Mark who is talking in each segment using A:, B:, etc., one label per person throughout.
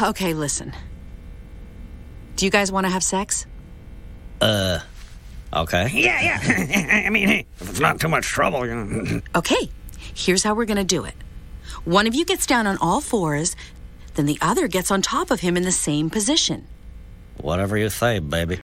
A: Okay, listen. Do you guys want to have sex?
B: Uh, Okay.
C: Yeah, yeah. I mean, hey, if it's not too much trouble, you know.
A: Okay, here's how we're going to do it one of you gets down on all fours, then the other gets on top of him in the same position.
B: Whatever you say, baby.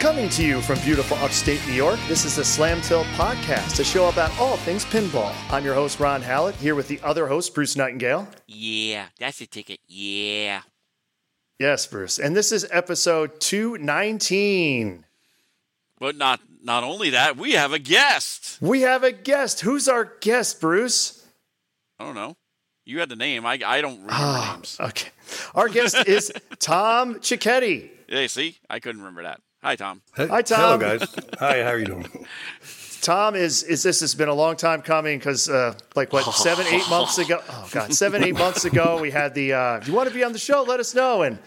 D: Coming to you from beautiful upstate New York, this is the Slam Tilt Podcast, a show about all things pinball. I'm your host, Ron Hallett, here with the other host, Bruce Nightingale.
E: Yeah, that's the ticket. Yeah.
D: Yes, Bruce. And this is episode 219.
E: But not not only that, we have a guest.
D: We have a guest. Who's our guest, Bruce?
E: I don't know. You had the name. I I don't remember
D: Ah.
E: names.
D: Okay. Our guest is Tom Cicchetti.
E: Hey, see, I couldn't remember that. Hi, Tom.
F: Hey,
D: Hi, Tom.
F: Hello, guys. Hi, how are you doing?
D: Tom is is this has been a long time coming because uh, like what seven eight months ago oh god seven eight months ago we had the uh, if you want to be on the show let us know and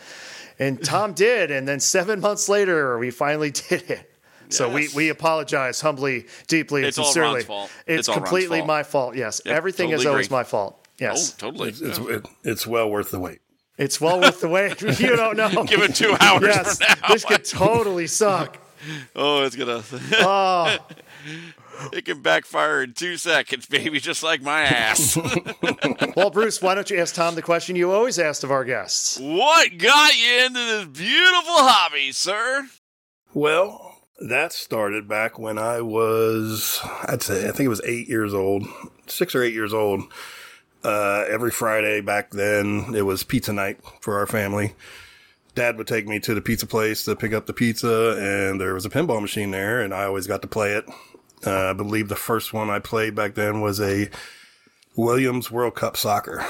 D: and Tom did and then seven months later we finally did it so we
E: Yes.
D: we apologize humbly deeply
E: It's all
D: and
E: Ron's
D: sincerely
E: fault.
D: it's,
E: It's all Ron's
D: completely
E: fault.
D: my fault yes
E: Yep,
D: everything is
E: totally
D: always
E: agree.
D: my fault yes
E: Oh, totally.
F: It's it, it's well worth the wait.
D: it's well worth the wait you don't know
E: Give it two hours
D: yes
E: from now.
D: this could totally suck Oh.
E: Oh, it's gonna. it can backfire in two seconds, baby, just like my ass.
D: well Bruce why don't you ask Tom the question you always asked of our guests
E: what got you into this beautiful hobby, sir?
F: Well, that started back when I was, I'd say, I think it was eight years old, six or eight years old. Uh, every Friday back then, it was pizza night for our family. Dad would take me to the pizza place to pick up the pizza, and there was a pinball machine there, and I always got to play it. Uh, I believe the first one I played back then was a Williams World Cup Soccer,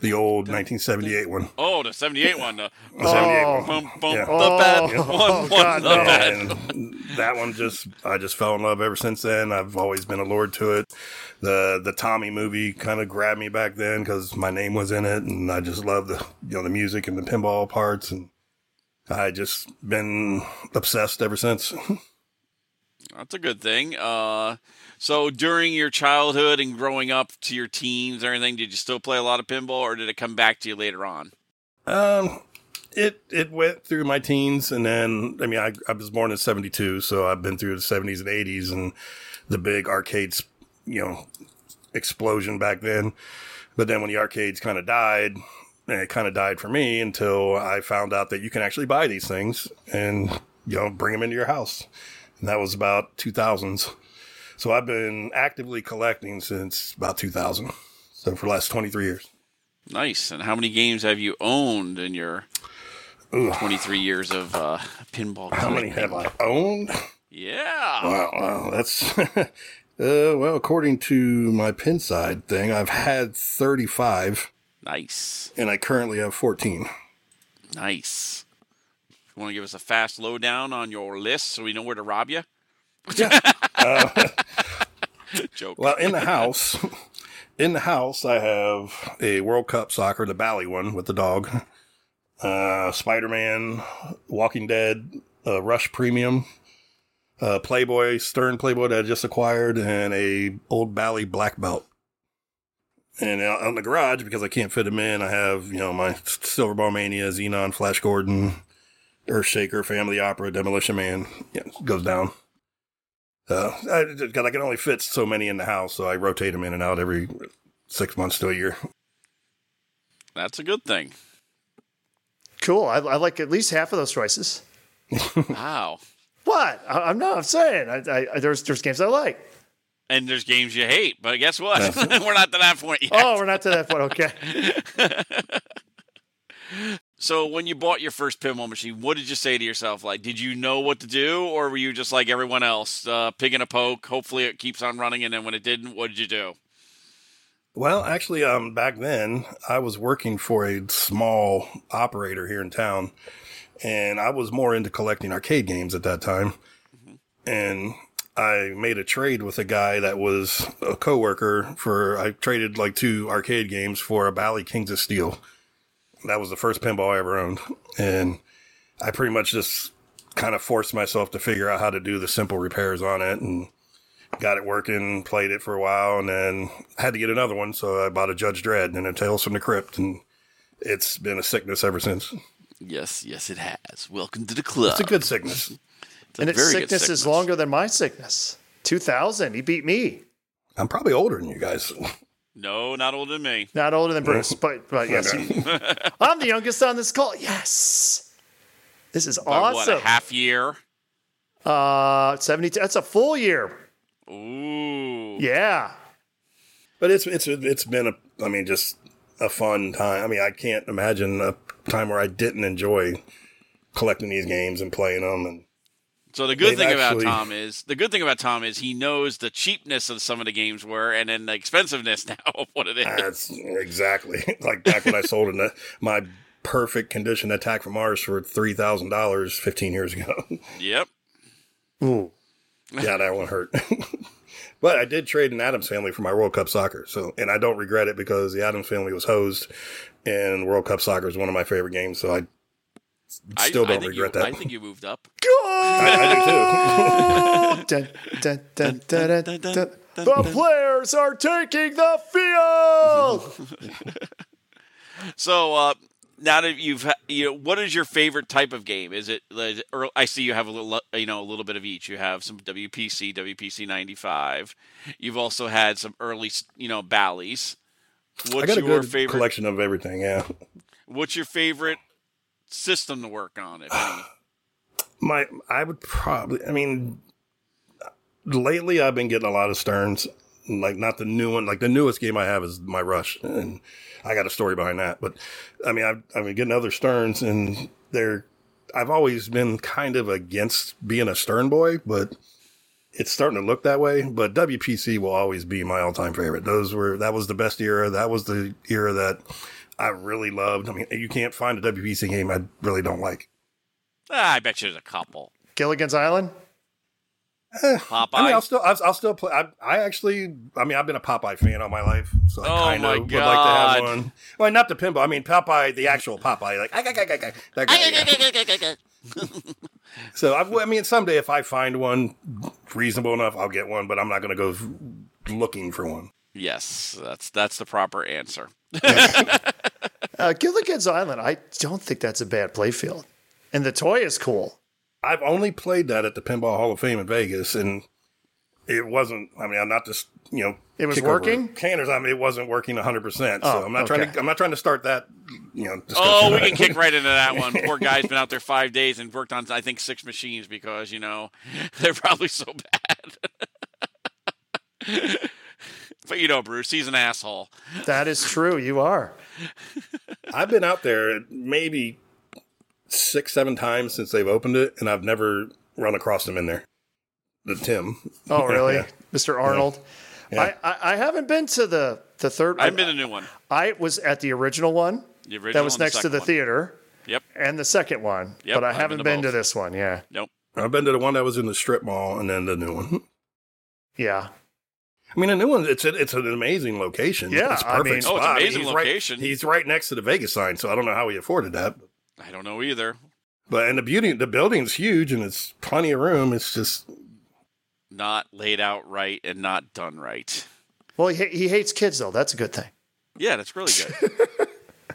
F: the old 1978 one.
E: Oh, the '78 one. The
F: The 78 one.
E: bump, bump,
F: Yeah.
E: the bad
D: Oh,
E: one, one,
D: God,
E: the
D: no.
E: bad.
F: and that one just I just fell in love ever since then. I've always been allured to it. The the Tommy movie kind of grabbed me back then because my name was in it, and I just loved the you know the music and the pinball parts, and I just been obsessed ever since.
E: That's a good thing. Uh, so during your childhood and growing up to your teens or anything, did you still play a lot of pinball, or did it come back to you later on?
F: Um, it it went through my teens, and then I mean, I, I was born in '72, so I've been through the '70s and '80s and the big arcades, you know, explosion back then. But then when the arcades kind of died, and it kind of died for me until I found out that you can actually buy these things and you know bring them into your house, and that was about 2000s. So I've been actively collecting since about 2000. So for the last 23 years.
E: Nice. And how many games have you owned in your
F: Ooh.
E: 23 years of uh, pinball?
F: How many
E: collecting?
F: have I owned?
E: Yeah.
F: Wow, wow, that's uh, well. According to my pin side thing, I've had thirty-five,
E: Nice.
F: and I currently have fourteen.
E: Nice. You want to give us a fast lowdown on your list so we know where to rob you? Joke.
F: Well, in the house, in the house, I have a World Cup soccer, the Bally one with the dog, uh, Spider-Man, Walking Dead, uh, Rush Premium, uh, Playboy, Stern Playboy that I just acquired, and a old Bally black belt. And out out in the garage because I can't fit them in. I have you know my Silverball Mania, Xenon, Flash Gordon, Earthshaker, Family Opera, Demolition Man. Yeah, goes down. Uh, I, 'cause I can only fit so many in the house, so I rotate them in and out every six months to a year.
E: That's a good thing.
D: cool I, I like at least half of those choices.
E: Wow.
D: What? I, I'm not. I'm saying I, I, I- there's there's games I like.
E: And there's games you hate, but guess what? We're not to that point yet.
D: Oh, we're not to that point. Okay.
E: So when you bought your first pinball machine, what did you say to yourself? Like, did you know what to do, or were you just like everyone else, uh, pig in a poke? Hopefully, it keeps on running, and then when it didn't, what did you do?
F: Well, actually, um, back then I was working for a small operator here in town, and I was more into collecting arcade games at that time. And I made a trade with a guy that was a coworker for. I traded like two arcade games for a Bally Kings of Steel. That was the first pinball I ever owned, and I pretty much just kind of forced myself to figure out how to do the simple repairs on it and got it working, played it for a while, and then had to get another one. So I bought a Judge Dredd and a Tales from the Crypt, and it's been a sickness ever since.
E: Yes, yes, it has. Welcome to the club.
F: It's a good sickness.
E: It's a
D: and its
E: very good
D: sickness, is longer than my sickness. 2000. He beat me.
F: I'm probably older than you guys.
E: No, not older than me.
D: Not older than Bruce, but, but yes. he- I'm the youngest on this call. Yes. This is
E: By
D: awesome.
E: What, a half year?
D: uh, 72. That's a full year.
E: Ooh.
D: Yeah.
F: But it's it's it's been a I mean just a fun time. I mean I can't imagine a time where I didn't enjoy collecting these games and playing them. And
E: So the good
F: They've
E: thing about
F: actually-
E: Tom is the good thing about Tom is he knows the cheapness of some of the games were, and then the expensiveness now of what it is.
F: that's exactly like back when I sold an, my perfect condition attack from Mars for three thousand dollars fifteen years ago.
E: yep.
D: Ooh.
F: yeah, that one hurt. but I did trade an Adams family for my World Cup soccer. So and I don't regret it because the Adams family was hosed, and World Cup soccer is one of my favorite games. So I
E: I-
F: still
E: I,
F: don't
E: think
F: regret
E: you,
F: that.
E: I think you moved up.
D: I, do too. dun, dun, dun, dun, dun, dun. The players are taking the field.
E: So uh, now that you've, ha- you know, what is your favorite type of game? Is it? is it- Or I see you have a little, you know, a little bit of each. You have some WPC, WPC ninety five. You've also had some early, you know, Bally's.
F: I
E: What's
F: got a
E: your
F: good
E: favorite?
F: collection of everything. Yeah.
E: What's your favorite system to work on? If any?
F: my I would probably I mean lately I've been getting a lot of Sterns like not the new one like the newest game I have is my Rush and I got a story behind that but I mean I've, I've been getting other Sterns and they're I've always been kind of against being a Stern boy but it's starting to look that way but WPC will always be my all-time favorite those were that was the best era that was the era that I really loved I mean you can't find a WPC game I really don't like
E: Ah, I bet you there's a couple.
D: Gilligan's Island.
E: Popeye.
F: I mean, I'll still, I'll, I'll still play. I, I actually, I mean, I've been a Popeye fan all my life, so I
E: Oh
F: kind
E: my
F: of would like to have
E: God.
F: one. Well, not the pinball. I mean, Popeye, the actual Popeye, like I, I, I, I, that guy. yeah. so I've, I mean, someday if I find one reasonable enough, I'll get one. But I'm not going to go f- looking for one.
E: yes, that's that's the proper answer.
D: Uh, Gilligan's Island. I don't think that's a bad playfield, and the toy is cool.
F: I've only played that at the Pinball Hall of Fame in Vegas, and it wasn't. I mean, I'm not just you know.
D: It was
F: kick over
D: working?
F: Canners, I mean, it wasn't working 100. percent So
D: Oh,
F: I'm not trying
D: okay.
F: to. I'm not trying to start that. You know. Discussion
E: Oh, we can kick right into that one. Poor guy's been out there five days and worked on I think six machines because you know they're probably so bad. but you know, Bruce, he's an asshole.
D: That is true. You are.
F: I've been out there maybe six, seven times since they've opened it, and I've never run across him in there. The Tim.
D: Oh, really,
F: Yeah.
D: Mr. Arnold? I, I I haven't been to the the third.
E: I've been a new one.
D: I was at the original one
E: The original
D: that was
E: and the
D: next to
E: second
D: the
E: one.
D: theater
E: Yep.
D: and the second one,
E: Yep,
D: but I
E: I've been
D: haven't
E: to
D: been to
E: both.
D: this one. Yeah,
E: Nope.
F: I've been to the one that was in the strip mall, and then the new one.
D: yeah.
F: I mean, the new one. It's a, it's an amazing location.
D: Yeah,
F: it's
D: I
F: perfect.
D: mean-
E: Oh, it's
F: spot.
E: amazing
F: he's
E: location.
F: Right, he's right next to the Vegas sign, so I don't know how he afforded that.
E: I don't know either.
F: But and the beauty, the building's huge, and it's plenty of room. It's just
E: Not laid out right and not done right.
D: Well, he, he hates kids though. That's a good thing.
E: Yeah, that's really good.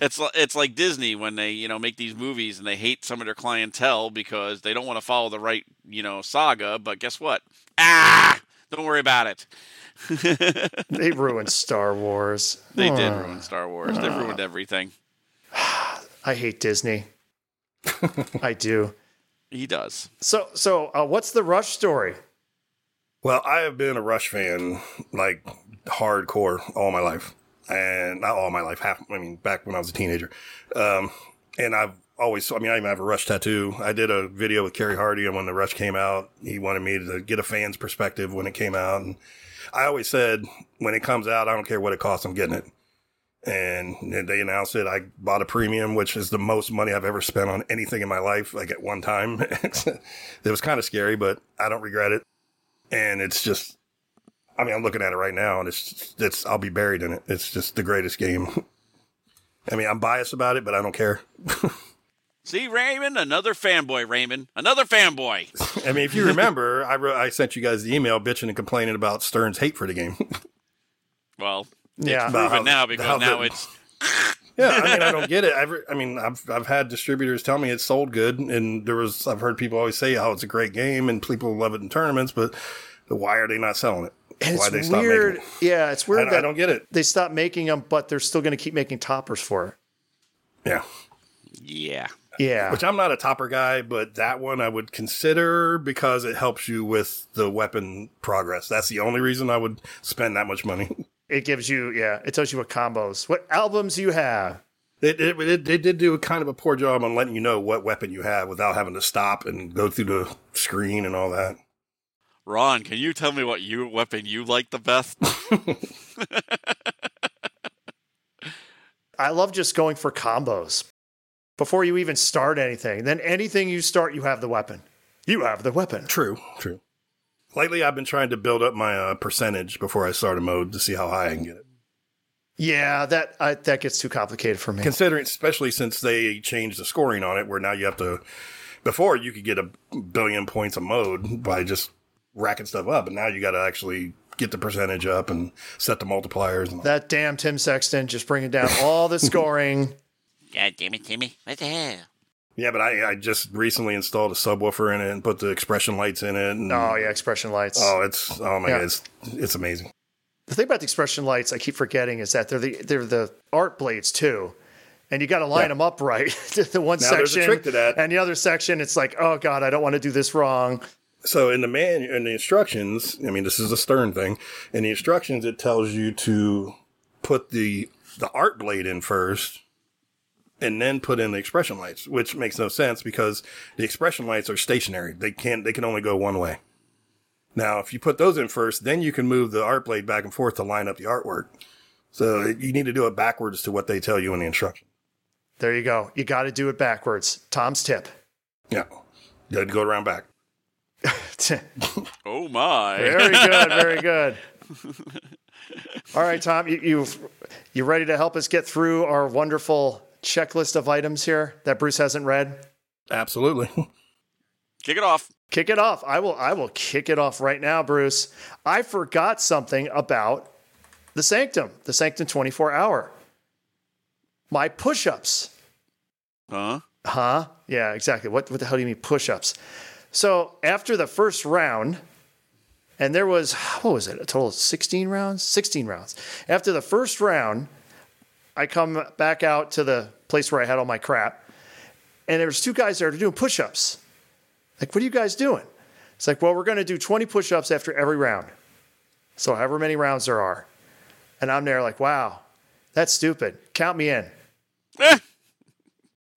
E: it's li- it's like Disney when they you know make these movies and they hate some of their clientele because they don't want to follow the right you know saga. But guess what? Ah, don't worry about it.
D: They ruined Star Wars.
E: They did ruin Star Wars. They ruined everything.
D: I hate Disney. I do.
E: He does.
D: So so uh, what's the Rush story?
F: Well, I have been a Rush fan like hardcore all my life, and not all my life. Half, I mean, back when I was a teenager, um, and I've always. I mean, I even have a Rush tattoo. I did a video with Kerry Hardy, and when the Rush came out, he wanted me to get a fan's perspective when it came out, and I always said when it comes out, I don't care what it costs, I'm getting it. And then they announced it. I bought a premium, which is the most money I've ever spent on anything in my life, like at one time. it was kind of scary, but I don't regret it and it's just I mean, I'm looking at it right now, and it's it's I'll be buried in it. It's just the greatest game. I mean, I'm biased about it, but I don't care.
E: See, Raymond, another fanboy, Raymond, another fanboy.
F: I mean, if you remember, I wrote, I sent you guys the email bitching and complaining about Stern's hate for the game.
E: Well,
D: Yeah.
F: But how-
E: proven now because
F: how
E: now
F: the-
E: it's
F: yeah, I mean, I don't get it. I've, I mean, I've I've had distributors tell me it's sold good, and there was I've heard people always say how it's a great game and people love it in tournaments, but why are they not selling it?
D: And
F: why
D: it's
F: stopped making
D: weird.
F: it?
D: Yeah, it's weird
F: I- I
D: that
F: don't get it.
D: They stopped making them, but they're still going to keep making toppers for
F: Yeah.
E: yeah.
D: it. Yeah.
F: Which I'm not a topper guy, but that one I would consider because it helps you with the weapon progress. That's the only reason I would spend that much money.
D: it gives you, yeah, it tells you what combos, what albums you have.
F: It, it, it, they did do a kind of a poor job on letting you know what weapon you have without having to stop and go through the screen and all that.
E: Ron, can you tell me what you weapon you like the best?
D: I love just going for combos before you even start anything. Then anything you start, you have the weapon. You have the weapon.
F: True, true. Lately, I've been trying to build up my uh, percentage before I start a mode to see how high I can get it.
D: Yeah, that I, that gets too complicated for me.
F: Considering, especially since they changed the scoring on it, where now you have to, before you could get a billion points a mode by just racking stuff up, and now you got to actually get the percentage up and set the multipliers. And all.
D: that damn Tim Sexton just bringing down all the scoring.
E: God damn it, Timmy! What the hell?
F: Yeah, but I, I just recently installed a subwoofer in it and put the expression lights in it. And,
D: oh yeah, expression lights.
F: Mm. Oh, it's oh my
D: Yeah.
F: god, it's it's amazing.
D: The thing about the expression lights I keep forgetting is that they're the they're the art blades too. And you got to line
F: Yeah.
D: them up right. the one
F: Now there's a
D: section
F: trick to that.
D: and the other section it's like, "Oh god, I don't want to do this wrong."
F: So in the man in the instructions, I mean this is a stern thing. In the instructions, it tells you to put the the art blade in first, and then put in the expression lights, which makes no sense because the expression lights are stationary. They can't. They can only go one way. Now, if you put those in first, then you can move the art blade back and forth to line up the artwork. So you need to do it backwards to what they tell you in the instruction.
D: There you go. You got to do it backwards. Tom's tip.
F: Yeah, you had to go around back.
E: Oh my!
D: very good, very good. All right, Tom, you you you ready to help us get through our wonderful checklist of items here that Bruce hasn't read?
F: Absolutely.
E: Kick it off.
D: Kick it off. I will I will kick it off right now, Bruce. I forgot something about the Sanctum, the Sanctum 24 hour. My push-ups.
E: Huh?
D: Huh? Yeah, exactly. What what the hell do you mean push-ups? So after the first round, and there was what was it? A total of 16 rounds? 16 rounds. After the first round, I come back out to the place where I had all my crap, and there was two guys there doing push-ups. Like, what are you guys doing? It's like, well, we're gonna do 20 push-ups after every round. So however many rounds there are. And I'm there like, wow, that's stupid. Count me in.
E: Eh.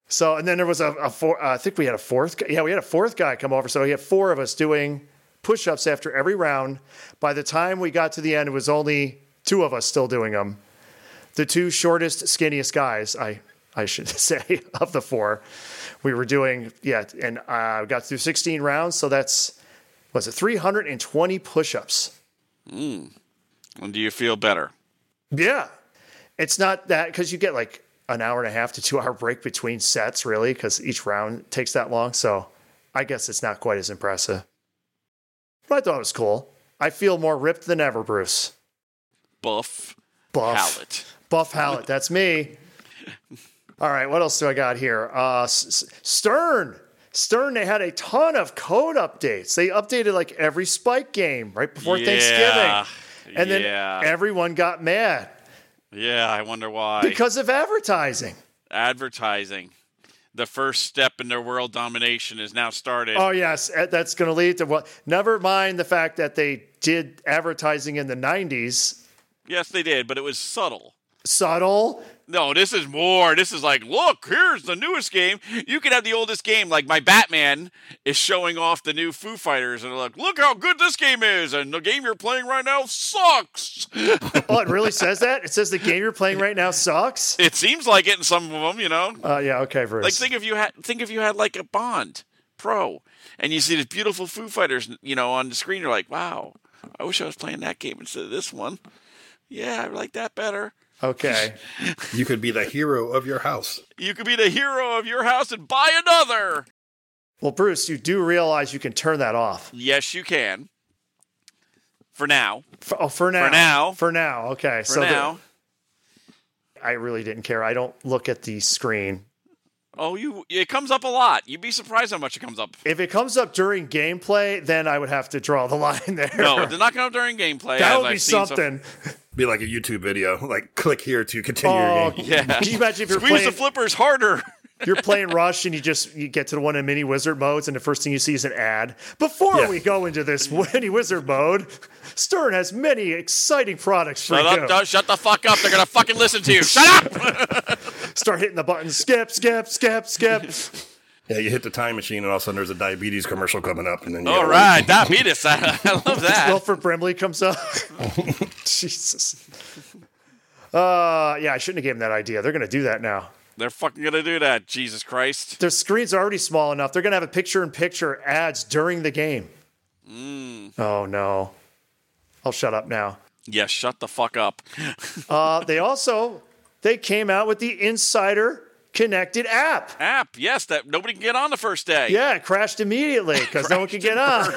D: So, and then there was a, a four, uh, I think we had a fourth. gu- Yeah, we had a fourth guy come over. So he had four of us doing push ups after every round. By the time we got to the end, it was only two of us still doing them. The two shortest, skinniest guys, I, I should say, of the four, we were doing, yeah, and I uh, we got through 16 rounds. So that's, was it 320 push ups?
E: And do you feel better?
D: Yeah. It's not that because you get like an hour and a half to two hour break between sets, really, because each round takes that long. So I guess it's not quite as impressive. But I thought it was cool. I feel more ripped than ever, Bruce.
E: Buff.
D: Buff.
E: Palate.
D: Buff Hallett. That's me. All right. What else do I got here? Uh, S- S- Stern. Stern, they had a ton of code updates. They updated like every Spike game right before
E: Yeah.
D: Thanksgiving. And then
E: yeah.
D: everyone got mad
E: yeah, I wonder why.
D: because of advertising.
E: Advertising. The first step in their world domination is now started.
D: Oh yes, eh, that's going to lead to what? Never mind the fact that they did advertising in the '90s,
E: yes, they did, but it was subtle.
D: subtle.
E: No, this is more. This is like, look, here's the newest game. You can have the oldest game. Like my Batman is showing off the new Foo Fighters, and they're like, look how good this game is, and the game you're playing right now sucks.
D: Oh, it really says that. It says the game you're playing right now sucks.
E: it seems like it in some of them, you know.
D: Uh, yeah, okay, Bruce.
E: Like think if you had think if you had like a Bond Pro, and you see this beautiful Foo Fighters, you know, on the screen. You're like, wow, I wish I was playing that game instead of this one. Yeah, I like that better.
D: Okay.
F: You could be the hero of your house.
E: You could be the hero of your house and buy another.
D: Well, Bruce, you do realize you can turn that off.
E: Yes, you can. For now.
D: For, oh, for now.
E: now.
D: For now. Okay.
E: For
D: so the-
E: now.
D: I really didn't care. I don't look at the screen.
E: Oh, you it comes up a lot. You'd be surprised how much it comes up.
D: If it comes up during gameplay, then I would have to draw the line there.
E: No, it did not come up during gameplay.
D: that
E: as
D: would be
E: I've seen some-
D: something.
F: Be like a YouTube video. Like, click here to continue your
D: Oh,
F: game.
E: Yeah.
D: Can you imagine if you're
E: Squeeze
D: playing,
E: the flippers harder.
D: you're playing Rush and you just you get to the one in mini wizard modes and the first thing you see is an ad. Before we go into this mini wizard mode, Stern has many exciting products for
E: Shut
D: you.
E: up, don't, shut the fuck up. They're gonna fucking listen to you. Shut up!
D: Start hitting the buttons. Skip, skip, skip, skip.
F: Yeah, you hit the time machine, and all of a sudden there's a diabetes commercial coming up, and then you
E: All
F: gotta wait.
E: right, diabetes. I, I love that.
D: Wilford Brimley comes up. Jesus. Uh, yeah, I shouldn't have given that idea. They're going to do that now.
E: They're fucking gonna do that. Jesus Christ.
D: Their screens are already small enough. They're going to have a picture in picture ads during the game.
E: Mm.
D: Oh, no. I'll shut up now.
E: Yeah, shut the fuck up.
D: Uh, they also they came out with the Insider Connected app.
E: App, yes, that nobody can get on the first day.
D: Yeah, it crashed immediately because no one could get on.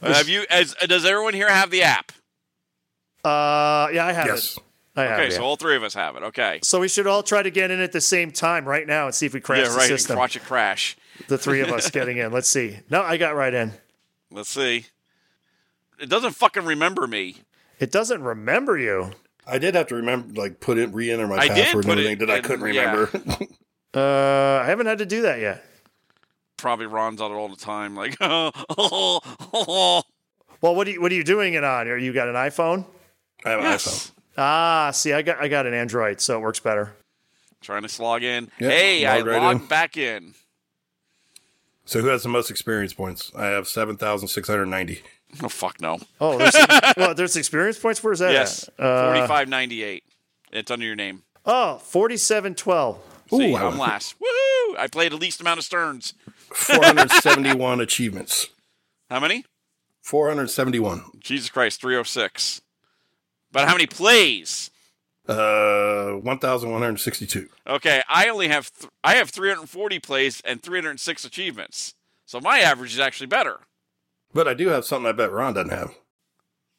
E: Have you? As does everyone here have the app?
D: Uh, yeah, I have
F: Yes.
D: it. I have
E: Okay,
D: it.
E: so all three of us have it. Okay.
D: So we should all try to get in at the same time right now and see if we crash
E: yeah,
D: the
E: right.
D: system.
E: Watch it crash.
D: the three of us getting in. Let's see. No, I got right in.
E: Let's see. It doesn't fucking remember me.
D: It doesn't remember you.
F: I did have to remember, like, put it, re-enter my
E: I did
F: password and
E: put it
F: everything that I
E: in-
F: couldn't
E: yeah.
F: remember.
D: Uh, I haven't had to do that yet.
E: Probably Ron's on it all the time. Like,
D: Well, what are you, what are you doing it on? Are you got an iPhone?
F: I have an iPhone.
E: yes.
D: Ah, see, I got I got an Android, so it works better.
E: Trying to log in.
F: Yep,
E: hey, I
F: logged right
E: logged
F: in.
E: back in.
F: So who has the most experience points? I have seven thousand six hundred ninety.
E: Oh fuck no.
D: Oh, there's, well, there's experience points. Where's that?
E: Yes,
D: At? Uh,
E: forty-five ninety-eight. It's under your name.
D: oh, 4712.
E: See,
F: Ooh, I
E: I'm
F: won.
E: last. Woo! I played the least amount of Sterns.
F: Four hundred seventy-one achievements.
E: How many?
F: Four hundred seventy-one.
E: Jesus Christ, three oh six. But how many plays?
F: Uh, one thousand one hundred sixty-two.
E: Okay, I only have th- I have 340 plays and 306 achievements. So my average is actually better.
F: But I do have something I bet Ron doesn't have.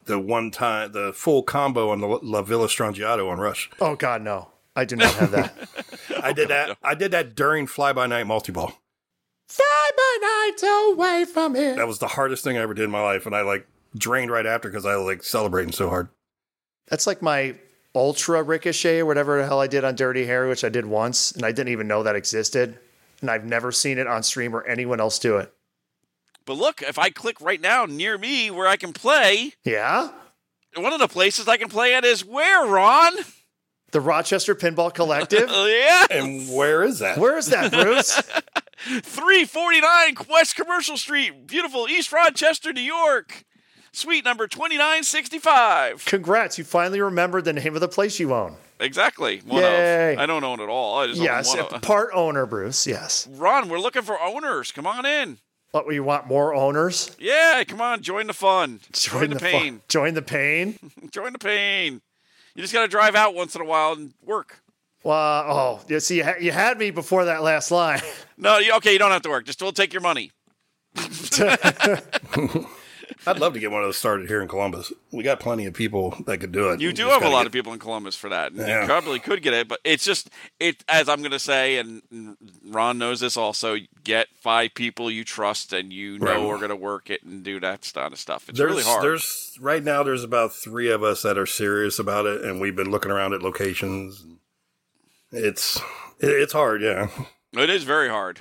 F: The one time, the full combo on the La- La Villa Strangiato on Rush.
D: Oh God, no, I do not have that.
F: I did that. I did that during Fly by Night multi-ball.
D: Fly by night away from here.
F: That was the hardest thing I ever did in my life, and I like drained right after because I like celebrating so hard.
D: That's like my ultra ricochet or whatever the hell I did on Dirty Harry, which I did once, and I didn't even know that existed. And I've never seen it on stream or anyone else do it.
E: But look, if I click right now near me where I can play,
D: Yeah?
E: one of the places I can play at is where, Ron?
D: The Rochester Pinball Collective?
E: Oh, yeah.
F: And where is that?
D: Where is that, Bruce?
E: 349 Quest Commercial Street, beautiful East Rochester, New York. Suite number 2965.
D: Congrats, you finally remembered the name of the place you own.
E: Exactly. One
D: Yay.
E: of. I don't own it all. I just
D: Yes,
E: own one of.
D: part owner, Bruce. Yes.
E: Ron, we're looking for owners. Come on in.
D: What you want more owners?
E: Yeah, come on, join the fun. Join, the,
D: fu-
E: pain.
D: join the pain.
E: Join the pain. You just got to drive out once in a while and work.
D: Well, oh, you see, you, ha- you had me before that last line.
E: No, you, okay, you don't have to work. Just we'll take your money.
F: I'd love to get one of those started here in Columbus. We got plenty of people that could do it.
E: You
F: We
E: do
F: just
E: have a
F: gotta
E: lot
F: get-
E: of people in Columbus for that. and You
F: Yeah.
E: probably could get it, but it's just it. As I'm going to say, and Ron knows this also. Get five people you trust and you know
F: Right.
E: are going to work it and do that kind of stuff. It's
F: There's,
E: really hard.
F: There's right now. There's about three of us that are serious about it, and we've been looking around at locations. It's it- it's hard, yeah.
E: It is very hard,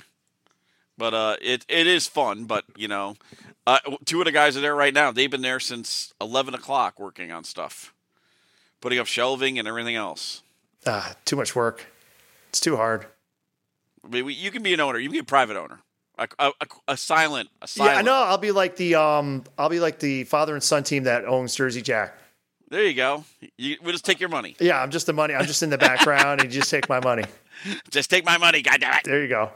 E: but uh, it it is fun. But you know, uh, two of the guys are there right now. They've been there since eleven o'clock working on stuff, putting up shelving and everything else.
D: Ah, too much work. It's too hard.
E: I mean, we, you can be an owner. You can be a private owner, a, a, a, a silent, a silent.
D: Yeah, I know. I'll be like the um, I'll be like the father and son team that owns Jersey Jack.
E: There you go. You, we'll just take your money.
D: Yeah, I'm just the money. I'm just in the background, and you just take my money.
E: Just take my money. God damn it.
D: There you go.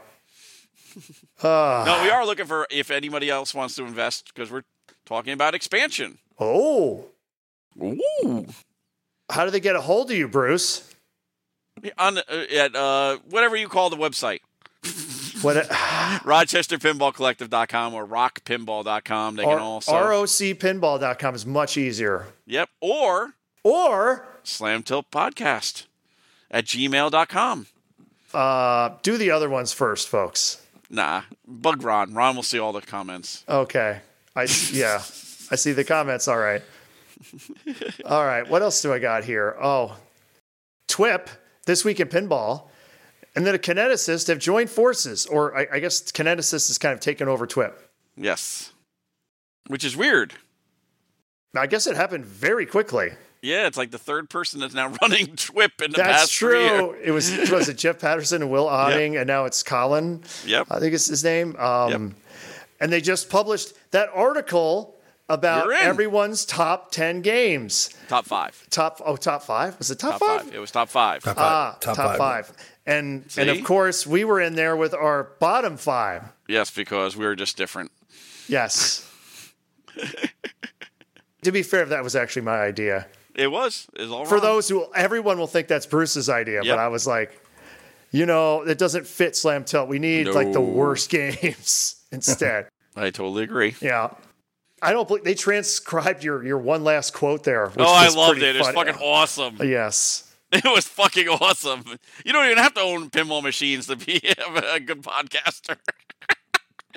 D: Ah,
E: No, we are looking for if anybody else wants to invest because we're talking about expansion.
D: Oh,
E: Ooh.
D: How do they get a hold of you, Bruce?
E: on uh, at uh, whatever you call the website.
D: What a,
E: RochesterPinballCollective.com or RockPinball.com. They can
D: R-
E: also
D: ROCpinball.com is much easier.
E: yep or
D: Or
E: Slam Tilt Podcast at gmail.com.
D: uh, do the other ones first, folks.
E: Nah, bug Ron. Ron will see all the comments.
D: Okay. I yeah. I see the comments. All right. All right. What else do I got here? Oh, TWIP this week in pinball, and then a kineticist have joined forces, or I, I guess kineticist is kind of taken over TWIP.
E: Yes, which is weird.
D: I guess it happened very quickly.
E: Yeah, it's like the third person that's now running TWIP in the
D: That's
E: past three years.
D: true. It was was it Jeff Patterson and Will Otting, and now it's Colin.
E: Yep.
D: I think it's his name. Um, And they just published that article about
E: You're in.
D: everyone's top ten games.
E: Top five.
D: Top oh, top five was it top,
E: Top
D: five?
E: five. It was top five.
F: Top
D: Ah, top, five. And and
E: See?
D: of course we were in there with our bottom five.
E: Yes, because we were just different.
D: Yes. to be fair, that was actually my idea.
E: It was. It was all
D: For
E: Ron.
D: those who everyone will think that's Bruce's idea,
E: Yep.
D: but I was like, you know, it doesn't fit Slam Tilt. We need like the
E: No.
D: worst games instead.
E: I totally agree.
D: yeah. I don't believe they transcribed your your one last quote there. Which
E: Oh, I
D: was
E: loved
D: pretty
E: it. It was
D: funny.
E: fucking awesome.
D: Yes.
E: It was fucking awesome. You don't even have to own pinball machines to be a good podcaster.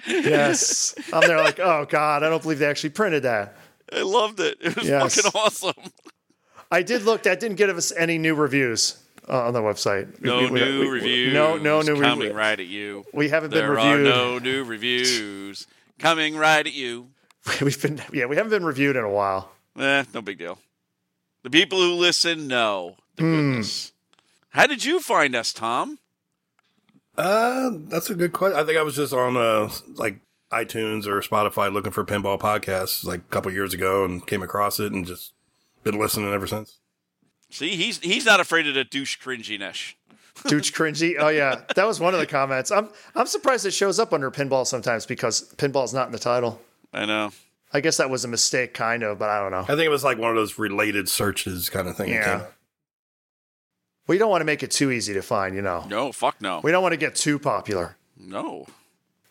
D: Yes. I'm there like, oh God, I don't believe they actually printed that.
E: I loved it. It was
D: Yes.
E: fucking awesome.
D: I did look. That didn't give us any new reviews uh, on the website. We-
E: No
D: we- we-
E: new
D: we-
E: reviews.
D: No, no new
E: coming
D: reviews.
E: right at you.
D: We haven't been
E: there
D: reviewed.
E: are no new reviews coming right at you.
D: We've been, yeah, we haven't been reviewed in a while.
E: Eh, no big deal. The people who listen know the
D: Hmm.
E: goodness. How did you find us, Tom?
F: Uh, that's a good question. I think I was just on uh like iTunes or Spotify looking for pinball podcasts like a couple years ago and came across it and just been listening ever since.
E: See, he's he's not afraid of the douche cringiness.
D: Dooch cringy. Oh yeah, that was one of the comments. I'm I'm surprised it shows up under pinball sometimes because pinball's not in the title.
E: I know.
D: I guess that was a mistake, kind of, but I don't know.
F: I think it was like one of those related searches kind of thing. that
D: Yeah.
F: came up.
D: We don't want to make it too easy to find, you know.
E: No, fuck no.
D: We don't want to get too popular.
E: No.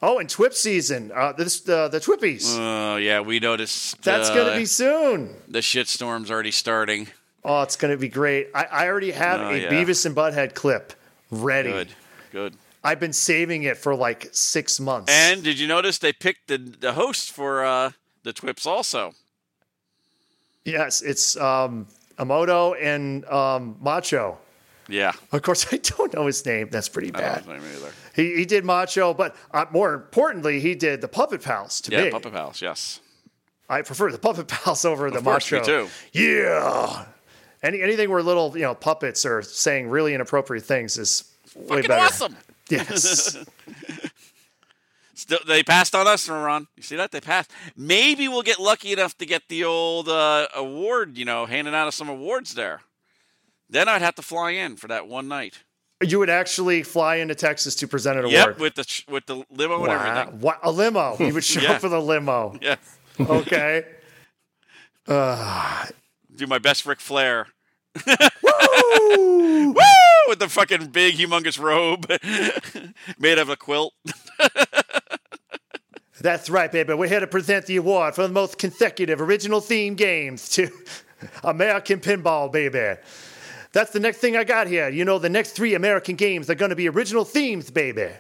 D: Oh, and Twip season. Uh, this the the Twippies.
E: Oh, yeah, we noticed.
D: That's
E: uh,
D: gonna be soon.
E: The shitstorm's already starting.
D: Oh, it's gonna be great. I, I already have
E: Oh,
D: a
E: yeah.
D: Beavis and Butthead clip ready.
E: Good. Good.
D: I've been saving it for like six months.
E: And did you notice they picked the, the host for uh, the Twips also?
D: yes, it's um, Emoto and um, Macho.
E: Yeah.
D: Of course, I don't know his name. That's pretty
E: I
D: bad.
E: don't know his name either.
D: He, he did Macho, but uh, more importantly, he did the Puppet Pals to
E: Yeah,
D: me.
E: Puppet Pals, yes.
D: I prefer the Puppet Pals over the
E: course, me
D: Macho.
E: too.
D: Yeah. Any, anything where little you know puppets are saying really inappropriate things is way
E: Fucking
D: better.
E: awesome.
D: Yes.
E: Still, they passed on us, Ron. You see that? They passed. Maybe we'll get lucky enough to get the old uh, award, you know, handing out some awards there. Then I'd have to fly in for that one night.
D: you would actually fly into Texas to present an award.
E: Yep, with the ch- with the limo and
D: wow.
E: everything.
D: Wha- a limo. You would show
E: Yeah.
D: up with a limo.
E: Yeah,
D: Okay.
E: do my best Ric Flair.
D: Woo!
E: Woo! With the fucking big, humongous robe made of a quilt.
D: That's right, baby. We're here to present the award for the most consecutive original theme games to American Pinball, baby. That's the next thing I got here. You know, the next three American games are going to be original themes, baby.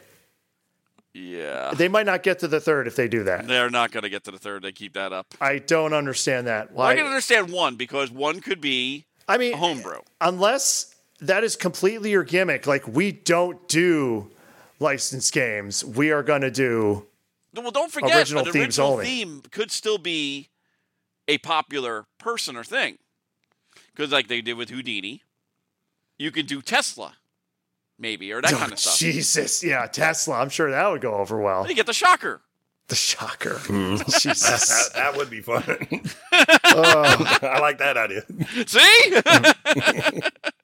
E: Yeah.
D: They might not get to the third if they do that.
E: They're not going to get to the third. They keep that up.
D: I don't understand that.
E: I
D: Why?
E: can understand one because one could be
D: I mean,
E: a homebrew.
D: unless that is completely your gimmick, like we don't do licensed games. We are going to do
E: Well, don't forget,
D: Original
E: an
D: themes
E: original
D: only.
E: theme could still be a popular person or thing. Because, like they did with Houdini, you could do Tesla, maybe,
D: Oh,
E: or that kind of stuff.
D: Jesus, yeah, Tesla. I'm sure that would go over well.
E: Then you get the shocker.
D: The shocker.
E: Hmm.
F: That,
D: Jesus.
F: that would be fun. I like that idea.
E: See? but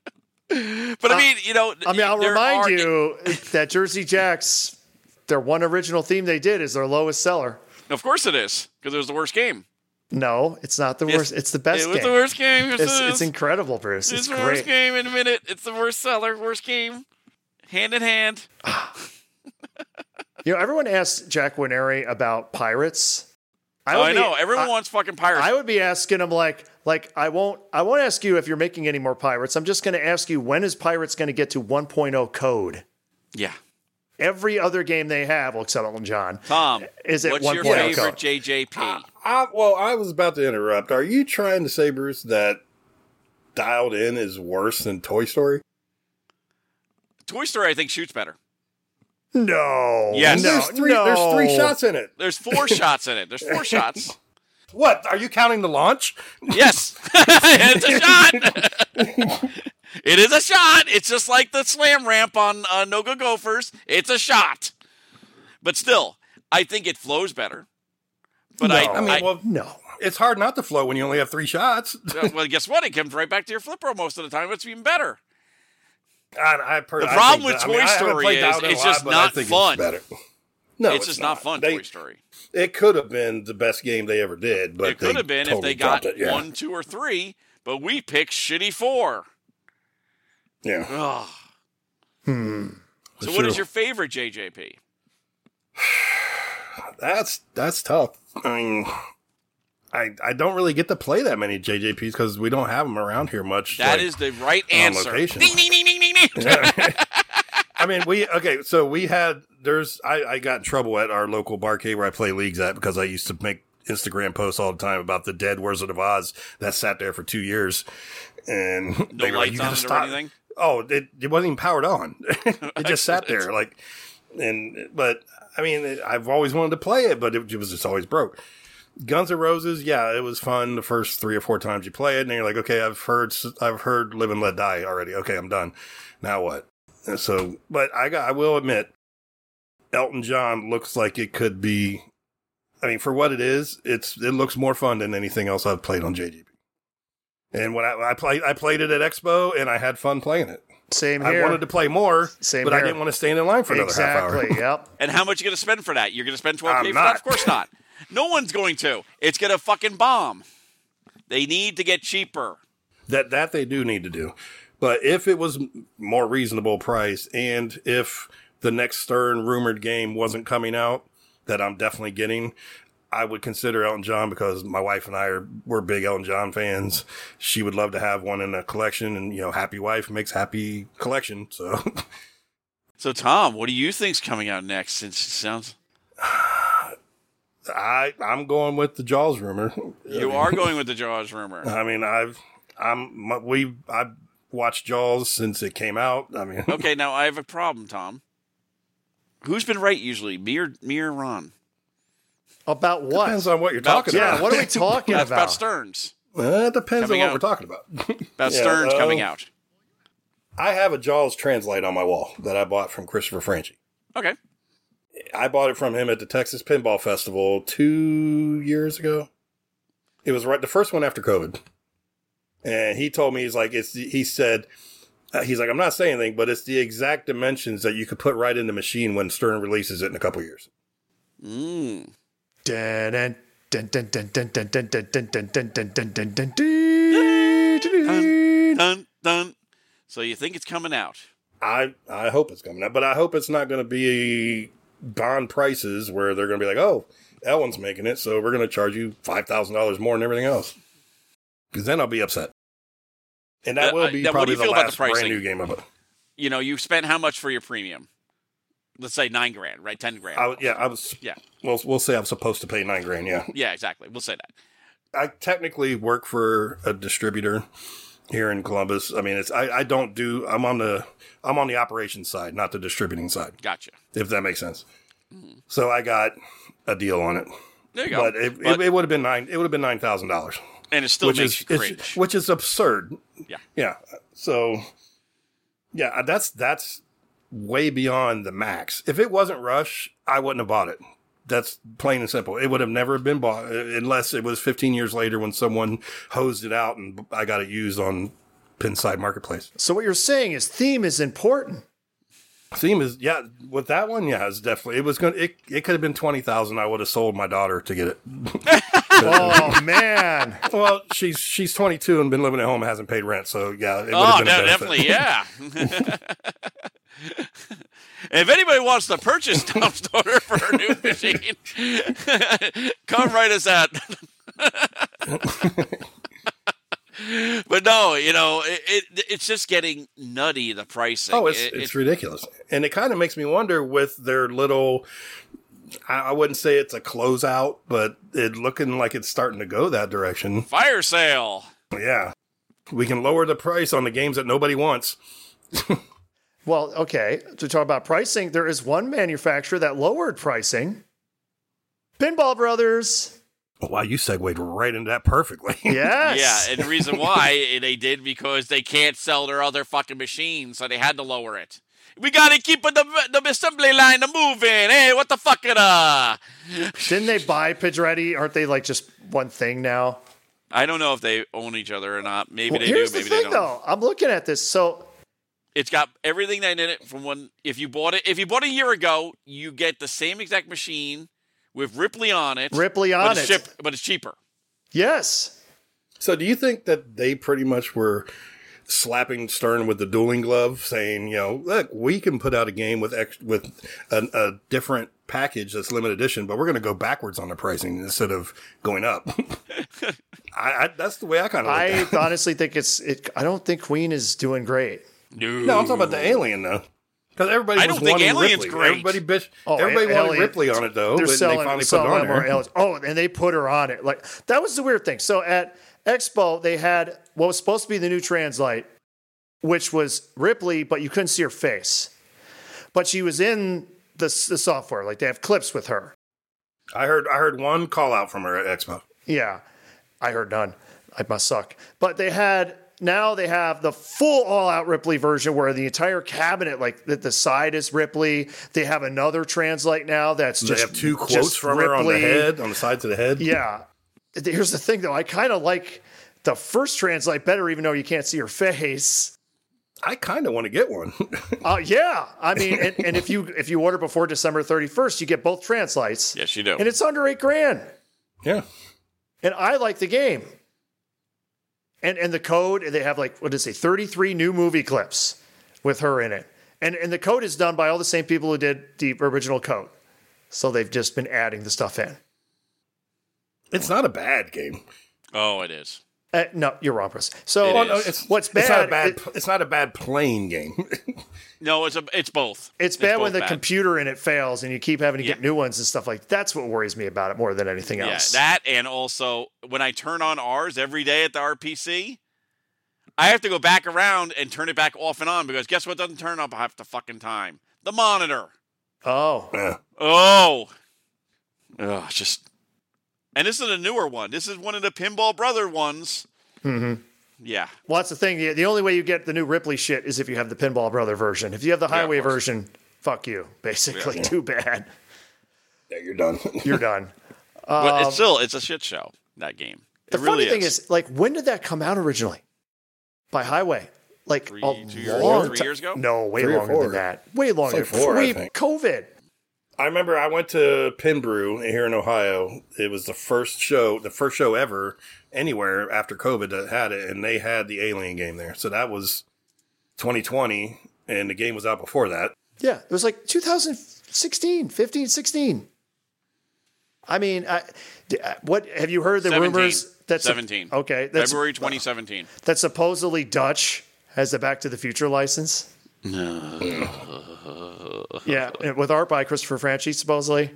E: I mean, you know,
D: I mean, I'll
E: there
D: remind
E: are-
D: you that Jersey Jacks, their one original theme they did is their lowest seller.
E: Of course it is, because it was the worst game.
D: No, it's not the
E: Yes,
D: worst. It's the best
E: it was
D: game.
E: the worst game. Yes,
D: It's,
E: it
D: it's
E: is.
D: incredible, Bruce. It's,
E: It's the
D: great.
E: worst game in a minute. It's the worst seller, worst game. Hand in hand.
D: You know, everyone asks Jack Winery about pirates.
E: oh,
D: would
E: I
D: be-
E: know. Everyone
D: I-
E: wants fucking pirates.
D: I would be asking him like, like I won't, I won't ask you if you're making any more pirates. I'm just going to ask you when is pirates going to get to 1.0 code?
E: yeah.
D: Every other game they have, well, except Elton John,
E: Tom,
D: Is it
E: what's
D: 1.0
E: your favorite
D: code?
E: JJP?
F: I, well, I was about to interrupt. Are you trying to say, Bruce, that Dialed In is worse than Toy Story?
E: Toy Story, I think, shoots better.
D: no,
E: Yes.
D: no,
F: there's three.
D: no.
F: There's three shots in it.
E: There's four shots in it. There's four shots.
F: What? Are you counting the launch?
E: Yes. it's a shot. it is a shot. It's just like the slam ramp on uh, No Go Gophers. It's a shot. But still, I think it flows better. But I,
D: No.
F: Oh, I mean,
E: I-
F: well,
D: No,
F: it's hard not to flow when you only have three shots.
E: Uh, well, guess what? It comes right back to your flipper most of the time. It's even better.
F: I, I per-
E: The
F: I
E: problem
F: think
E: with
F: that-
E: Toy
F: haven't
E: Story
F: played
E: is
F: Dialed In a
E: it's just
F: but
E: not
F: I think
E: fun.
F: It's better. No,
E: it's, just not, fun.
F: They-
E: Toy Story.
F: It could have been the best game they ever did, but
E: It could
F: they
E: have been if
F: totally
E: they got
F: dropped it. Yeah.
E: one, two, or three, but we picked shitty four.
F: Yeah.
E: Ugh.
D: hmm.
E: So,
F: That's
E: what is
F: true.
E: your favorite JJP?
F: That's that's tough. I mean, I I don't really get to play that many JJPs because we don't have them around here much.
E: That
F: like-
E: is the right
F: on
E: answer.
F: location.
E: Ding, ding, ding, ding, ding, ding.
F: I mean, we okay. So we had there's I I got in trouble at our local barcade where I play leagues at because I used to make Instagram posts all the time about the dead Wizard of Oz that sat there for two years and
E: No
F: they were like,
E: lights
F: "You
E: on
F: gotta
E: it or
F: stop."
E: anything?
F: Oh, it, it wasn't even powered on. it just sat there like, and but I mean, it, I've always wanted to play it, but it, was just always broke. Guns N' Roses, yeah, it was fun the first three or four times you play it, and you're like, okay, I've heard, I've heard Live and Let Die already. Okay, I'm done. Now what? And so, but I got, I will admit, Elton John looks like it could be. I mean, for what it is, it's it looks more fun than anything else I've played on JGB. And when I, I played, I played it at Expo, and I had fun playing it.
D: Same
F: I
D: here.
F: wanted to play more,
D: Same
F: but I
D: here.
F: didn't want to stand in line for another
D: exactly.
F: half hour.
D: Yep.
E: And how much you going to spend for that? You're going to spend 12
F: I'm
E: k for
F: not.
E: that? Of course not. No one's going to. It's going to fucking bomb. They need to get cheaper.
F: that that they do need to do. But if it was m- more reasonable price, and if the next Stern rumored game wasn't coming out, that I'm definitely getting, I would consider Elton John because my wife and I are we're big Elton John fans. She would love to have one in a collection, and you know, happy wife makes happy collection. So
E: So, Tom, what do you think's coming out next? Since it sounds
F: I I'm going with the Jaws rumor.
E: you are going with the Jaws rumor.
F: I mean, I've I'm my- we I've watched Jaws since it came out. I mean,
E: Okay, now I have a problem, Tom. Who's been right usually, me or me or Ron?
D: About what?
F: depends on what you're
E: About-
F: talking
D: yeah.
F: about.
D: What are we talking
E: That's about
D: about?
E: Stearns.
F: Well, it depends
E: Coming
F: on what
E: out.
F: we're talking about.
E: About
F: Yeah,
E: Stearns
F: uh,
E: coming out.
F: I have a Jaws translate on my wall that I bought from Christopher Franchi.
E: Okay.
F: I bought it from him at the Texas Pinball Festival two years ago. It was right the first one after COVID, and he told me he's like it's. He said uh, he's like I'm not saying anything, but it's the exact dimensions that you could put right in the machine when Stern releases it in a couple years.
E: Mm.
D: Dun, dun, dun, dun, dun, dun, dun, dun, dun, dun, dun, dun, dun, dun, dun, dun.
E: Dun dun. So you think it's coming out?
F: I I hope it's coming up, but I hope it's not going to be bond prices where they're going to be like, oh, Ellen's making it, so we're going to charge you five thousand dollars more than everything else. Because then I'll be upset, and that
E: Uh,
F: will
E: I-
F: be
E: now, what do
F: probably
E: you
F: the
E: feel about
F: last
E: the pricing?
F: brand new game of it.
E: You know, you spent how much for your premium? Let's say nine grand, right? Ten grand.
F: I, was- yeah, I was.
E: Yeah.
F: Well, we'll say I'm supposed to pay nine grand. Yeah,
E: Yeah, exactly. We'll say that.
F: I technically work for a distributor here in Columbus. I mean, it's I, I don't do. I'm on the I'm on the operations side, not the distributing side.
E: Gotcha.
F: If that makes sense.
E: Mm-hmm.
F: So I got a deal on it.
E: There you go.
F: but it, it, it would have been nine. It would have been nine thousand dollars,
E: and it still
F: which
E: makes
F: is
E: you
F: it's-
E: cringe.
F: which is absurd.
E: Yeah.
F: yeah. So, yeah, uh, that's that's way beyond the max. If it wasn't Rush, I wouldn't have bought it. That's plain and simple. It would have never been bought uh, unless it was 15 years later when someone hosed it out and I got it used on Pinside Marketplace.
D: So what you're saying is theme is important.
F: Theme is yeah with that one yeah it's definitely it was gonna it, it could have been twenty thousand I would have sold my daughter to get it
D: Oh man,
F: well, she's she's 22 and been living at home, and hasn't paid rent, so yeah, it would
E: Oh,
F: have been a
E: no, definitely,
F: benefit.
E: yeah. if anybody wants to purchase Tom's daughter for her new machine, come write us at. but no, you know, it, it it's just getting nutty the pricing.
F: Oh, it's
E: It-
F: it's ridiculous, and it kind of makes me wonder with their little. I, I wouldn't say it's a closeout, but it looking like it's starting to go that direction.
E: fire sale.
F: Yeah, we can lower the price on the games that nobody wants.
D: Well, okay. To talk about pricing, there is one manufacturer that lowered pricing. Pinball Brothers.
F: Wow, you segued right into that perfectly.
D: Yes.
E: Yeah, and the reason why eh, they did because they can't sell their other fucking machines, so they had to lower it. We gotta keep the the assembly line moving. Hey, what the fuck it uh?
D: Didn't they buy Pedretti? Aren't they like just one thing now?
E: I don't know if they own each other or not. Maybe
D: Well,
E: they
D: here's
E: do. Maybe
D: the thing,
E: they don't.
D: though. I'm looking at this. So
E: It's got everything that in it from when if you bought it if you bought it a year ago, you get the same exact machine with Ripley on it.
D: Ripley
E: but
D: on
E: it's
D: it.
E: chip- but it's cheaper.
D: yes,
F: So, do you think that they pretty much were slapping Stern with the dueling glove, saying, "You know, look, we can put out a game with ex- with a, a different package that's limited edition, but we're going to go backwards on the pricing instead of going up." I, I, that's the way I kind of. Like
D: I
F: that.
D: honestly think it's. It, I don't think Queen is doing great.
E: No,
F: No, I'm talking about the alien though. Because everybody
E: I
F: was
E: don't think
F: wanting
E: Alien's
F: Ripley.
E: great.
F: Everybody bitch.
D: Oh,
F: everybody
D: A-
F: wanted
D: Alien.
F: Ripley on it though,
D: They're
F: and
D: selling,
F: they finally put it
D: selling
F: on
D: them or
F: there.
D: aliens. Oh, and they put her on it. Like that was the weird thing. So at Expo, they had what was supposed to be the new Translite, which was Ripley, but you couldn't see her face, but she was in the, s- the software. Like they have clips with her.
F: I heard. I heard one call out from her at Expo.
D: Yeah, I heard none. I must suck. But they had now they have the full all out Ripley version where the entire cabinet, like the, the side is Ripley. They have another translate now that's
F: They
D: just
F: have two
D: just
F: quotes from her on the
D: Ripley.
F: head, on the sides of the head.
D: Yeah. Here's the thing though. I kind of like the first translate better, even though you can't see her face.
F: I kind of want to get one.
D: Uh, yeah, I mean, and, and if you if you order before December 31st, you get both translates,
E: Yes, you do.
D: and it's under eight grand.
F: yeah.
D: and I like the game. And and the code, they have like what is it, 33 new movie clips with her in it. And and the code is done by all the same people who did the original code. So they've just been adding the stuff in.
F: It's not a bad game.
E: oh, it is.
D: Uh, no, you're wrong, Chris. So
E: It is.
F: Oh, it's,
D: what's bad?
F: It's not a bad.
D: it-
F: it's not a bad playing game.
E: No, it's a it's both.
D: it's bad when
E: both
D: the computer in it fails and you keep having to get
E: Yeah.
D: new ones and stuff like that's what worries me about it more than anything else.
E: Yeah, that and also when I turn on ours every day at the RPC, I have to go back around and turn it back off and on because guess what doesn't turn up half the fucking time? The monitor.
D: oh,
F: Yeah.
E: Oh. Oh, it's just And this is a newer one. This is one of the Pinball Brother ones. Mm-hmm. Yeah.
D: well, that's the thing. The, the only way you get the new Ripley shit is if you have the Pinball Brother version. If you have the Highway
E: course.
D: version, fuck you. Basically, too bad.
F: yeah, you're done.
D: You're done. Um,
E: but it's still it's a shit show, that game.
D: The
E: it
D: funny
E: really
D: thing is. like, when did that come out originally? By Highway, like
E: Three-
D: a
E: two years
D: long
E: ago, three
D: ti-
E: years ago?
D: No, way
F: Three or
D: longer
F: four.
D: than that. Way longer.
F: like four, I
D: Pre-
F: think.
D: COVID.
F: I remember I went to Pin Brew here in Ohio. It was the first show, the first show ever anywhere after COVID that had it, and they had the Alien game there. So that was 2020, and the game was out before that.
D: Yeah, it was like 2016, 15, 16. I mean, I, d- I- what have you heard the
E: 17.
D: rumors? sup-
E: 17.
D: okay. That's,
E: February 2017.
D: That supposedly Dutch has the Back to the Future license. No. yeah, and with art by Christopher Franchi, supposedly,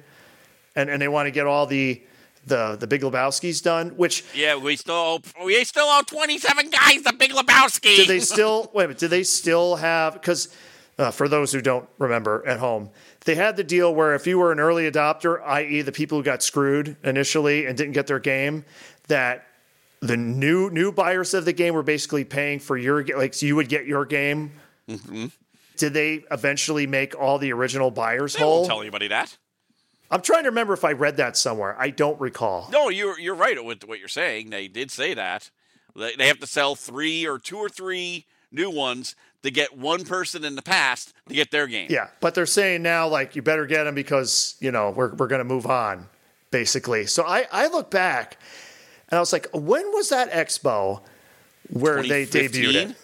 D: and and they want to get all the the the Big Lebowski's done. Which
E: Yeah, we still we still owe 27 guys the Big Lebowski.
D: do they still wait? a minute, Do they still have? Because uh, for those who don't remember at home, they had the deal where if you were an early adopter, i.e., the people who got screwed initially and didn't get their game, that the new new buyers of the game were basically paying for your ga- like so you would get your game.
E: Mm-hmm.
D: Did they eventually make all the original buyers
E: They won't
D: whole?
E: tell anybody that.
D: I'm trying to remember if I read that somewhere. I don't recall.
E: No, you're you're right with what you're saying. They did say that they, they have to sell three or two or three new ones to get one person in the past to get their game.
D: Yeah, but they're saying now like you better get them because you know we're we're gonna move on. basically. So I, I look back and I was like, when was that expo where they debuted
E: 2015?
D: it?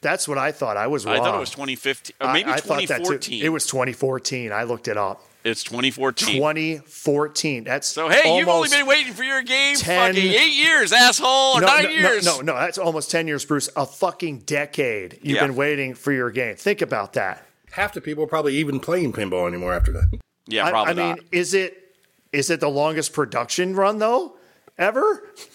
D: That's what I thought. I was wrong.
E: I thought it was 2015, or
D: I-
E: maybe
D: I thought that too.
E: 2014.
D: It was 2014. I looked it up.
E: It's 2014.
D: 2014. That's
E: so hey, you've only
D: almost-
E: been waiting for your game
D: 10
E: fucking eight years, asshole, or
D: no,
E: nine
D: no, no,
E: years.
D: No, no, that's almost 10 years, Bruce. A fucking decade you've
E: Yeah.
D: been waiting for your game. Think about that.
F: Half the people are probably even playing pinball anymore after that.
E: Yeah,
D: I,
E: probably
D: I mean,
E: not.
D: is it is it the longest production run though ever?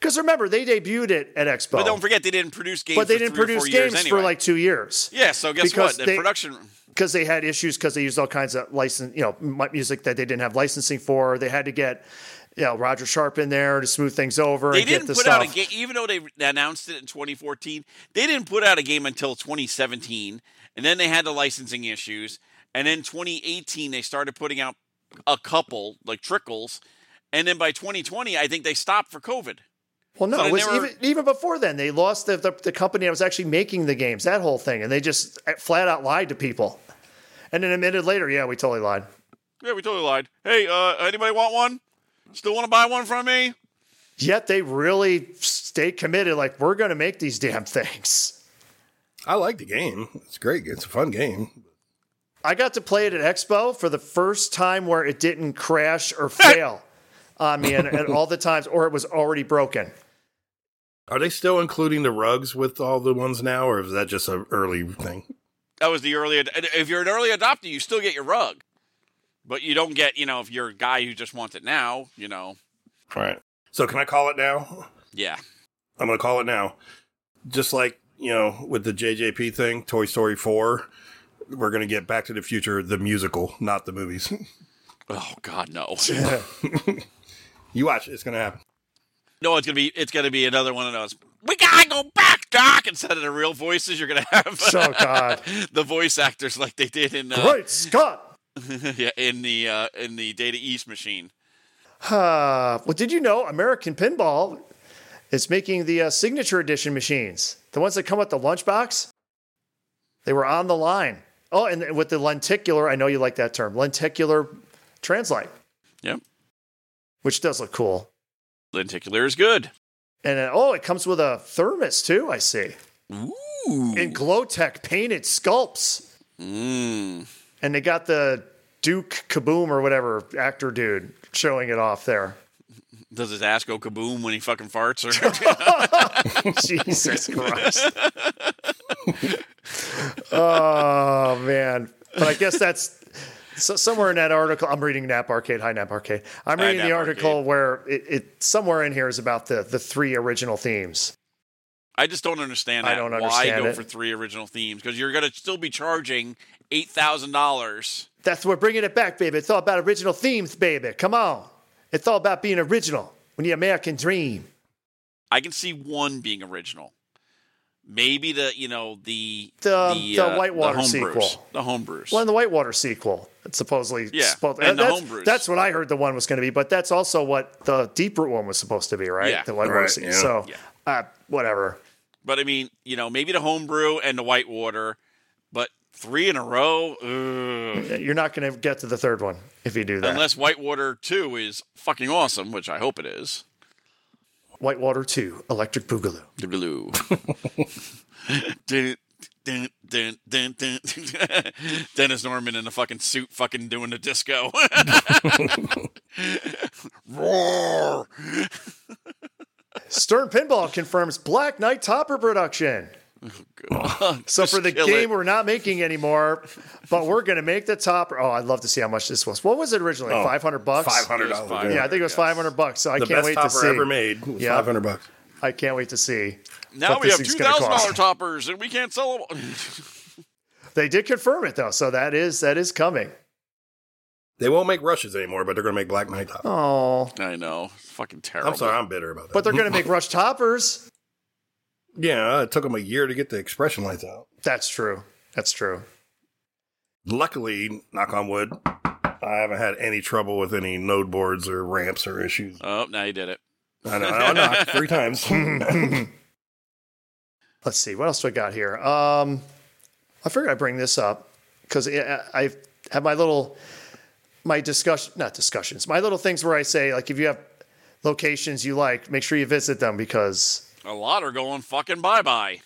D: Because remember, they debuted it at Expo,
E: But don't forget, they didn't produce games.
D: oh. But they
E: for
D: didn't
E: three or
D: produce
E: four
D: games
E: years anyway.
D: for like two years.
E: Yeah, so guess
D: because
E: what? The
D: they-
E: production.
D: because they had issues because they used all kinds of license, you know, mu- music that they didn't have licensing for. They had to get, you know, Roger Sharp in there to smooth things over
E: They
D: and
E: didn't
D: get the
E: put
D: stuff.
E: out a game, even though they announced it in 2014. They didn't put out a game until 2017, and then they had the licensing issues. And then 2018, they started putting out a couple, like trickles. And then by 2020, I think they stopped for COVID.
D: Well, no,
E: So
D: it
E: they
D: was
E: never-
D: even even before then. They lost the, the the company that was actually making the games, that whole thing, and they just eh, flat out lied to people. And then a minute later, yeah, we totally lied.
E: Yeah, we totally lied. Hey, uh, anybody want one? Still want to buy one from me?
D: Yet they really stayed committed. Like we're going to make these damn things.
F: I like the game. It's great. It's a fun game.
D: I got to play it at Expo for the first time where it didn't crash or fail on me, and, and all the times, or it was already broken.
F: Are they still including the rugs with all the ones now, or is that just an early thing?
E: That was the early. ad- and If you're an early adopter, you still get your rug, but you don't get. You know, if you're a guy who just wants it now, you know,
F: Right. So can I call it now?
E: yeah.
F: I'm going to call it now. Just like, you know, with the JJP thing, Toy Story 4, we're going to get Back to the Future, the musical, not the movies.
E: Oh God, no.
F: you watch, it's going to happen.
E: No, it's gonna be it's gonna be another one of those. We gotta go back, Doc. Instead of the real voices, you're gonna have
D: So God,
E: the voice actors like they did in uh,
D: great Scott.
E: yeah, in the uh, in the Data East machine.
D: Uh, well, did you know American Pinball is making the uh, signature edition machines, the ones that come with the lunchbox? They were on the line. Oh, and with the lenticular, I know you like that term, lenticular translight,
E: Yep,
D: which does look cool.
E: lenticular is good.
D: And uh, oh, it comes with a thermos too, I see.
E: Ooh,
D: And Glowtech painted sculpts.
E: mm.
D: And they got the Duke Kaboom or whatever actor dude showing it off there.
E: does his ass go kaboom when he fucking farts? Or
D: Jesus Christ. oh man. But I guess that's so somewhere in that article. I'm reading Nap Arcade, Hi Nap Arcade. I'm
E: Hi,
D: reading the
E: Nap
D: article
E: Arcade.
D: where it, it somewhere in here is about the the three original themes.
E: I just don't understand.
D: I
E: That.
D: don't
E: Why
D: understand
E: go
D: it.
E: for three original themes? Because you're gonna still be charging eight thousand dollars.
D: That's we're bringing it back, baby. It's all about original themes, baby. Come on. It's all about being original. When the American dream.
E: I can see one being original. Maybe the you know the
D: The- the
E: uh,
D: Whitewater
E: the homebrews.
D: sequel.
E: the homebrews.
D: Well, in the Whitewater sequel, it's supposedly
E: Yeah,
D: supposed-
E: and the
D: that's,
E: homebrews.
D: that's what I heard the one was going to be, but that's also what the Deep Root one was supposed to be, right?
E: Yeah.
D: the Whitewater
F: Right,
D: sequel.
F: yeah.
D: So,
E: Yeah.
D: uh, whatever.
E: but I mean, you know, maybe the homebrew and the Whitewater, but three in a row, ugh.
D: You're not going to get to the third one if you do that.
E: unless Whitewater Two is fucking awesome, which I hope it is.
D: Whitewater Two, Electric Boogaloo.
E: The blue. Dun, dun, dun, dun, dun. Dennis Norman in the fucking suit, fucking doing the disco. Roar!
D: Stern Pinball confirms Black Knight Topper production. So
E: Just
D: for the
E: kill
D: game
E: it.
D: we're not making anymore, but we're going to make the topper. Oh, I'd love to see how much this was. What was it originally?
F: Oh,
D: Five hundred bucks.
F: $500.
E: It was five.
F: yeah.
D: Yeah, I think it was five hundred bucks. So I
F: The
D: can't
F: best
D: wait
F: topper
D: to see.
F: ever made was
D: Yeah.
F: 500 bucks.
D: I can't wait to see.
E: Now
D: what
E: we
D: this
E: have
D: thing's
E: two
D: gonna
E: thousand dollar
D: cost.
E: toppers, and we can't sell them.
D: They did confirm it though, so that is that is coming.
F: They won't make rushes anymore, but they're going to make Black Knight Top.
D: Oh,
E: I know, It's fucking terrible.
F: I'm sorry, I'm bitter about that.
D: but they're going to make rush toppers.
F: yeah, it took them a year to get the expression lights out.
D: That's true. That's true.
F: Luckily, knock on wood, I haven't had any trouble with any node boards or ramps or issues.
E: Oh, now you did it.
F: I know, I knocked three times.
D: Let's see what else do I got here. Um, I figured I'd bring this up because I I have my little my discussion, not discussions, my little things where I say, like, if you have locations you like, make sure you visit them because
E: A lot are going fucking bye bye.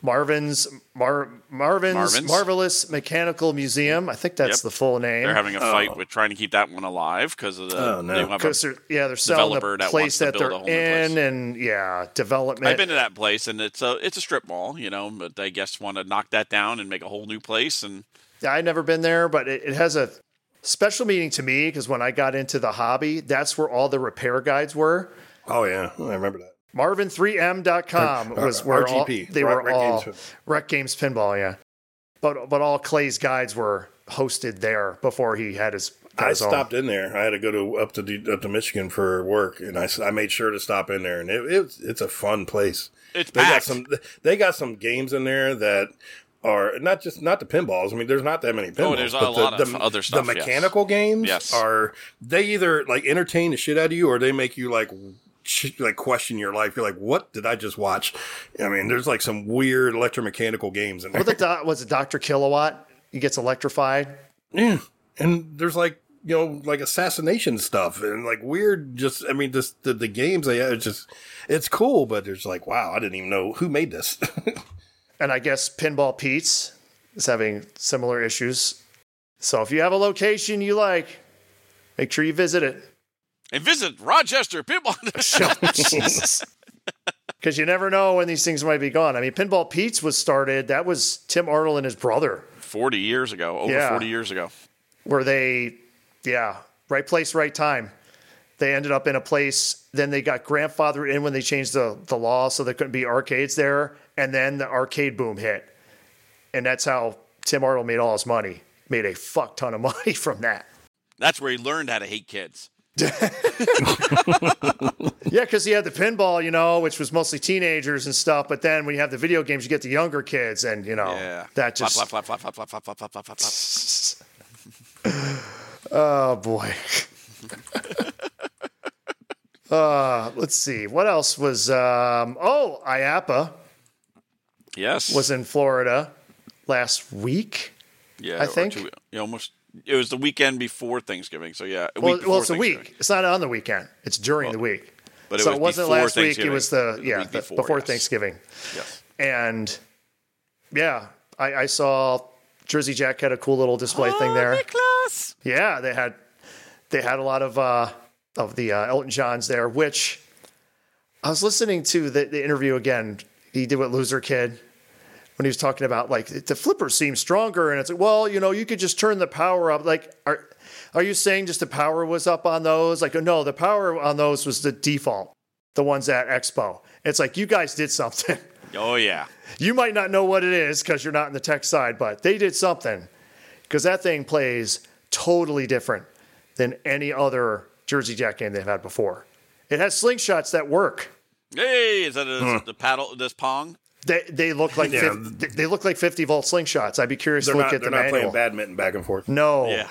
D: Marvin's, Mar- Marvin's,
E: Marvin's.
D: Marvelous Mechanical Museum, I think that's
E: Yep.
D: the full name.
E: They're having a
D: Oh.
E: fight with trying to keep that one alive because of the.
F: Oh, no.
E: they don't have a-
D: because they're yeah they're selling
E: developer
D: the
E: that
D: place
E: wants to
D: that
E: build
D: they're
E: a whole new
D: in
E: place.
D: and yeah development.
E: I've been to that place, and it's a it's a strip mall, you know. But I guess want to knock that down and make a whole new place, and
D: I've never been there, but it, it has a special meaning to me because when I got into the hobby, that's where all the repair guides were.
F: Oh yeah, I remember that.
D: Marvin3m.com
F: Uh, R-
D: was where all,
F: RGP,
D: they
F: Rec-
D: were
F: Rec
D: all
F: Games.
D: Rec Games Pinball, yeah. But but all Clay's guides were hosted there before he had his. got
F: I
D: his own.
F: stopped in there. I had to go to up to D- up to Michigan for work, and I, s- I made sure to stop in there, and it, it's it's a fun place.
E: it's
F: They got
E: packed.
F: some they got some games in there that are not just not the pinballs. I mean, there's not that many pinballs.
E: Oh, there's a
F: but the-
E: lot of
F: the,
E: other stuff,
F: The
E: yes.
F: mechanical games
E: Yes.
F: are they either like entertain the shit out of you, or they make you like sh- like question your life. You're like, what did I just watch? I mean, there's like some weird electromechanical games in there.
D: What the dot was it Doctor Kilowatt? He gets electrified.
F: Yeah, and there's like you know like assassination stuff and like weird. Just I mean, just the, the games they it's just it's cool, but there's like wow, I didn't even know who made this.
D: and I guess Pinball Pete's is having similar issues. So if you have a location you like, make sure you visit it.
E: and visit Rochester Pinball.
D: Jesus. Because you never know when these things might be gone. I mean, Pinball Pete's was started, that was Tim Arnold and his brother,
E: forty years ago, over
D: Yeah.
E: forty years ago.
D: where they, yeah, right place, right time. They ended up in a place, then they got grandfathered in when they changed the, the law so there couldn't be arcades there. And then the arcade boom hit. And that's how Tim Arnold made all his money, made a fuck ton of money from that.
E: That's where he learned how to hate kids.
D: Yeah, because he had the pinball, you know, which was mostly teenagers and stuff. But then when you have the video games, you get the younger kids, and you know
E: Yeah,
D: that just
E: flop, flop, flop, flop, flop, flop, flop, flop, flop, flop, flop.
D: oh boy. uh, let's see what else was. Um, oh, IAPA
E: Yes,
D: was in Florida last week.
E: yeah,
D: I
E: or
D: think-
E: two- yeah, almost. It was the weekend before Thanksgiving, so yeah. a
D: Well,
E: week
D: well,
E: before
D: it's a
E: Thanksgiving.
D: week. It's not on the weekend. It's during the week.
E: But it
D: so
E: was
D: it wasn't
E: before
D: last week. It
E: Thanksgiving.
D: was the
E: The
D: yeah
E: week
D: the-
E: before,
D: before,
E: yes.
D: Thanksgiving.
E: Yes.
D: and yeah, I, I saw Jersey Jack had a cool little display
E: Oh,
D: thing there.
E: Nicholas.
D: Yeah, they had they had a lot of uh, of the uh, Elton Johns there, which I was listening to the, the interview again. He did with Loser Kid when he was talking about like the flippers seem stronger, and it's like, well, you know, you could just turn the power up. Like, are are you saying just the power was up on those? Like, no, the power on those was the default, the ones at Expo. It's like you guys did something.
E: Oh yeah.
D: You might not know what it is because you're not in the tech side, but they did something because that thing plays totally different than any other Jersey Jack game they've had before. It has slingshots that work.
E: Hey, is that a, is it the paddle? This pong?
D: They, they look like
F: Yeah.
D: 50, they look like 50 volt slingshots. I'd be curious
F: they're
D: to look
F: not,
D: at the
F: they're not
D: manual.
F: playing badminton back and forth.
D: No,
E: Yeah.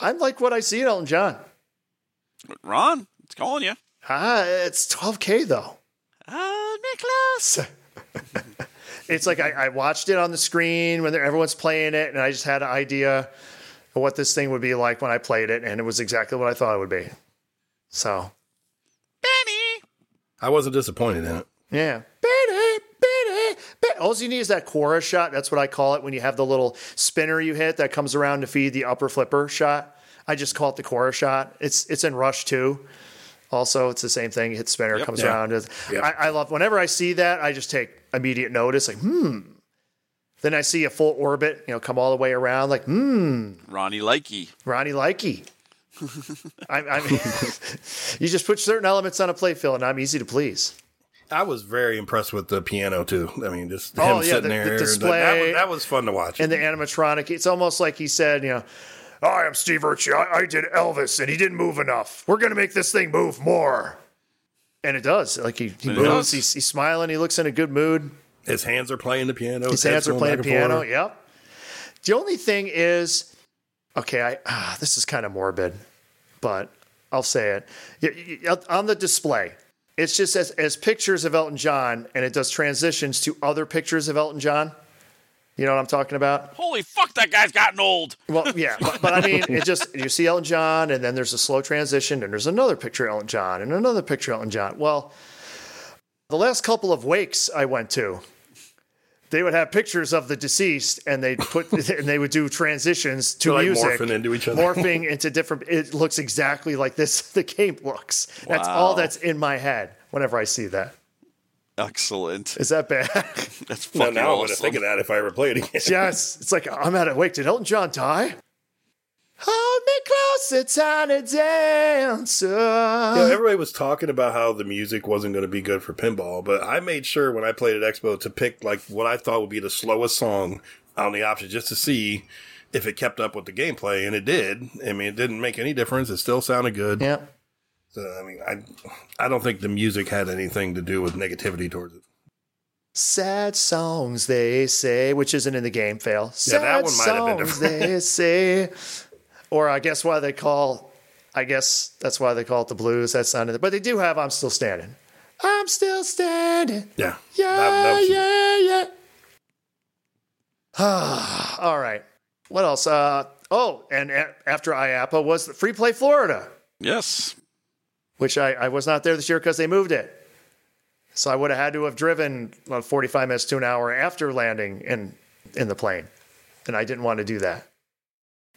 D: I like what I see at Elton John.
E: Ron, it's calling you.
D: Ah, it's 12k though.
E: Oh, Nicholas.
D: It's like I, I watched it on the screen when they're- everyone's playing it, and I just had an idea of what this thing would be like when I played it, and it was exactly what I thought it would be. So
E: Benny.
F: I wasn't disappointed in it.
D: yeah, Beat it, beat it, beat- all you need is that Quora shot. That's what I call it when you have the little spinner you hit that comes around to feed the upper flipper shot. I just call it the Quora shot. It's it's in Rush too. Also, it's the same thing. You hit spinner, it comes
F: Yeah.
D: around.
F: Yep.
D: I, I love whenever I see that. I just take immediate notice. Like hmm. Then I see a full orbit, you know, come all the way around. Like hmm.
E: Ronnie Likey.
D: Ronnie Likey. I, I mean, you just put certain elements on a play field, and I'm easy to please.
F: I was very impressed with the piano too. I mean, just him
D: Oh, yeah, the-
F: sitting
D: the
F: there. that- that,
D: display.
F: was, that was fun to watch.
D: And the animatronic, it's almost like he said, you know, I am Steve Ritchie. I, I did Elvis, and he didn't move enough. We're going to make this thing move more. And it does. Like he, he
E: It
D: moves,
E: does.
D: he's, he's smiling, he looks in a good mood.
F: His hands are playing the piano.
D: His hands are
F: going
D: playing
F: back and
D: piano.
F: forth.
D: Yep. The only thing is, okay, I ah, this is kind of morbid, but I'll say it. Y- y- On the display, it's just as, as pictures of Elton John, and it does transitions to other pictures of Elton John. You know what I'm talking about?
E: Holy fuck, that guy's gotten old.
D: Well, yeah, but, but I mean, it just you see Elton John, and then there's a slow transition, and there's another picture of Elton John, and another picture of Elton John. Well, the last couple of wakes I went to, they would have pictures of the deceased, and they put and they would do transitions to
F: They're, like,
D: music,
F: morphing into each other.
D: morphing into different. It looks exactly like this. The game looks. That's all
E: Wow.
D: that's in my head whenever I see that.
E: Excellent.
D: Is that bad?
E: That's fucking
F: Now, now I'm going to
E: awesome.
F: think of that if I ever play it again.
D: yes. It's like I'm out of wait. Did Elton John die? Hold me close, it's time to dance.
F: Yeah, everybody was talking about how the music wasn't going to be good for pinball, but I made sure when I played at Expo to pick like what I thought would be the slowest song on the option just to see if it kept up with the gameplay, and it did. I mean, it didn't make any difference. It still sounded good.
D: yeah.
F: So, I mean, I I don't think the music had anything to do with negativity towards it.
D: Sad songs they say, which isn't in the game. Fail.
F: Yeah,
D: Sad
F: that one might have been
D: songs they say, or I guess why they call. I guess that's why they call it the blues. That's not in it, but they do have "I'm Still Standing." I'm still standing.
F: Yeah,
D: Yeah,
F: That- that was-
D: yeah, yeah. All right. What else? Uh, oh, and a- after IAPA was the Free Play Florida,
E: yes.
D: which I, I was not there this year because they moved it. So I would have had to have driven about 45 minutes to an hour after landing in, in the plane. And I didn't want to do that.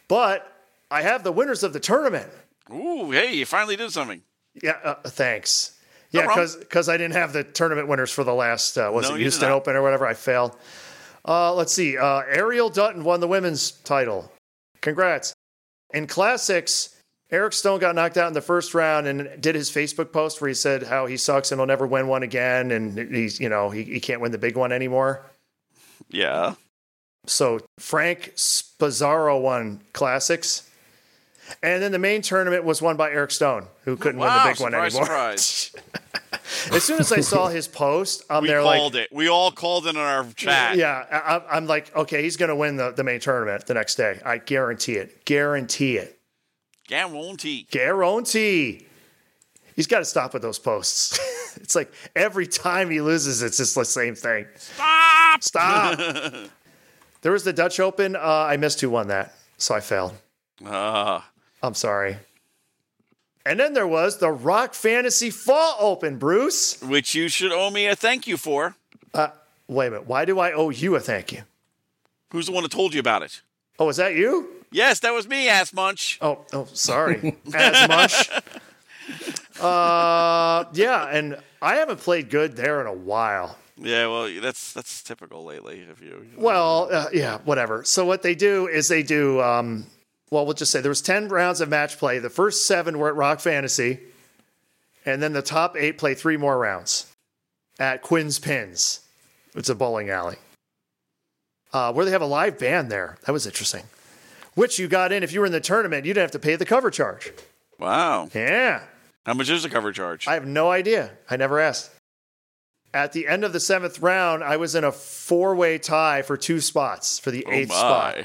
D: But I have the winners of the tournament.
E: Ooh, hey, you finally did something.
D: Yeah, uh, thanks.
E: No
D: Yeah,
E: problem.
D: because I didn't have the tournament winners for the last uh, was
E: No,
D: it
E: you did
D: Houston
E: not.
D: Open or whatever. I failed. Uh, let's see. Uh, Ariel Dutton won the women's title. Congrats. In classics, Eric Stone got knocked out in the first round and did his Facebook post where he said how he sucks and he'll never win one again and he's you know he, he can't win the big one anymore.
E: Yeah.
D: So Frank Spazzaro won classics. And then the main tournament was won by Eric Stone, who couldn't
E: wow,
D: win the big one
E: surprise,
D: anymore.
E: surprise.
D: As soon as I saw his post, I'm
E: we
D: there like,
E: called it. We all called it in our chat.
D: yeah, I, I- I'm like, okay, he's going to win the, the main tournament the next day. I guarantee it. Guarantee it.
E: Guarantee.
D: Guarantee. He's got to stop with those posts. it's like every time he loses, it's just the same thing.
E: Stop.
D: Stop. there was the Dutch Open. Uh, I missed who won that, so I failed.
E: Ah.
D: I'm sorry. And then there was the Rock Fantasy Fall Open, Bruce.
E: which you should owe me a thank you for.
D: Wait a minute. Why do I owe you a thank you?
E: Who's the one that told you about it?
D: Oh, is that you?
E: Yes, that was me, ass munch.
D: Oh, oh, sorry. As much. Uh, yeah, and I haven't played good there in a while.
E: Yeah, well, that's that's typical lately. If you
D: Well, uh, yeah, whatever. So what they do is they do. Um, well, we'll just say there was ten rounds of match play. The first seven were at Rock Fantasy, and then the top eight play three more rounds at Quinn's Pins. It's a bowling alley uh, where they have a live band there. That was interesting. Which you got in if you were in the tournament, you didn't have to pay the cover charge.
E: wow,
D: Yeah.
E: how much is the cover charge?
D: I have no idea. I never asked. At the end of the seventh round, I was in a four way tie for two spots for the
E: oh
D: eighth
E: my.
D: spot.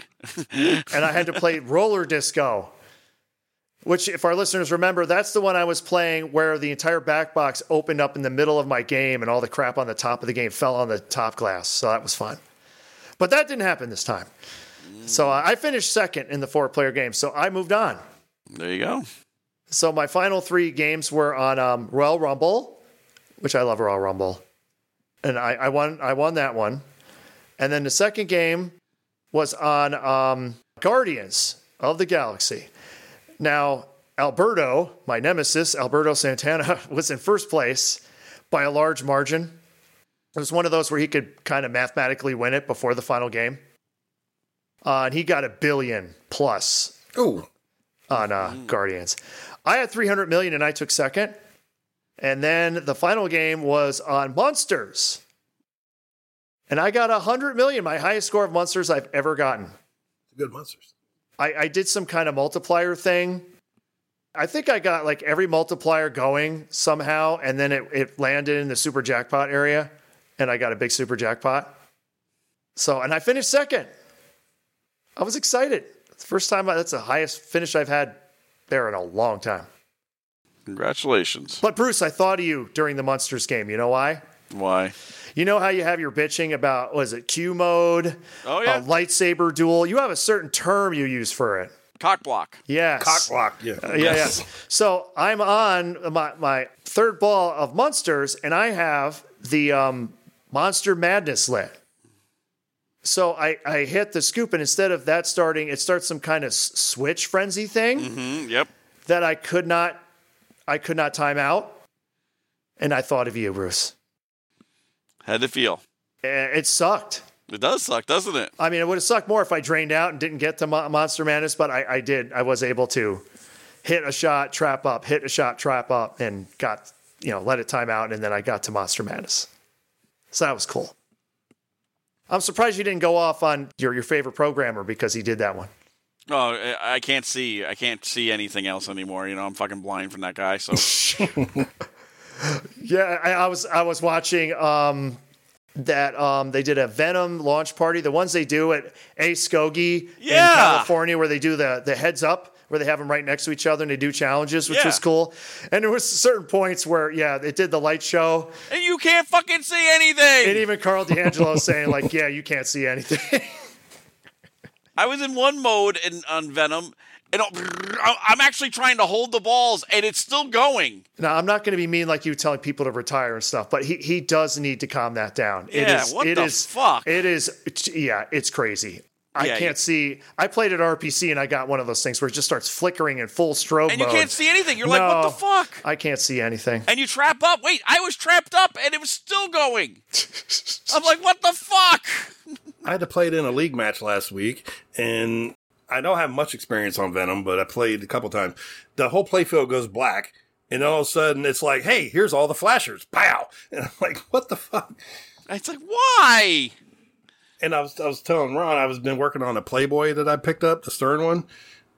D: And I had to play roller disco, which, if our listeners remember, that's the one I was playing where the entire back box opened up in the middle of my game and all the crap on the top of the game fell on the top glass. So that was fun. But that didn't happen this time. So I I finished second in the four player game. So I moved on.
E: There you go.
D: So my final three games were on um, Royal Rumble, which I love Royal Rumble, and I, I won. I won that one. And then the second game was on um, Guardians of the Galaxy. Now Alberto, my nemesis, Alberto Santana, was in first place by a large margin. It was one of those where he could kind of mathematically win it before the final game, uh, and he got a billion plus
F: Oh,
D: on uh, Guardians. I had 300 million and I took second. And then the final game was on Monsters. And I got 100 million, my highest score of Monsters I've ever gotten.
F: good monsters.
D: I, I did some kind of multiplier thing. I think I got like every multiplier going somehow, and then it, it landed in the super jackpot area, and I got a big super jackpot. So, and I finished second. I was excited. It's the first time I, that's the highest finish I've had there in a long time.
E: Congratulations.
D: But Bruce, I thought of you during the Munsters game. You know why?
E: Why?
D: You know how you have your bitching about was it Q mode?
E: Oh, yeah.
D: a lightsaber duel. You have a certain term you use for it.
E: Cock block.
D: Yes. Uh,
F: Cock block. Yeah.
D: Yeah, yes. So I'm on my, my third ball of monsters, and I have the um, Monster Madness lit. So I, I hit the scoop, and instead of that starting, it starts some kind of s- switch frenzy thing
E: Mm, yep.
D: that I could not I could not time out. And I thought of you, Bruce.
E: Had to feel.
D: Eh, It sucked.
E: It does suck, doesn't it?
D: I mean, it would have sucked more if I drained out and didn't get to Mo- Monster Madness, but I, I did. I was able to hit a shot, trap up, hit a shot, trap up, and got, you know, let it time out. And then I got to Monster Madness. So that was cool. I'm surprised you didn't go off on your, your favorite programmer because he did that one.
E: No, Oh, I- I can't see. I can't see anything else anymore. You know, I'm fucking blind from that guy. So
D: Yeah, I, I was I was watching um, that um, they did a Venom launch party. The ones they do at Askogie
E: Yeah.
D: in California, where they do the the heads up, where they have them right next to each other and they do challenges, which
E: Yeah.
D: was cool. And there was certain points where yeah, it did the light show,
E: and you can't fucking see anything.
D: and even Carl D'Angelo saying like, yeah, you can't see anything.
E: I was in one mode in on Venom, and I'll- I'm actually trying to hold the balls, and it's still going.
D: now I'm not going to be mean like you telling people to retire and stuff, but he he does need to calm that down.
E: Yeah, what the fuck?
D: It is yeah, it's crazy. I
E: Yeah,
D: can't
E: yeah.
D: see. I played at RPC and I got one of those things where it just starts flickering in full strobe
E: And you
D: mode.
E: can't see anything. You're like, what
D: No.
E: the fuck?
D: I can't see anything.
E: And you trap up. Wait, I was trapped up, and it was still going. I'm like, what the fuck?
F: I had to play it in a league match last week, and I don't have much experience on Venom, but I played a couple times. The whole playfield goes black, and all of a sudden it's like, hey, here's all the flashers. Pow! And I'm like, what the fuck?
E: It's like, why?
F: And I was I was telling Ron I was been working on a Playboy that I picked up, the Stern one,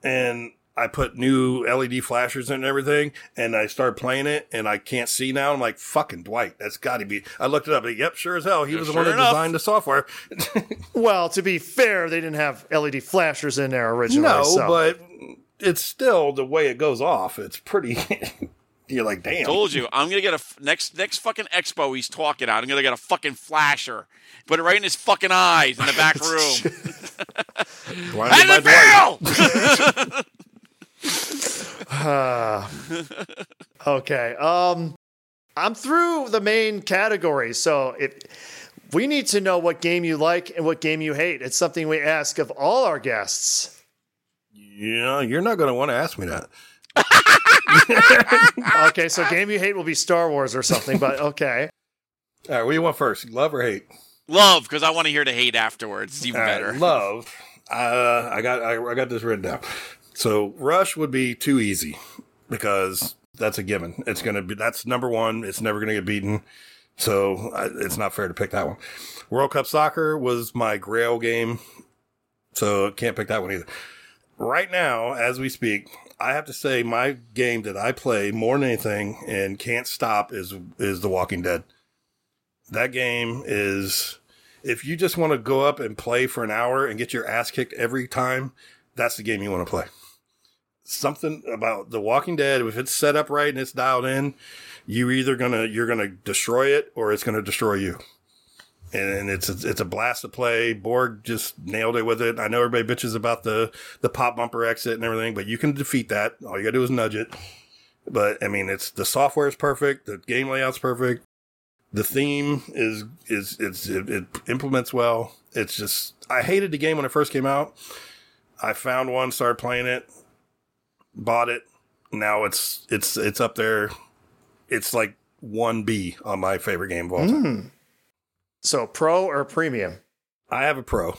F: and I put new LED flashers in and everything, and I started playing it, and I can't see now. I'm like, fucking Dwight, that's got to be. I looked it up. Yep, sure as hell, he was the one
E: sure
F: that
E: enough.
F: designed the software.
D: Well, to be fair, they didn't have LED flashers in there originally.
F: No,
D: so.
F: but it's still the way it goes off. It's pretty. you're like, damn.
E: Told you, I'm gonna get a f- next next fucking expo. He's talking out. I'm gonna get a fucking flasher, put it right in his fucking eyes in the back room.
F: Blinded
E: How
F: by
E: did
F: Dwight.
E: it feel?
D: Uh, Okay. Um, I'm through the main categories, so if we need to know what game you like and what game you hate, it's something we ask of all our guests.
F: Yeah, you're not going to want to ask me that.
D: Okay, so game you hate will be Star Wars or something, but okay.
F: All right, what do you want first? Love or hate?
E: Love, because I want to hear the hate afterwards. It's even
F: All right,
E: better.
F: love. Uh, I got I, I got this written down. So rush would be too easy because that's a given. It's going to be that's number one. It's never going to get beaten. So I, it's not fair to pick that one. World Cup soccer was my Grail game, so can't pick that one either. Right now, as we speak, I have to say my game that I play more than anything and can't stop is is The Walking Dead. That game is if you just want to go up and play for an hour and get your ass kicked every time, that's the game you want to play. Something about The Walking Dead, if it's set up right and it's dialed in, you're either gonna you're gonna destroy it or it's gonna destroy you. And it's a, it's a blast to play. Borg just nailed it with it. I know everybody bitches about the the pop bumper exit and everything, but you can defeat that. All you gotta do is nudge it. But I mean, it's the software is perfect, the game layout's perfect the theme is is it's it, it implements well. It's just I hated the game when it first came out. I found one, started playing it, bought it. Now it's it's it's up there. It's like one B on my favorite game of all time.
D: Hmm. So pro or premium?
F: I have a pro.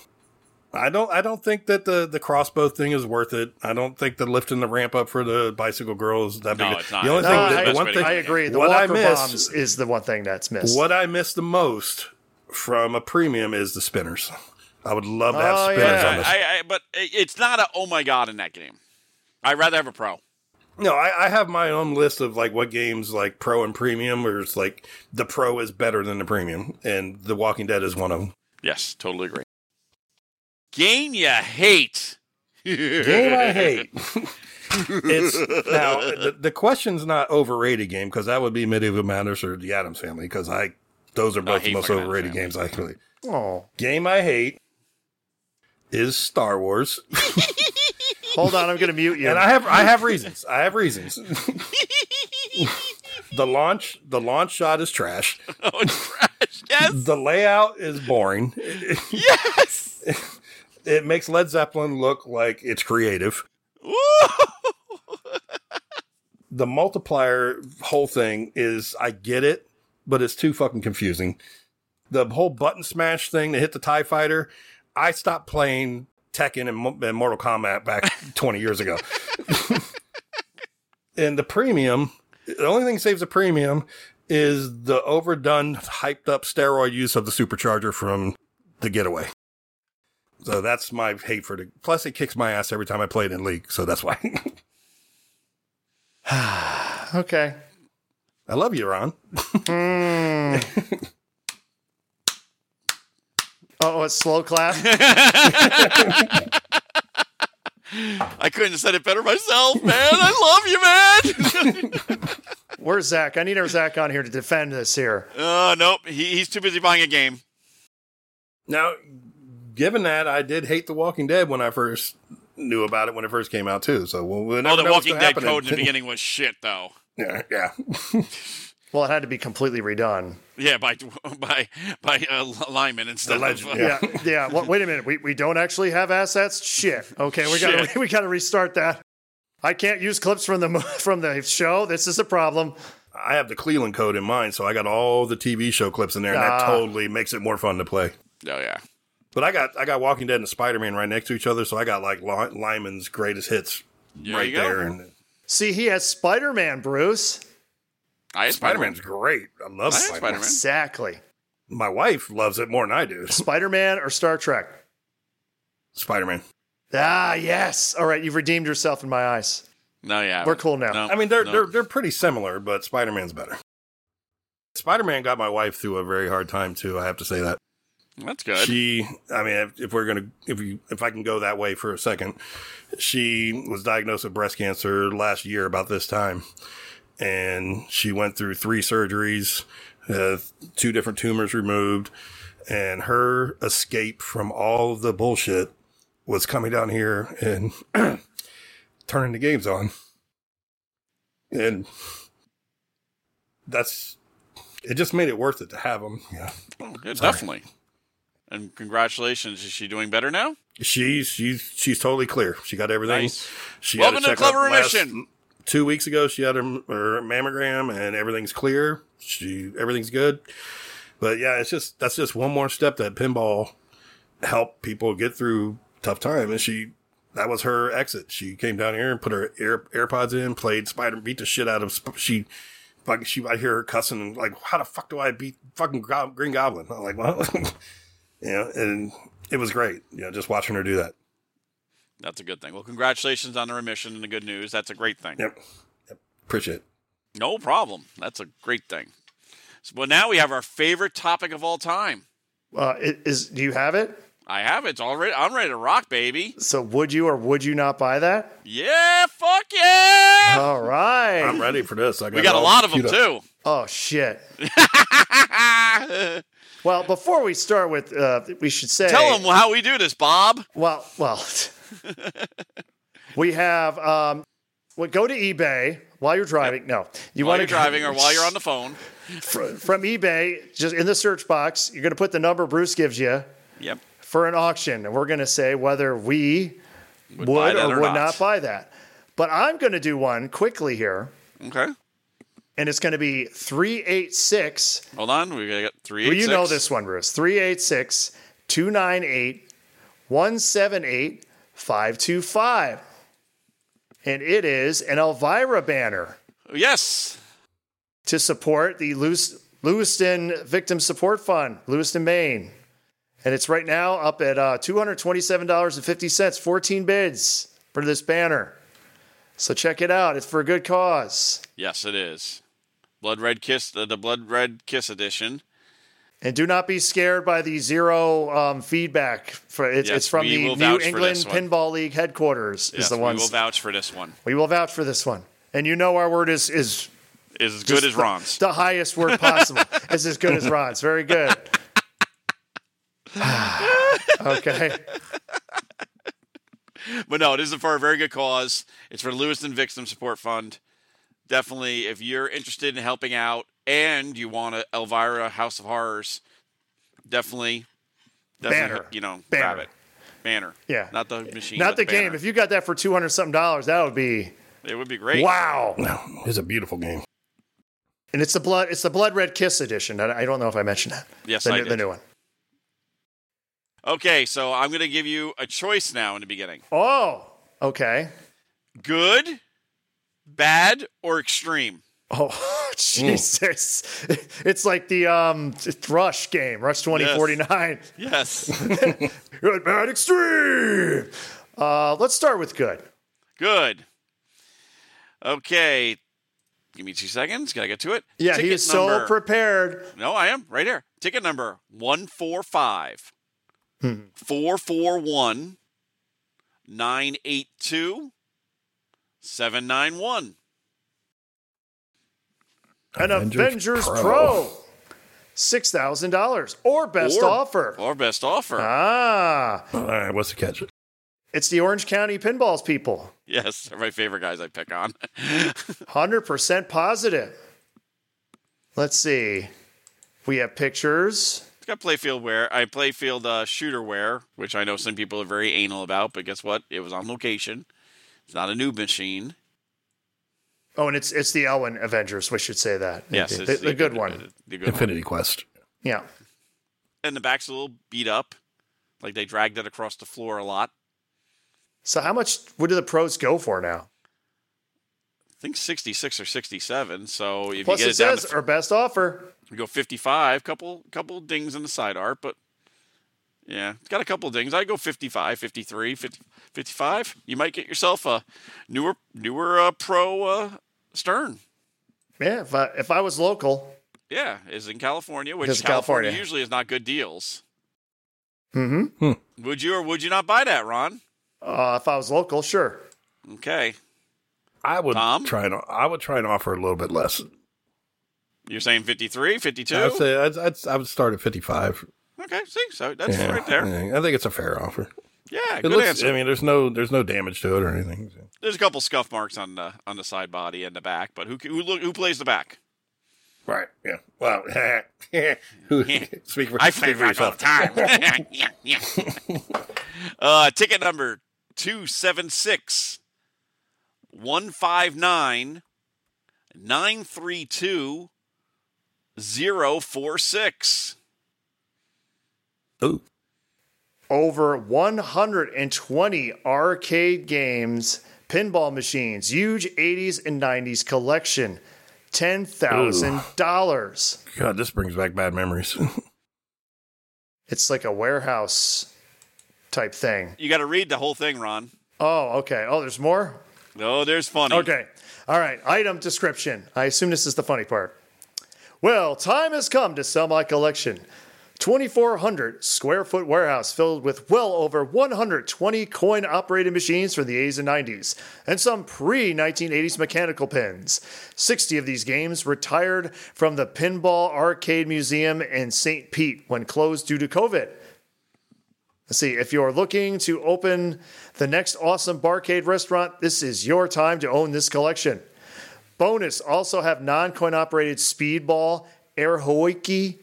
F: I don't I don't think that the the crossbow thing is worth it. I don't think the lifting the ramp up for the bicycle girl is that
E: No,
F: big. a-
E: it's not.
F: The only
E: It's
F: thing
E: not
F: that-
D: I,
E: the
F: the
E: best
F: one
E: way to
F: thing
D: I agree. The
F: what I
D: walker
F: miss-
D: bombs is the one thing that's missed.
F: What I miss the most from a premium is the spinners. I would love to have
D: Oh,
F: spinners
D: yeah.
F: on this.
E: I, I, but it- it's not a oh my god in that game. I'd rather have a pro.
F: no, I, I have my own list of like what games like pro and premium, or it's like the pro is better than the premium, and The Walking Dead is one of them.
E: Yes, totally agree. Game you hate.
F: Game I hate. it's now the, the question's not overrated game because that would be Medieval Matters or The Adams Family because I Those are both
E: hate
F: the most
E: fucking
F: overrated
E: Adam
F: games I can really.
D: Oh,
F: Game I hate is Star Wars.
D: hold on. I'm going to mute you.
F: And I have I have reasons. I have reasons. the launch the launch shot is trash.
E: Oh, it's trash. Yes.
F: The layout is boring.
E: Yes.
F: It makes Led Zeppelin look like it's creative.
E: Woo!
F: The multiplier whole thing is I get it, but it's too fucking confusing. The whole button smash thing to hit the TIE fighter, I stopped playing Tekken and, Mo- and Mortal Kombat back 20 years ago. and the premium, the only thing that saves the premium is the overdone, hyped up steroid use of the supercharger from the getaway. So that's my hate for the. Plus, it kicks my ass every time I play it in league. So that's why.
D: okay.
F: I love you, Ron.
D: Oh, it's slow clap.
E: I couldn't have said it better myself, man. I love you, man.
D: Where's Zach? I need our Zach on here to defend this here.
E: Oh, nope. He, he's too busy buying a game.
F: Now, given that I did hate The Walking Dead when I first knew about it when it first came out too. So we'll, we'll
E: Oh,
F: never
E: the
F: know what's
E: Walking
F: gonna
E: Dead
F: happen
E: code in the beginning was shit, though.
F: Yeah, yeah.
D: Well, it had to be completely redone.
E: Yeah, by by by uh, lineman instead
F: legend,
E: of uh,
F: yeah.
D: Yeah, yeah. Well, wait a minute. We, we don't actually have assets. Shit. Okay, we got
E: Shit.
D: to we got to restart that. I can't use clips from the mo- from the show. This is a problem.
F: I have the Cleveland code in mind, so I got all the TV show clips in there, and that
D: Ah.
F: totally makes it more fun to play.
E: Oh yeah.
F: But I got I got Walking Dead and Spider Man right next to each other, so I got like Ly- Lyman's greatest hits
E: There
F: right
E: you go.
F: there. And
D: See, he has Spider Man, Bruce.
E: I had
F: Spider
E: Spider-Man.
F: Man's great. I love
E: I had
F: Spider Man.
E: Spider-Man.
D: Exactly.
F: My wife loves it more than I do.
D: Spider Man or Star Trek.
F: Spider Man.
D: Ah, yes. All right, you've redeemed yourself in my eyes.
E: No, yeah.
D: We're cool now.
E: No,
F: I mean, they're
E: no.
F: they're they're pretty similar, but Spider Man's better. Spider Man got my wife through a very hard time too. I have to say that.
E: That's good.
F: She, I mean, if, if we're gonna, if you, if I can go that way for a second, she was diagnosed with breast cancer last year about this time, and she went through three surgeries, uh, two different tumors removed, and her escape from all of the bullshit was coming down here and turning the games on, and that's. It just made it worth it to have them. Yeah.
E: Oh, yeah, definitely. And congratulations. Is she doing better now?
F: She's she's she's totally clear. She got everything.
E: Nice.
F: She
E: Welcome
F: had
E: to
F: a
E: Club
F: checkup last-
E: Remission.
F: two weeks ago, she had her, her mammogram, and everything's clear. She everything's good. But yeah, it's just that's just one more step that pinball helped people get through tough time, and she that was her exit. She came down here and put her Air, AirPods in, played Spider, beat the shit out of Sp- she. Like she, I hear her cussing, like, "How the fuck do I beat fucking Go- Green Goblin?" I'm like, "Well, you know," and it was great, you know, just watching her do that.
E: That's a good thing. Well, congratulations on the remission and the good news. That's a great thing.
F: Yep. Yep. Appreciate it.
E: No problem. That's a great thing. So, well, now we have our favorite topic of all time.
D: Uh, i- is do you have it?
E: I have it. It's already. I'm ready to rock, baby.
D: So would you or would you not buy that?
E: Yeah, fuck yeah.
D: All right.
F: I'm ready for this. I got
E: we got a
F: all
E: lot of them
F: queued up.
E: too.
D: Oh shit. Well, before we start with, uh, we should say
E: Tell them how we do this, Bob.
D: Well, well, we have. Um, well, go to eBay while you're driving. No, you
E: While
D: want
E: you're driving or while you're on the phone.
D: from, from eBay. Just in the search box, you're going to put the number Bruce gives you
E: Yep.
D: for an auction, and we're going to say whether we would,
E: buy that
D: or,
E: or
D: would
E: not.
D: not. buy that. But I'm going to do one quickly here,
E: Okay.
D: and it's going to be three eight six.
E: Hold on. We got three.
D: Well,
E: eight,
D: you know
E: six.
D: this one, Bruce. 386 298 178 525. And it is an Elvira banner
E: Yes.
D: to support the Lewis, Lewiston Victim Support Fund, Lewiston, Maine. And it's right now up at uh, $227.50, 14 bids for this banner. So check it out. It's for a good cause.
E: Yes, it is. Blood Red Kiss, uh, the, the Blood Red Kiss edition.
D: And do not be scared by the zero um, feedback. For it's,
E: Yes,
D: it's from
E: we will
D: the
E: vouch
D: New
E: for
D: England
E: this one.
D: Pinball League headquarters.
E: Yes,
D: is the
E: we
D: ones
E: will vouch for this one.
D: we will vouch for this one. And you know our word is is
E: is as good
D: Just
E: as Ron's.
D: The highest word possible. it's as good as Ron's. Very good. okay.
E: But no, it is for a very good cause. It's for Lewiston Victim Support Fund. Definitely, if you're interested in helping out and you want a Elvira House of Horrors, definitely, definitely
D: Banner.
E: you know,
D: Banner.
E: grab it. Banner.
D: Yeah.
E: Not the machine.
D: Not
E: but
D: the
E: banner.
D: game. If you got that for two hundred something dollars, that would be
E: It would be great.
D: wow.
F: It's a beautiful game.
D: And it's the blood. It's the blood red kiss edition. I I don't know if I mentioned that.
E: Yes,
D: the,
E: I
D: new- the
E: did.
D: new one.
E: Okay, so I'm going to give you a choice now in the beginning
D: Oh, okay.
E: good, bad, or extreme.
D: Oh Jesus! It's like the um Rush game, Rush twenty forty nine.
E: Yes.
D: Good, bad, extreme. Uh, let's start with good.
E: Good. Okay. Give me two seconds. Gotta get to it.
D: Yeah,
E: Ticket
D: he is
E: number-
D: so prepared.
E: No, I am right here. Ticket number one four five
D: Hmm.
E: four four one nine eight two seven nine one.
D: An Avengers,
F: Avengers
D: Pro,
F: Pro.
D: six thousand dollars or best
E: Or-
D: offer.
E: Or best offer.
D: Ah,
F: All right, what's the catch?
D: it's the Orange County Pinballs people.
E: Yes, they're my favorite guys I pick on.
D: Hundred percent positive. Let's see. We have pictures.
E: It's got playfield wear. I playfield uh, shooter wear, which I know some people are very anal about, but guess what? It was on location. It's not a new machine.
D: Oh, and it's it's the Elwin Avengers. We should say that.
E: Yes,
D: the,
E: it's
D: the good one.
E: The good one.
F: Infinity Quest.
D: Yeah.
E: And the back's a little beat up, like they dragged it across the floor a lot.
D: So how much what do the pros go for now?
E: I think 66 or 67. So if
D: Plus
E: you
D: it
E: get it, down
D: says
E: to,
D: our best offer.
E: we go 55, couple couple dings in the side art, but yeah, it's got a couple dings. I go 55, 53, 50, 55. You might get yourself a newer newer uh, pro uh, Stern.
D: Yeah, if I if I was local.
E: Yeah, is in California, which
D: Because of
E: California,
D: California.
E: usually is not good deals.
D: Mm-hmm.
F: Hmm.
E: Would you or would you not buy that, Ron?
D: Uh, if I was local, sure.
E: Okay,
F: I would
E: Tom?
F: try and I would try and offer a little bit less.
E: you're saying 53, 52.
F: I'd say I'd, I'd, I would start at fifty five.
E: Okay, see, so that's right there.
F: I think it's a fair offer.
E: Yeah,
F: It
E: good
F: looks.
E: answer.
F: I mean, there's no there's no damage to it or anything.
E: There's a couple scuff marks on the on the side body and the back, but who who look, who plays the back?
F: Right. Yeah. Well, who, speak for,
E: I play
F: speak for
E: back all the
F: yourself.
E: time. yeah, yeah. uh, ticket number two seven six one five nine nine three two zero four six.
F: Ooh.
D: Over 120 arcade games, pinball machines, huge 80s and 90s collection, ten thousand dollars.
F: God, this brings back bad memories.
D: It's like a warehouse type thing.
E: You got to read the whole thing, Ron.
D: Oh, okay. Oh, there's more.
E: Oh, there's funny.
D: Okay. All right. Item description. I assume this is the funny part. Well, time has come to sell my collection. 2,400 square foot warehouse filled with well over 120 coin operated machines from the 80s and 90s, and some pre 1980s mechanical pins. 60 of these games retired from the Pinball Arcade Museum in St. Pete when closed due to COVID. Let's see, if you're looking to open the next awesome barcade restaurant, this is your time to own this collection. Bonus also have non coin operated speedball, air hockey.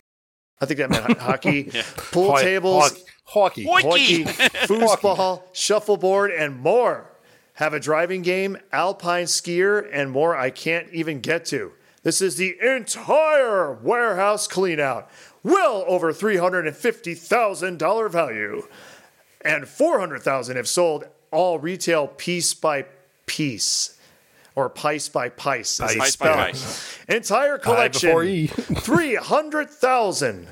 D: I think that meant ho- hockey, pool
F: Hoy-
D: tables,
F: hockey.
E: Hoy-
D: hockey,
E: Hockey.
D: foosball, shuffleboard, and more. Have a driving game, alpine skier, and more I can't even get to. This is the entire warehouse cleanout. Well over $350,000 value and 400,000 if sold all retail piece by piece or pice by pice. as it's
E: Pice by
D: spelled. Entire collection.
F: before E.
D: 300,000.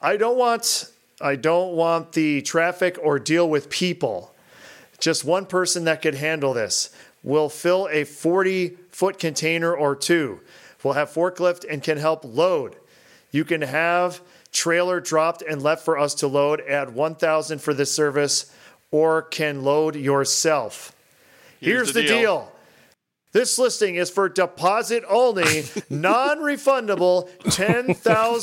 D: I don't want I don't want the traffic or deal with people. Just one person that could handle this. Will fill a 40 foot container or two. Will have forklift and can help load. You can have trailer dropped and left for us to load. Add 1,000 for this service or can load yourself. Here's, the, deal. This listing is for deposit only, non refundable,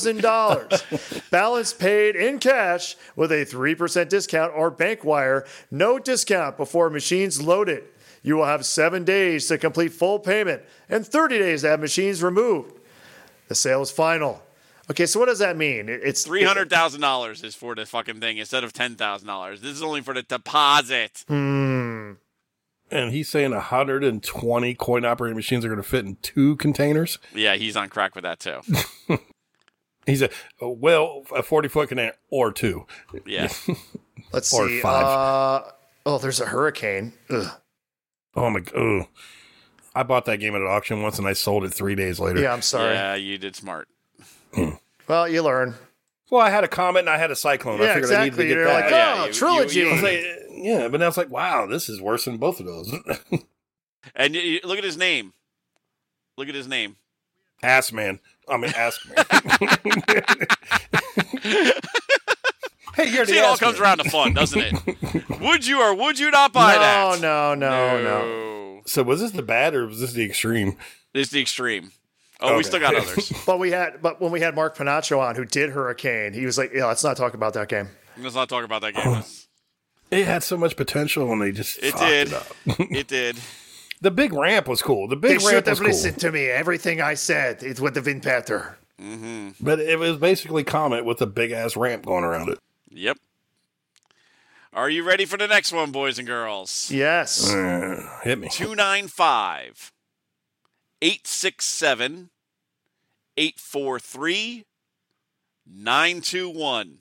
D: $10,000. Balance paid in cash with a 3% discount or bank wire. No discount before machines load it. You will have seven days to complete full payment and 30 days to have machines removed. The sale is final. Okay, so what does that mean? It- It's
E: Three hundred thousand dollars is for the fucking thing instead of ten thousand dollars. This is only for the deposit.
D: Hmm.
F: And he's saying 120 coin operating machines are going to fit in two containers.
E: Yeah, he's on crack with that too.
F: He said, oh, well, a 40 foot container or two.
E: Yeah,
D: Let's
F: Or
D: see.
F: five.
D: Uh, oh, there's a hurricane. Ugh.
F: Oh my god. I bought that game at an auction once and I sold it three days later.
D: Yeah, I'm sorry.
E: yeah, you did smart.
D: Well, you learn.
F: Well, I had a comet and I had a cyclone. I
D: Yeah,
F: figured
D: exactly.
F: I needed to
D: You're
F: get
D: like,
F: that.
D: oh,
E: Yeah, you- you-
D: trilogy.
E: you-
F: I was like, yeah, but now it's like, wow, this is worse than both of those.
E: And y y- look at his name. Look at his name.
F: ass man. I mean, ass man. hey, you're the
E: See, it all
F: ass
E: comes
F: man.
E: around to fun, doesn't it? would you or would you not buy
D: no,
E: that?
D: no, no, no.
E: no.
F: So was this the bad or was this the extreme?
E: It's the extreme. Oh, we
F: Okay.
E: still got others.
D: But we had, but when we had Mark Panaccio on, who did Hurricane, he was like, "Yeah, let's not talk about that game."
E: Let's not talk about that game. Let's-
F: It had so much potential and they just
E: It
F: fucked
E: did.
F: it up.
E: It did.
F: The big ramp was cool. The big
D: They should
F: ramp was
D: have
F: cool.
D: listened to me. Everything I said, it would have been better.
F: But it was basically comet with a big ass ramp going around it.
E: Yep. Are you ready for the next one, boys and girls?
D: Yes.
F: Uh, hit me.
E: 295 867 843 921.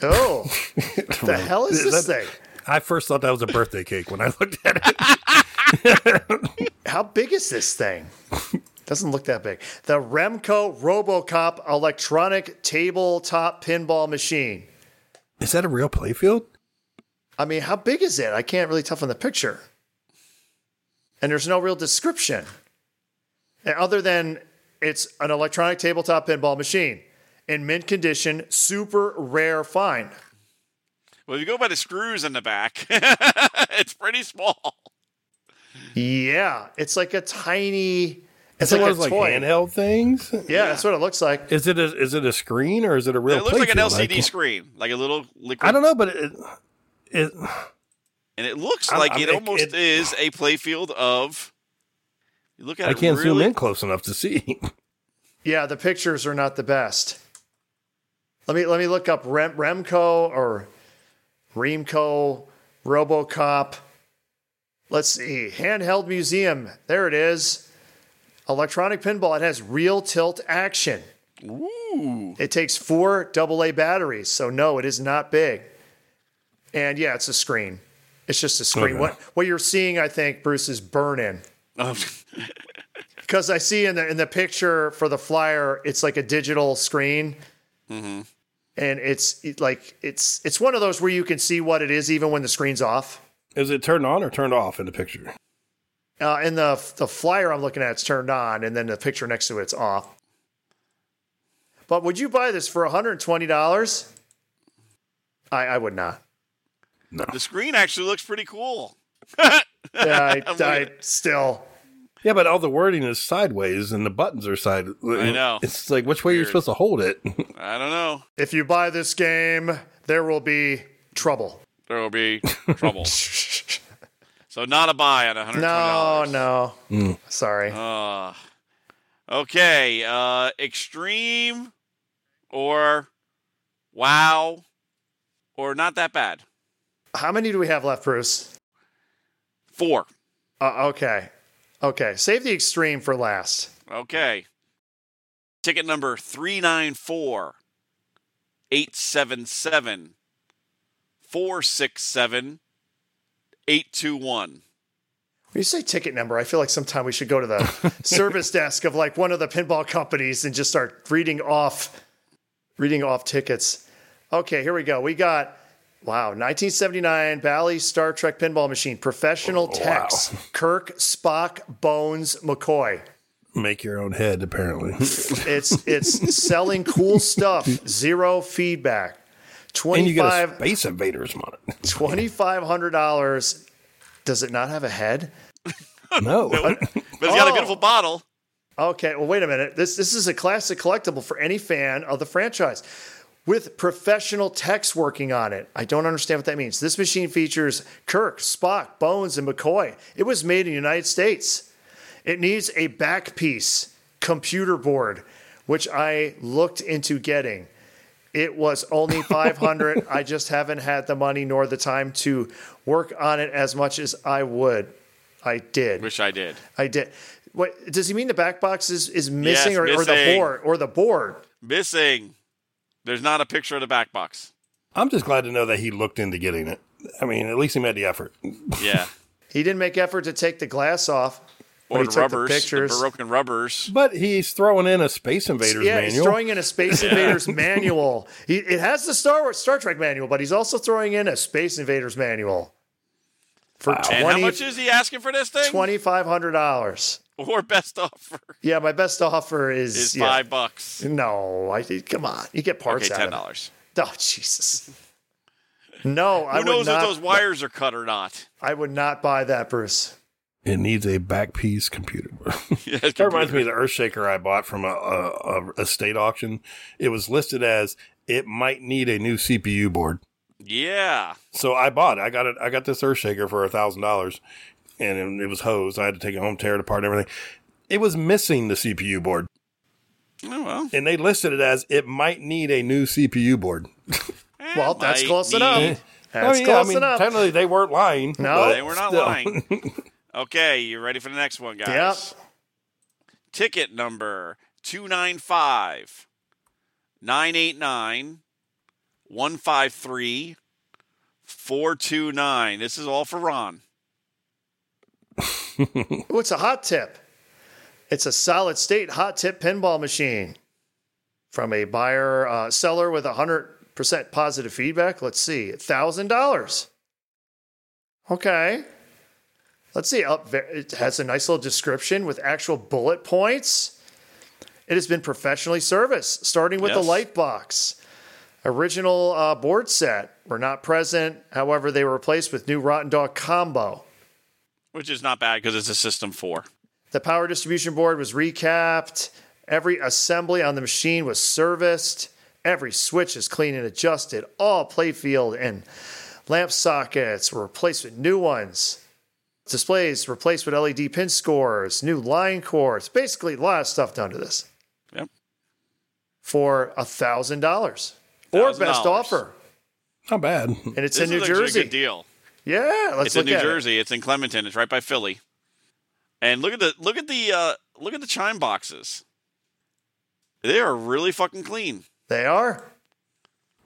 D: Oh, the hell is this thing?
F: I first thought that was a birthday cake when I looked at it.
D: How big is this thing? Doesn't look that big. The Remco RoboCop electronic tabletop pinball machine.
F: Is that a real playfield?
D: I mean, how big is it? I can't really tell from the picture. And there's no real description And other than it's an electronic tabletop pinball machine in mint condition, super rare find.
E: Well, if you go by the screws in the back, it's pretty small.
D: Yeah, it's like a tiny, it's
F: Is it
D: like
F: one
D: a
F: of those, like
D: toy.
F: handheld things?
D: yeah, that's what it looks like.
F: Is it a is it a screen or is it a real?
E: it looks like an
F: playfield?
E: LCD
F: I, can't-
E: screen, like a little liquid.
F: I don't know, but it, it
E: And it looks
F: I'm-
E: like
F: I'm-
E: it
F: it-
E: almost
F: it-
E: is a playfield of. You look at
F: I
E: it
F: can't zoom
E: really-
F: in close enough to see.
D: Yeah, the pictures are not the best. Let me let me look up Rem, Remco or Remco RoboCop. Let's see. Handheld Museum. There it is. Electronic pinball. It has real tilt action. Ooh. It takes four AA batteries, so no, it is not big. And yeah, it's a screen. It's just a screen.
F: Okay.
D: What what you're seeing, I think, Bruce, is burn in.
E: Oh,
D: Because I see in the in the picture for the flyer, it's like a digital screen, and it's it, like it's it's one of those where you can see what it is even when the screen's off.
F: Is it turned on or turned off in the picture?
D: Uh, and the the flyer I'm looking at is turned on, and then the picture next to it's off. But would you buy this for 120 dollars? I I would not.
E: the screen actually looks pretty cool.
D: I, I still
F: Yeah, but all the wording is sideways and the buttons are side. I
E: know.
F: It's like which way you're
E: Weird.
F: supposed to hold it.
E: I don't know.
D: if you buy this game, there will be trouble.
E: There will be trouble. so not a buy on $120.
D: No, no, sorry.
E: Uh, okay, uh, extreme or wow or not that bad.
D: How many do we have left, Bruce?
E: Four.
D: Uh, okay. Okay. Save the extreme for last.
E: Okay. Ticket number 394 877 467 821.
D: When you say ticket number, I feel like sometime we should go to the service desk of like one of the pinball companies and just start reading off reading off tickets. Okay, here we go. We got wow, 1979 Bally Star Trek pinball machine, professional
F: Oh,
D: techs, Kirk, Spock, Bones, McCoy.
F: Make your own head, apparently.
D: It's it's selling cool stuff, zero feedback.
F: and you get
D: 25
F: a space invaders on it.
D: $2,500 Does it not have a head?
F: No.
E: But it's got a
D: Oh.
E: beautiful bottle.
D: Okay, well, wait a minute. This this is a classic collectible for any fan of the franchise. With professional techs working on it. I don't understand what that means. This machine features Kirk, Spock, Bones, and McCoy. It was made in the United States. It needs a back piece computer board, which I looked into getting. It was only 500. I just haven't had the money nor the time to work on it as much as I would. I did.
E: Wish I did.
D: I did. What does he mean? The back box is, is missing,
E: Yes,
D: or, or the
E: missing.
D: board or the board?
E: Missing. There's not a picture of the back box.
F: I'm just glad to know that he looked into getting it. I mean, at least he made the effort.
E: Yeah.
D: He didn't make effort to take the glass off.
E: Or
D: when
E: the
D: he took
E: rubbers,
D: the pictures.
E: broken rubbers.
F: But he's throwing in a Space Invaders
D: yeah,
F: manual.
D: he's throwing in a Space Invaders manual. He, it has the Star Wars Star Trek manual, but he's also throwing in a Space Invaders manual for
E: And how
D: twenty
E: much is he asking for this thing?
D: twenty five hundred dollars.
E: Or best offer
D: Yeah, my best offer is,
E: is
D: yeah.
E: five bucks.
D: No, I come on. You get
E: Okay,
D: parts out
E: ten
D: of it.
E: dollars.
D: Oh Jesus! No, I
E: Who
D: would
E: knows
D: not.
E: if those wires are cut or not?
D: I would not buy that, Bruce.
F: It needs a back piece computer.
E: Yeah, it's
F: that reminds me of the Earthshaker I bought from a, a, a estate auction. It was listed as it might need a new CPU board.
E: Yeah.
F: So I bought it. I got it. I got this Earthshaker for a thousand dollars, and it, it was hosed. I had to take it home, tear it apart, and everything. It was missing the CPU board,
E: Oh, well.
F: and they listed it as it might need a new CPU board.
E: Eh,
D: Well, that's
E: might
D: close
E: need-
D: enough.
F: Oh,
D: That's
F: yeah,
D: close
F: I mean,
D: enough.
F: technically they weren't lying.
D: No.
E: They were not
F: still.
E: lying. Okay, you ready for the next one, guys?
D: Yep.
E: Ticket number 295 989 153 429. This is all for Ron.
D: Ooh, it's a hot tip. It's a solid state hot tip pinball machine from a buyer uh, seller with hundred percent positive feedback. Let's see, thousand dollars. Okay. Let's see. Up ve- it has a nice little description with actual bullet points. It has been professionally serviced, starting with the
E: Yes.
D: light box. Original uh, board set were not present. However, they were replaced with new Rotten Dog combo.
E: Which is not bad because it's a system four.
D: The power distribution board was recapped. Every assembly on the machine was serviced. Every switch is clean and adjusted. All playfield and lamp sockets were replaced with new ones. Displays replaced with LED pin scores, new line cords. Basically, a lot of stuff done to this
E: Yep.
D: for a thousand dollars or best
E: $1,000.
D: offer,
F: Not bad.
D: and it's
E: This
D: in
E: is
D: New
E: actually
D: Jersey.
E: a good deal.
D: Yeah, let's
E: It's
D: look
E: in New
D: at it.
E: Jersey. It's in Clementon. It's right by Philly. And look at the look at the uh, look at the chime boxes. They are really fucking clean.
D: They are.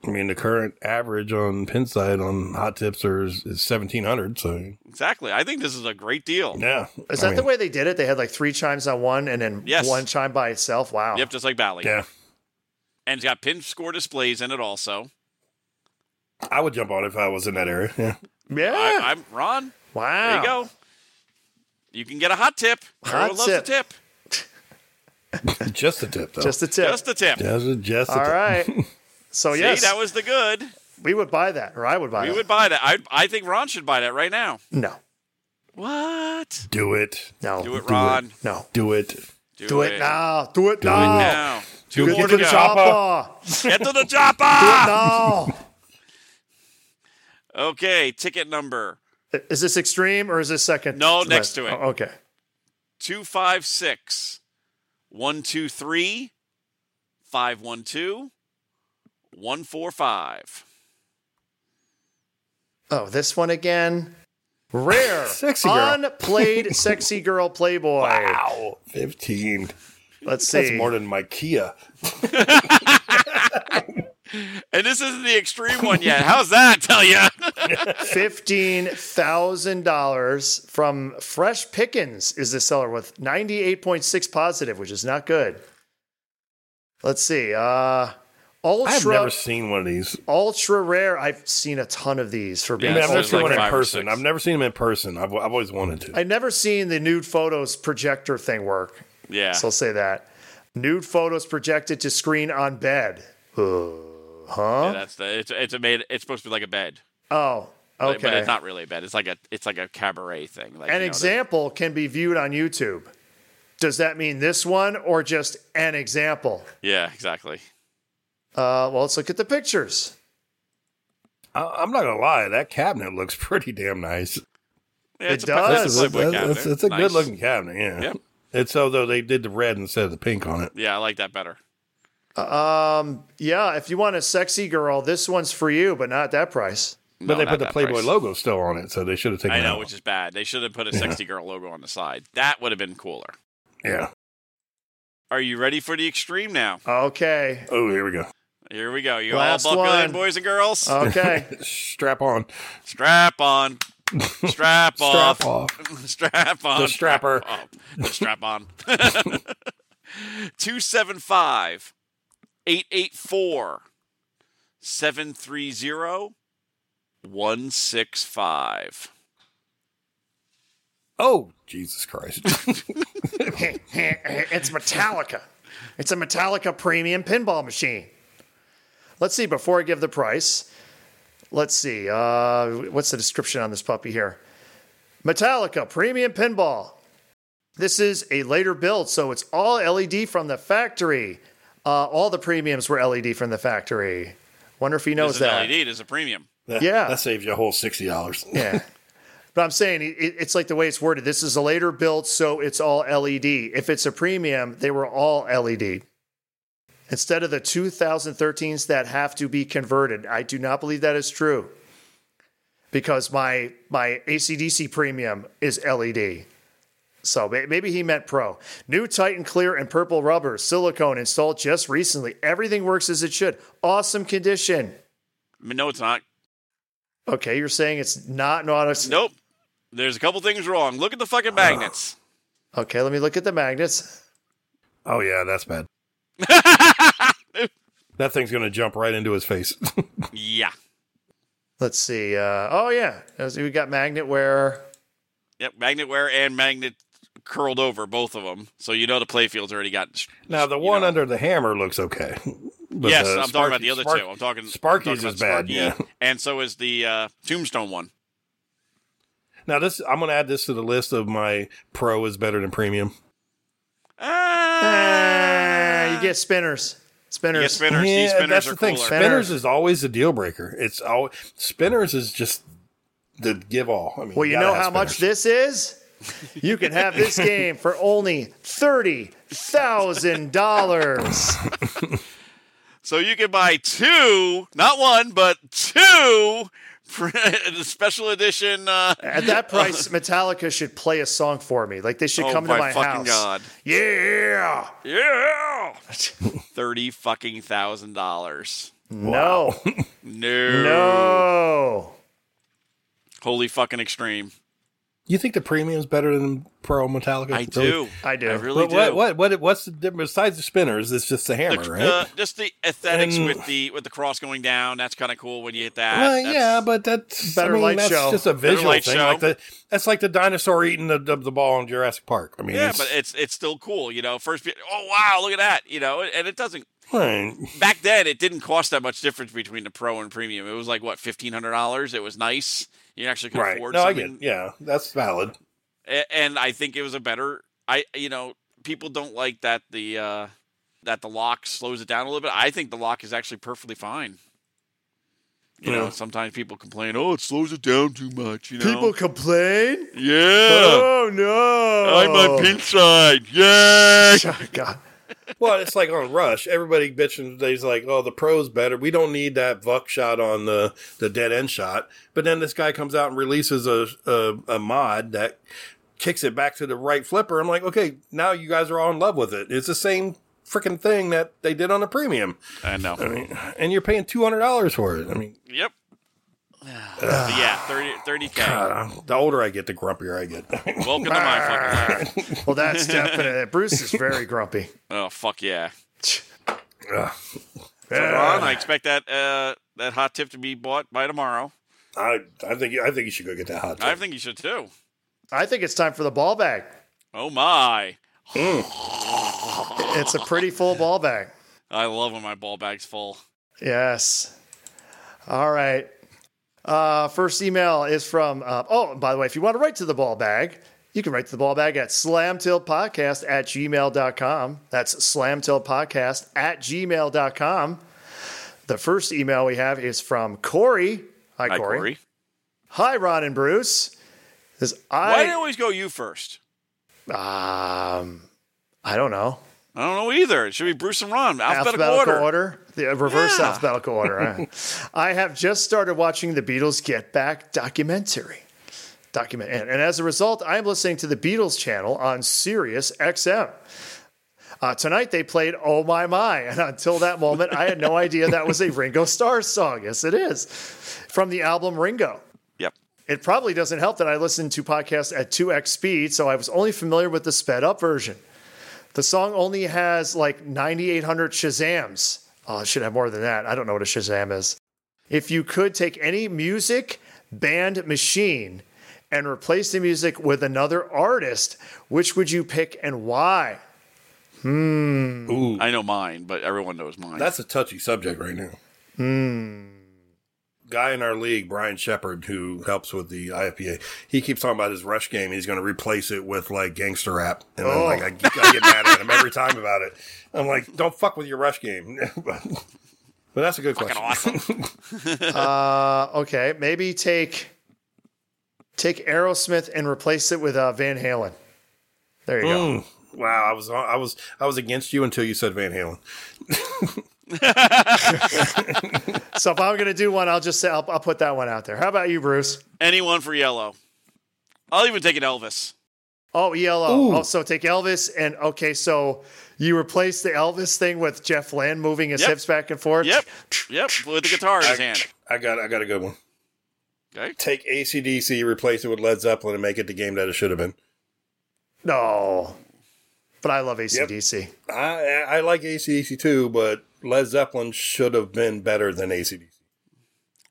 F: I mean, the current average on Pinside on hot tips are, is seventeen hundred. So
E: Exactly. I think this is a great deal.
F: yeah,
D: Is
F: I
D: that the
F: mean,
D: way they did it? They had like three chimes on one and then
E: Yes.
D: one chime by itself. Wow.
E: Yep, just like Bally.
F: Yeah,
E: And it's got pin score displays in it also.
F: I would jump on it if I was in that area. Yeah,
D: Yeah.
E: I, I'm Ron.
D: wow.
E: There you go. You can get a hot tip.
D: Hot
E: Everyone loves a
D: tip.
E: tip.
F: just a tip though.
D: Just a tip.
E: Just a tip.
F: just a, just
D: All
F: a tip.
D: right. So
E: See,
D: Oh, yes,
E: that was the good.
D: we would buy that, or I would buy
E: We
D: it.
E: would buy that. I I think Ron should buy that right now.
D: No,
E: What?
F: Do it.
D: no,
E: Do it, Ron.
D: no.
F: Do it.
E: Do,
D: Do it now. Do it now.
E: now. Two
D: Get
E: more
D: to
E: to
D: the
E: go.
D: chopper.
E: Get to the chopper.
D: No.
E: Okay, ticket number
D: Is this extreme or is this second?
E: No,
D: to rest?
E: next to it.
D: Oh, okay.
E: 256 123 512 145.
D: Oh, this one again. Rare,
F: Sexy girl.
D: unplayed, sexy girl playboy.
F: Wow, fifteen.
D: Let's see.
F: That's more than my Kia.
E: And this isn't the extreme one yet. How's that tell you?
D: Fifteen thousand dollars from Fresh Pickens is the seller with ninety-eight point six positive, which is not good. Let's see. Uh, ultra,
F: I've never seen one of these.
D: ultra rare. I've seen a ton of these for
E: Yeah,
F: I
D: being.
F: mean, I've
E: so
F: never
E: there's
F: seen
E: like
F: one in
E: five or
F: person.
E: six.
F: I've never seen them in person. I've, I've always wanted to.
D: I've never seen the nude photos projector thing work.
E: Yeah.
D: So I'll say that. Nude photos projected to screen on bed. Uh, huh?
E: Yeah, that's the it's it's a made it's supposed to be like a bed.
D: Oh,
E: But- But
D: Okay.
E: it's not really a bed. It's like a it's like a cabaret thing. Like,
D: An
E: you know, the-
D: example can be viewed on YouTube. Does that mean this one or just an example?
E: Yeah, exactly.
D: Uh, well, let's look at the pictures.
F: I, I'm not gonna lie, that cabinet looks pretty damn nice.
E: Yeah,
D: It
E: it's a pla-
D: does.
E: It's
D: That's
E: a,
D: a-
E: Playboy
F: That's-
E: cabinet.
F: that's- it's a
E: Nice.
F: good looking cabinet, yeah.
E: Yep.
F: It's so though they did the red instead of the pink on it.
E: Yeah, I like that better.
D: Um, yeah, if you want a sexy girl, this one's for you, but not at that price.
E: No,
F: But they
E: not
F: put the
E: that
F: Playboy
E: price.
F: logo still on it, so they should have taken
E: I
F: it
E: know,
F: out.
E: which is bad. They should have put a sexy girl logo on the side. That would have been cooler.
F: yeah.
E: Are you ready for the extreme now?
D: Okay.
F: Oh, here we go.
E: Here we go. You
D: Last
E: all buckle in,
D: one. Uh,
E: boys and girls.
D: Okay.
F: Strap on.
E: strap on. Strap off.
F: Strap off.
E: strap on.
F: The strapper.
E: Strap, off. The strap on. 275 884 730 165.
F: Oh, Jesus Christ.
D: it's Metallica. It's a Metallica premium pinball machine. Let's see, before I give the price, let's see. Uh, what's the description on this puppy here? Metallica premium pinball. This is a later build, so it's all LED from the factory. Uh, all the premiums were LED from the factory. Wonder if he knows
E: There's
D: that.
E: an E LED. There's a premium.
F: That-
D: Yeah.
F: That saves you a whole $60.
D: Yeah. But I'm saying it, it- it's like the way it's worded. This is a later built, so it's all LED. If it's a premium, they were all LED. Instead of the 2013s that have to be converted. I do not believe that is true because my my ACDC premium is LED. So may- maybe he meant pro. New Titan clear and purple rubber, silicone installed just recently. Everything works as it should. Awesome condition.
E: I mean, no, it's not.
D: Okay, you're saying it's not not
E: Nope. There's a couple things wrong. Look at the fucking magnets.
D: Okay, let me look at the magnets.
F: Oh, yeah, that's bad. that thing's going to jump right into his face.
E: yeah.
D: Let's see. Uh, oh yeah, As we got magnet wear.
E: Yep. Magnet wear and magnet curled over, both of them. So you know the playfield's already got.
F: now, the
E: you
F: one
E: know.
F: under the hammer looks okay. But
E: yes,
F: the
E: I'm talking about
F: Sparky-
E: the other
F: Spark-
E: two. I'm talking
F: Sparky's
E: talking
F: is
E: about
F: bad. Yeah.
E: and so is the uh, Tombstone one.
F: Now, this I'm going to add this to the list of my pro is better than premium.
D: Ah, you get spinners. Spinners.
E: You get spinners. These
F: Yeah,
E: spinners
F: that's
E: are
F: the thing.
E: cooler.
D: Spin-
F: Spinners is always a deal breaker. It's all spinners is just the give all. I mean,
D: Well, you
F: gotta
D: know
F: have
D: how much
F: spinners.
D: this is. You can have this game for only thirty thousand dollars.
E: so you can buy two, not one, but two pre- special edition. Uh,
D: At that price, Metallica should play a song for me. Like they should
E: oh
D: come
E: my,
D: to my
E: fucking
D: house.
E: god!
D: Yeah.
E: Yeah, thirty fucking thousand dollars.
D: No.
E: No,
D: No.
E: holy fucking extreme.
F: You think the premium's better than pro Metallica?
E: I
F: Really?
E: do.
D: I do.
E: I really
F: But
E: do.
F: what, what what what's the difference besides the spinners? It's just the hammer,
E: The-
F: right?
E: uh, just the aesthetics
F: And-
E: with the with the cross going down. That's kind of cool when you hit that.
F: well,
E: That's-
F: yeah, but that's
D: Better
F: I mean,
D: light
F: that's
D: show.
F: just a visual
E: light
F: thing.
E: show.
F: Like the that's like the dinosaur eating the, the, the ball in Jurassic Park. I mean,
E: yeah,
F: it's,
E: but it's it's still cool. You know, first, pe- oh wow, look at that. You know, and it doesn't.
F: Right.
E: Back then, it didn't cost that much difference between the pro and premium. It was like what fifteen hundred dollars. It was nice. You actually could
F: right.
E: afford
F: No, I
E: something.
F: get. Yeah, that's valid.
E: A- and I think it was a better. I you know people don't like that the uh that the lock slows it down a little bit. I think the lock is actually perfectly fine. You know,
F: Yeah.
E: sometimes people complain, "Oh, it slows it down too much." You know,
D: People complain.
E: yeah,
D: Oh no.
E: I'm on pin side. Yay!
D: God.
F: Well, it's like on Rush. Everybody bitching today's like, "Oh, the pro's better. We don't need that buck shot on the the dead end shot." But then this guy comes out and releases a a, a mod that kicks it back to the right flipper. I'm like, okay, now you guys are all in love with it. It's the same freaking thing that they did on the premium,
E: I know.
F: and you're paying two hundred dollars for it. I mean,
E: Yep. So, yeah, 30 30 k.
F: God, I'm- uh, the older I get, the grumpier I get.
E: Welcome to my fucking life.
D: Well, that's definite. Bruce is very grumpy.
E: Oh fuck yeah,
F: Ugh.
E: Ron! I expect that uh, that hot tip to be bought by tomorrow.
F: I I think I think you should go get that hot.
E: I
F: tub.
E: think you should too.
D: I think it's time for the ball bag.
E: Oh my!
D: It's a pretty full ball bag.
E: I love when my ball bag's full.
D: Yes. All right. Uh, first email is from, uh, oh, and by the way, if you want to write to the ball bag, you can write to the ball bag at slamtiltpodcast at gmail.com. That's slamtiltpodcast at gmail.com. The first email we have is from Corey. Hi,
E: Hi,
D: Corey.
E: Corey.
D: Hi, Ron and Bruce. This
E: Why do
D: I
E: I always go you first?
D: um, I don't know.
E: I don't know either. It should be Bruce and Ron. Alphabetical, order.
D: The uh, reverse
E: Yeah.
D: alphabetical order. huh? I have just started watching the Beatles Get Back documentary. Document and, and as a result, I'm listening to the Beatles channel on Sirius XM. Uh, tonight they played "Oh My My," and until that moment, I had no idea that was a Ringo Starr song. Yes, it is from the album Ringo.
E: Yep.
D: It probably doesn't help that I listened to podcasts at 2x speed, so I was only familiar with the sped up version. The song only has like 9,800 Shazams. Oh, it should have more than that. I don't know what a Shazam is. If you could take any music band machine and replace the music with another artist, which would you pick and why? Hmm,
F: Ooh,
E: I know mine, but everyone knows mine.
F: that's a touchy subject right now.
D: hmm.
F: Guy in our league, Brian Shepard, who helps with the IFPA, he keeps talking about his rush game. He's going to replace it with like gangster rap, and I'm
D: Oh.
F: like, I, I get mad at him every time about it. I'm like, don't fuck with your rush game. but that's a good question.
D: Uh, okay, maybe take take Aerosmith and replace it with uh, Van Halen. There you go.
E: Hmm.
F: Wow, I was I was I was against you until you said Van Halen.
D: So if I'm gonna do one, I'll just say I'll, I'll put that one out there. How about you, Bruce?
E: Anyone for yellow. I'll even take an Elvis.
D: Oh, ELO. Oh, so take Elvis and okay, so you replace the Elvis thing with Jeff Lynne moving his
E: Yep.
D: hips back and forth.
E: Yep. Yep. With the guitar in his hand.
F: I got I got a good one.
E: Okay.
F: Take ACDC, replace it with Led Zeppelin, and make it the game that it should have been.
D: No. But I love ACDC.
F: I I like ACDC too, but Led Zeppelin should have been better than ACDC.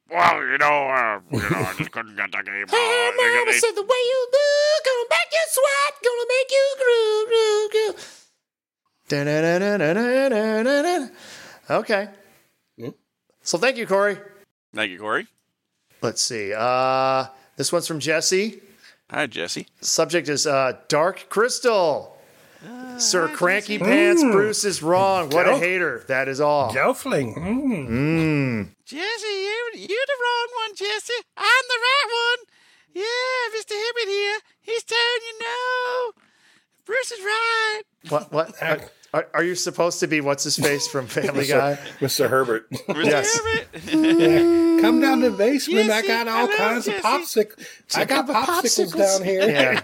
C: Well, you know, uh, you know, I just couldn't get the game. Hey, mama said the
D: Da-na-na-na-na-na-na-na. Okay. So thank you, Corey.
E: Thank you, Corey.
D: Let's see. Uh, this one's from Jesse.
E: Hi, Jesse.
D: Subject is uh, Dark Crystal. Sir Cranky Pants Bruce is wrong. What a
F: Go.
D: hater. That is all.
F: Gelfling.
E: Jesse, you, you're the wrong one, Jesse. I'm the right one. Yeah, Mr. Hibbert here. He's telling you no. Bruce is right.
D: What? What? Are, are- are you supposed to be what's his face from Family Guy?
F: Mr. Herbert.
E: Mr.
D: Yes.
E: Hibbert.
F: Come down to the basement.
E: Jesse,
F: I got all
E: hello,
F: kinds of popsicles. I got popsicles, down here.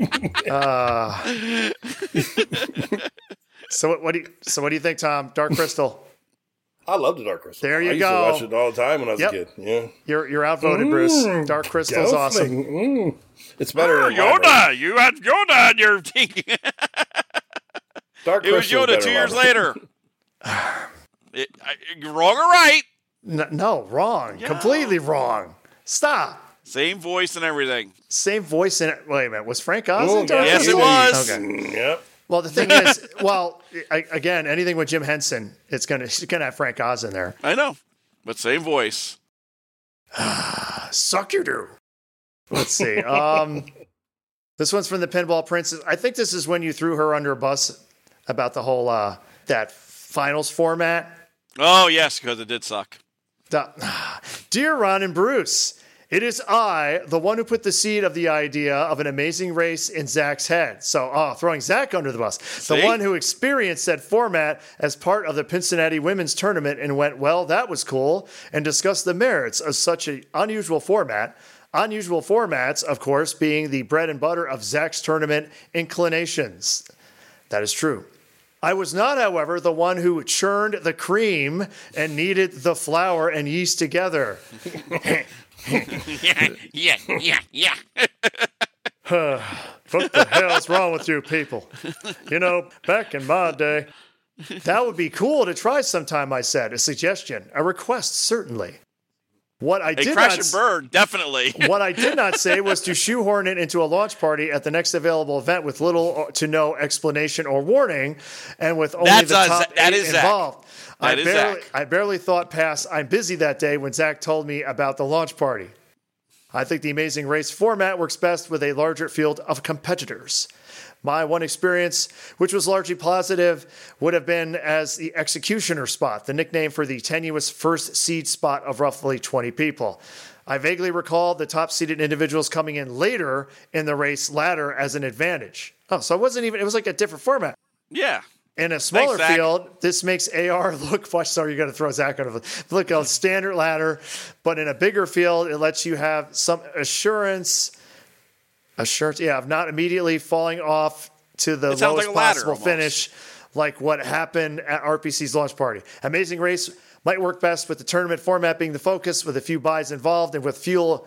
D: Yeah. Uh, so what, what do you? So what do you think, Tom? Dark Crystal.
F: I love the Dark Crystal.
D: There you
F: I used
D: go.
F: to watch it all the time when I was
D: Yep.
F: a kid. Yeah.
D: You're you're
E: Mm.
D: outvoted, Bruce. Dark Crystal's
F: Gelfling.
D: awesome.
F: Mm. It's better than Library.
E: Yoda, you had Yoda in your thinking.
F: Dark
E: It was
F: Crystal's
E: Yoda
F: better
E: two
F: than
E: years
F: Library.
E: later. It, I, you're wrong or right?
D: N- no, wrong. Completely wrong. Stop.
E: Same voice and everything.
D: Same voice in it. Wait a minute. Was Frank Oz in
F: Oh,
D: Dark
F: God.
E: Yes, it
D: Crystal?
E: was.
D: Okay.
F: Mm, Yep.
D: Well, the thing is, well, I, again, anything with Jim Henson, it's gonna it's gonna have Frank Oz in there.
E: I know, but same voice.
D: suck your do. Let's see. Um, this one's from the Pinball Princess. I think this is when you threw her under a bus about the whole uh, that finals format.
E: Oh yes, because it did suck.
D: Da- Dear Ron and Bruce, it is I, the one who put the seed of the idea of an amazing race in Zach's head. So, oh, throwing Zach under the bus.
E: See?
D: The one who experienced said format as part of the Cincinnati women's tournament and went, well, that was cool, and discussed the merits of such an unusual format. Unusual formats, of course, being the bread and butter of Zach's tournament inclinations. That is true. I was not, however, the one who churned the cream and kneaded the flour and yeast together.
E: Yeah, yeah, yeah, yeah.
D: What the hell's wrong with you people? You know, back in my day, that would be cool to try sometime, I said. A suggestion, a request, certainly. What I
E: Hey,
D: did
E: crash
D: not
E: and
D: s-
E: burn, definitely.
D: what I did not say was to shoehorn it into a launch party at the next available event with little to no explanation or warning, and with only
E: That's
D: the
E: us.
D: top
E: That
D: eight
E: is Zach.
D: involved. I
E: That is
D: barely,
E: Zach.
D: I barely thought past I'm busy that day when Zach told me about the launch party. I think the amazing race format works best with a larger field of competitors. My one experience, which was largely positive, would have been as the executioner spot, the nickname for the tenuous first seed spot of roughly 20 people. I vaguely recall the top seeded individuals coming in later in the race ladder as an advantage. Oh, so it wasn't even, it was like a different format.
E: yeah.
D: In a smaller
E: Zach.
D: field, this makes AR look. Watch, sorry, you're going to throw Zach out of it. Look, a standard ladder, but in a bigger field, it lets you have some assurance, assurance, yeah, of not immediately falling off to the
E: It sounds
D: lowest
E: like a ladder
D: possible
E: almost.
D: finish, like what happened at RPC's launch party. Amazing race might work best with the tournament format being the focus, with a few buys involved, and with fuel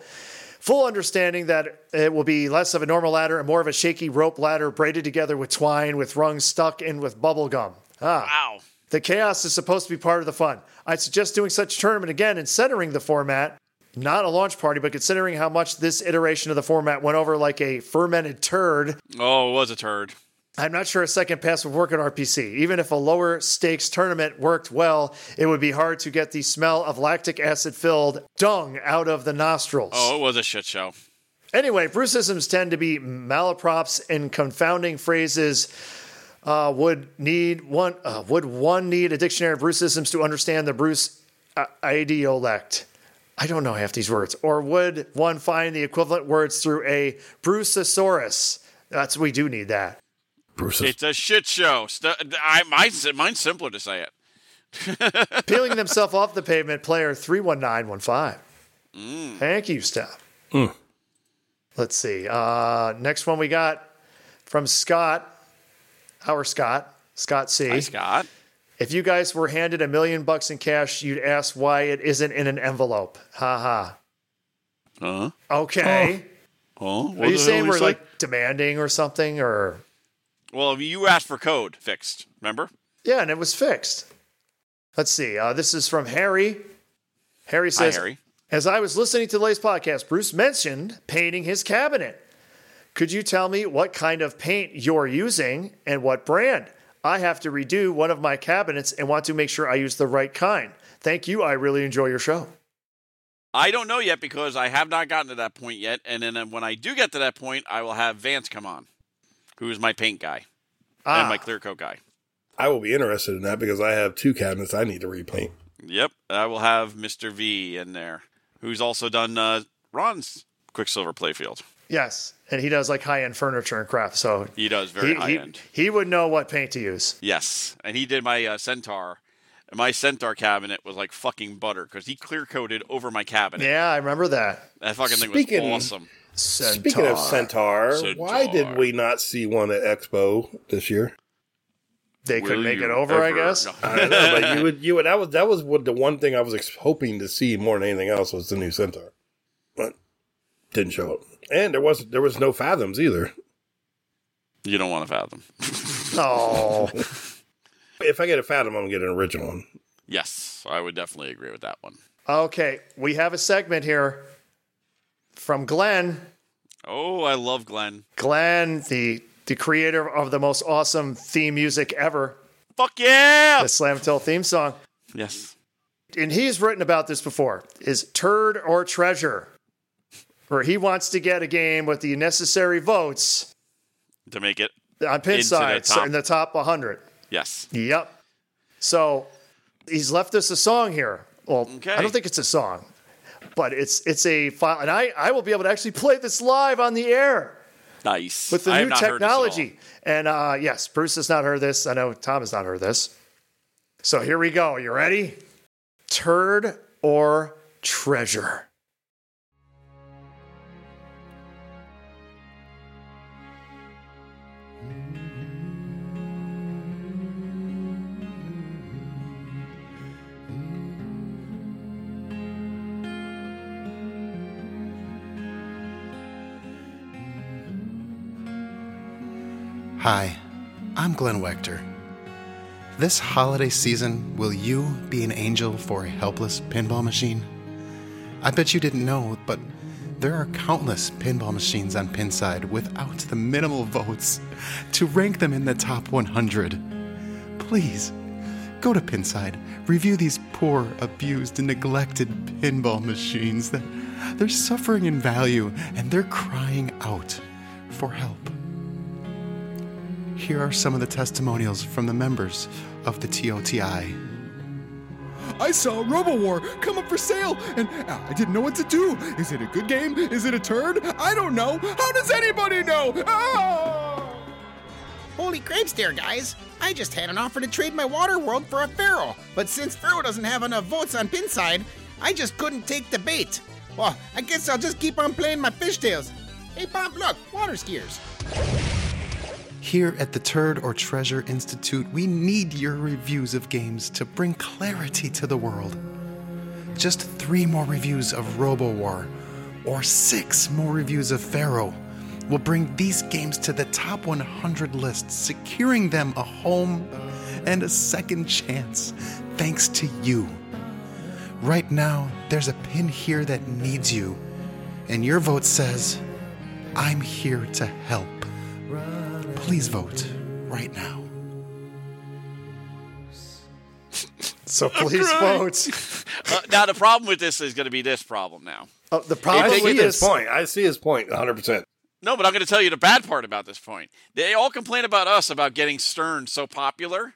D: full understanding that it will be less of a normal ladder and more of a shaky rope ladder braided together with twine with rungs stuck in with bubble gum. Ah,
E: Wow.
D: the chaos is supposed to be part of the fun. I suggest doing such tournament again and centering the format, not a launch party, but considering how much this iteration of the format went over like a fermented turd
E: Oh, it was a turd.
D: I'm not sure a second pass would work at RPC. Even if a lower stakes tournament worked well, it would be hard to get the smell of lactic acid filled dung out of the nostrils.
E: Oh, it was a shit show.
D: Anyway, Bruceisms tend to be malaprops and confounding phrases. Uh, would need one uh, would one need a dictionary of Bruceisms to understand the Bruce uh, idiolect? I don't know half these words. Or would one find the equivalent words through a Bruceosaurus? That's we do need that.
F: Bruce is
E: It's a shit show. St- I, mine's, mine's simpler to say it.
D: peeling themselves off the pavement, player 31915. Thank you, Steph.
E: Mm.
D: Let's see. Uh, next one we got from Scott, our Scott, Scott C.
E: Hi, Scott.
D: If you guys were handed a million bucks in cash, you'd ask why it isn't in an envelope. Ha ha.
E: Huh?
D: Okay.
E: Oh, Huh? uh, What
D: Are
E: the
D: you saying
E: hell
D: we're like demanding or something? Or
E: Well, you asked for code fixed, remember?
D: yeah, and it was fixed. Let's see. Uh, this is from Harry. Harry
E: Hi,
D: says,
E: Harry.
D: As I was listening to today's podcast, Bruce mentioned painting his cabinet. Could you tell me what kind of paint you're using and what brand? I have to redo one of my cabinets and want to make sure I use the right kind. Thank you. I really enjoy your show.
E: I don't know yet because I have not gotten to that point yet. And then uh, when I do get to that point, I will have Vance come on, who is my paint guy and
D: Ah,
E: my clear coat guy.
F: I will be interested in that because I have two cabinets I need to repaint.
E: Yep. I will have Mr. V in there, who's also done uh, Ron's Quicksilver Playfield.
D: yes. And he does like high end furniture and craft. So
E: He does very
D: he,
E: high
D: he,
E: end.
D: he would know what paint to use.
E: Yes. And he did my uh, Centaur. And my Centaur cabinet was like fucking butter because he clear coated over my cabinet.
D: Yeah, I remember that.
E: That fucking thing
F: Speaking-
E: was awesome.
F: Speaking of Centaur,
E: Centaur.
F: why did we not see one at Expo this year?
D: they could
E: Will
D: make it
E: you
D: over, I
E: ever-
D: guess.
E: No.
F: I don't know, but you would you would that was that was what the one thing I was ex- hoping to see more than anything else was the new Centaur, but didn't show up. And there was there was no fathoms either.
E: You don't want to fathom.
D: Oh,
F: If I get a fathom, I'm gonna get an original one.
E: Yes, I would definitely agree with that one.
D: okay. We have a segment here from Glenn.
E: Oh, I love Glenn.
D: Glenn, the the creator of the most awesome theme music ever,
E: Fuck yeah!
D: the Slam Till theme song.
E: Yes.
D: And he's written about this before, is turd or treasure. Where he wants to get a game with the necessary votes
E: To make it.
D: on pin
E: Into the
D: side so
E: top.
D: in the top 100.
E: Yes.
D: Yep. So he's left us a song here. Well,
E: Okay.
D: I don't think it's a song, but it's it's a file, and I I will be able to actually play this live on the air.
E: Nice.
D: with the
E: I have
D: new
E: not heard this at all.
D: technology. And uh, yes, Bruce has not heard this. I know Tom has not heard this. So here we go. You ready? Turd or treasure?
G: Hi, I'm Glenn Wechter. This holiday season, will you be an angel for a helpless pinball machine? I bet you didn't know, but there are countless pinball machines on Pinside without the minimal votes to rank them in the top 100. Please, go to Pinside, review these poor, abused, and neglected pinball machines that they're suffering in value and they're crying out for help. Here are some of the testimonials from the members of the TOTI. I saw RoboWar come up for sale, and I didn't know what to do. Is it a good game? Is it a turd? I don't know. How does anybody know? Ah!
H: Holy crepes there, guys! I just had an offer to trade my water world for a Pharaoh, but since Pharaoh doesn't have enough votes on Pinside, I just couldn't take the bait. Well, I guess I'll just keep on playing my fishtails. Hey, Bob, look, water skiers.
G: Here at the Turd or Treasure Institute, we need your reviews of games to bring clarity to the world. Just three more reviews of RoboWar or six more reviews of Pharaoh will bring these games to the top 100 list, securing them a home and a second chance thanks to you. Right now, there's a pin here that needs you, and your vote says, I'm here to help. Please vote right now.
D: So please vote.
E: Uh, now the problem with this is going to be this problem now.
D: Oh, the
F: I
D: problem
F: see
D: with
F: his
D: this,
F: point. I see his point 100%.
E: No, but I'm going to tell you the bad part about this point. They all complain about us about getting Stern so popular.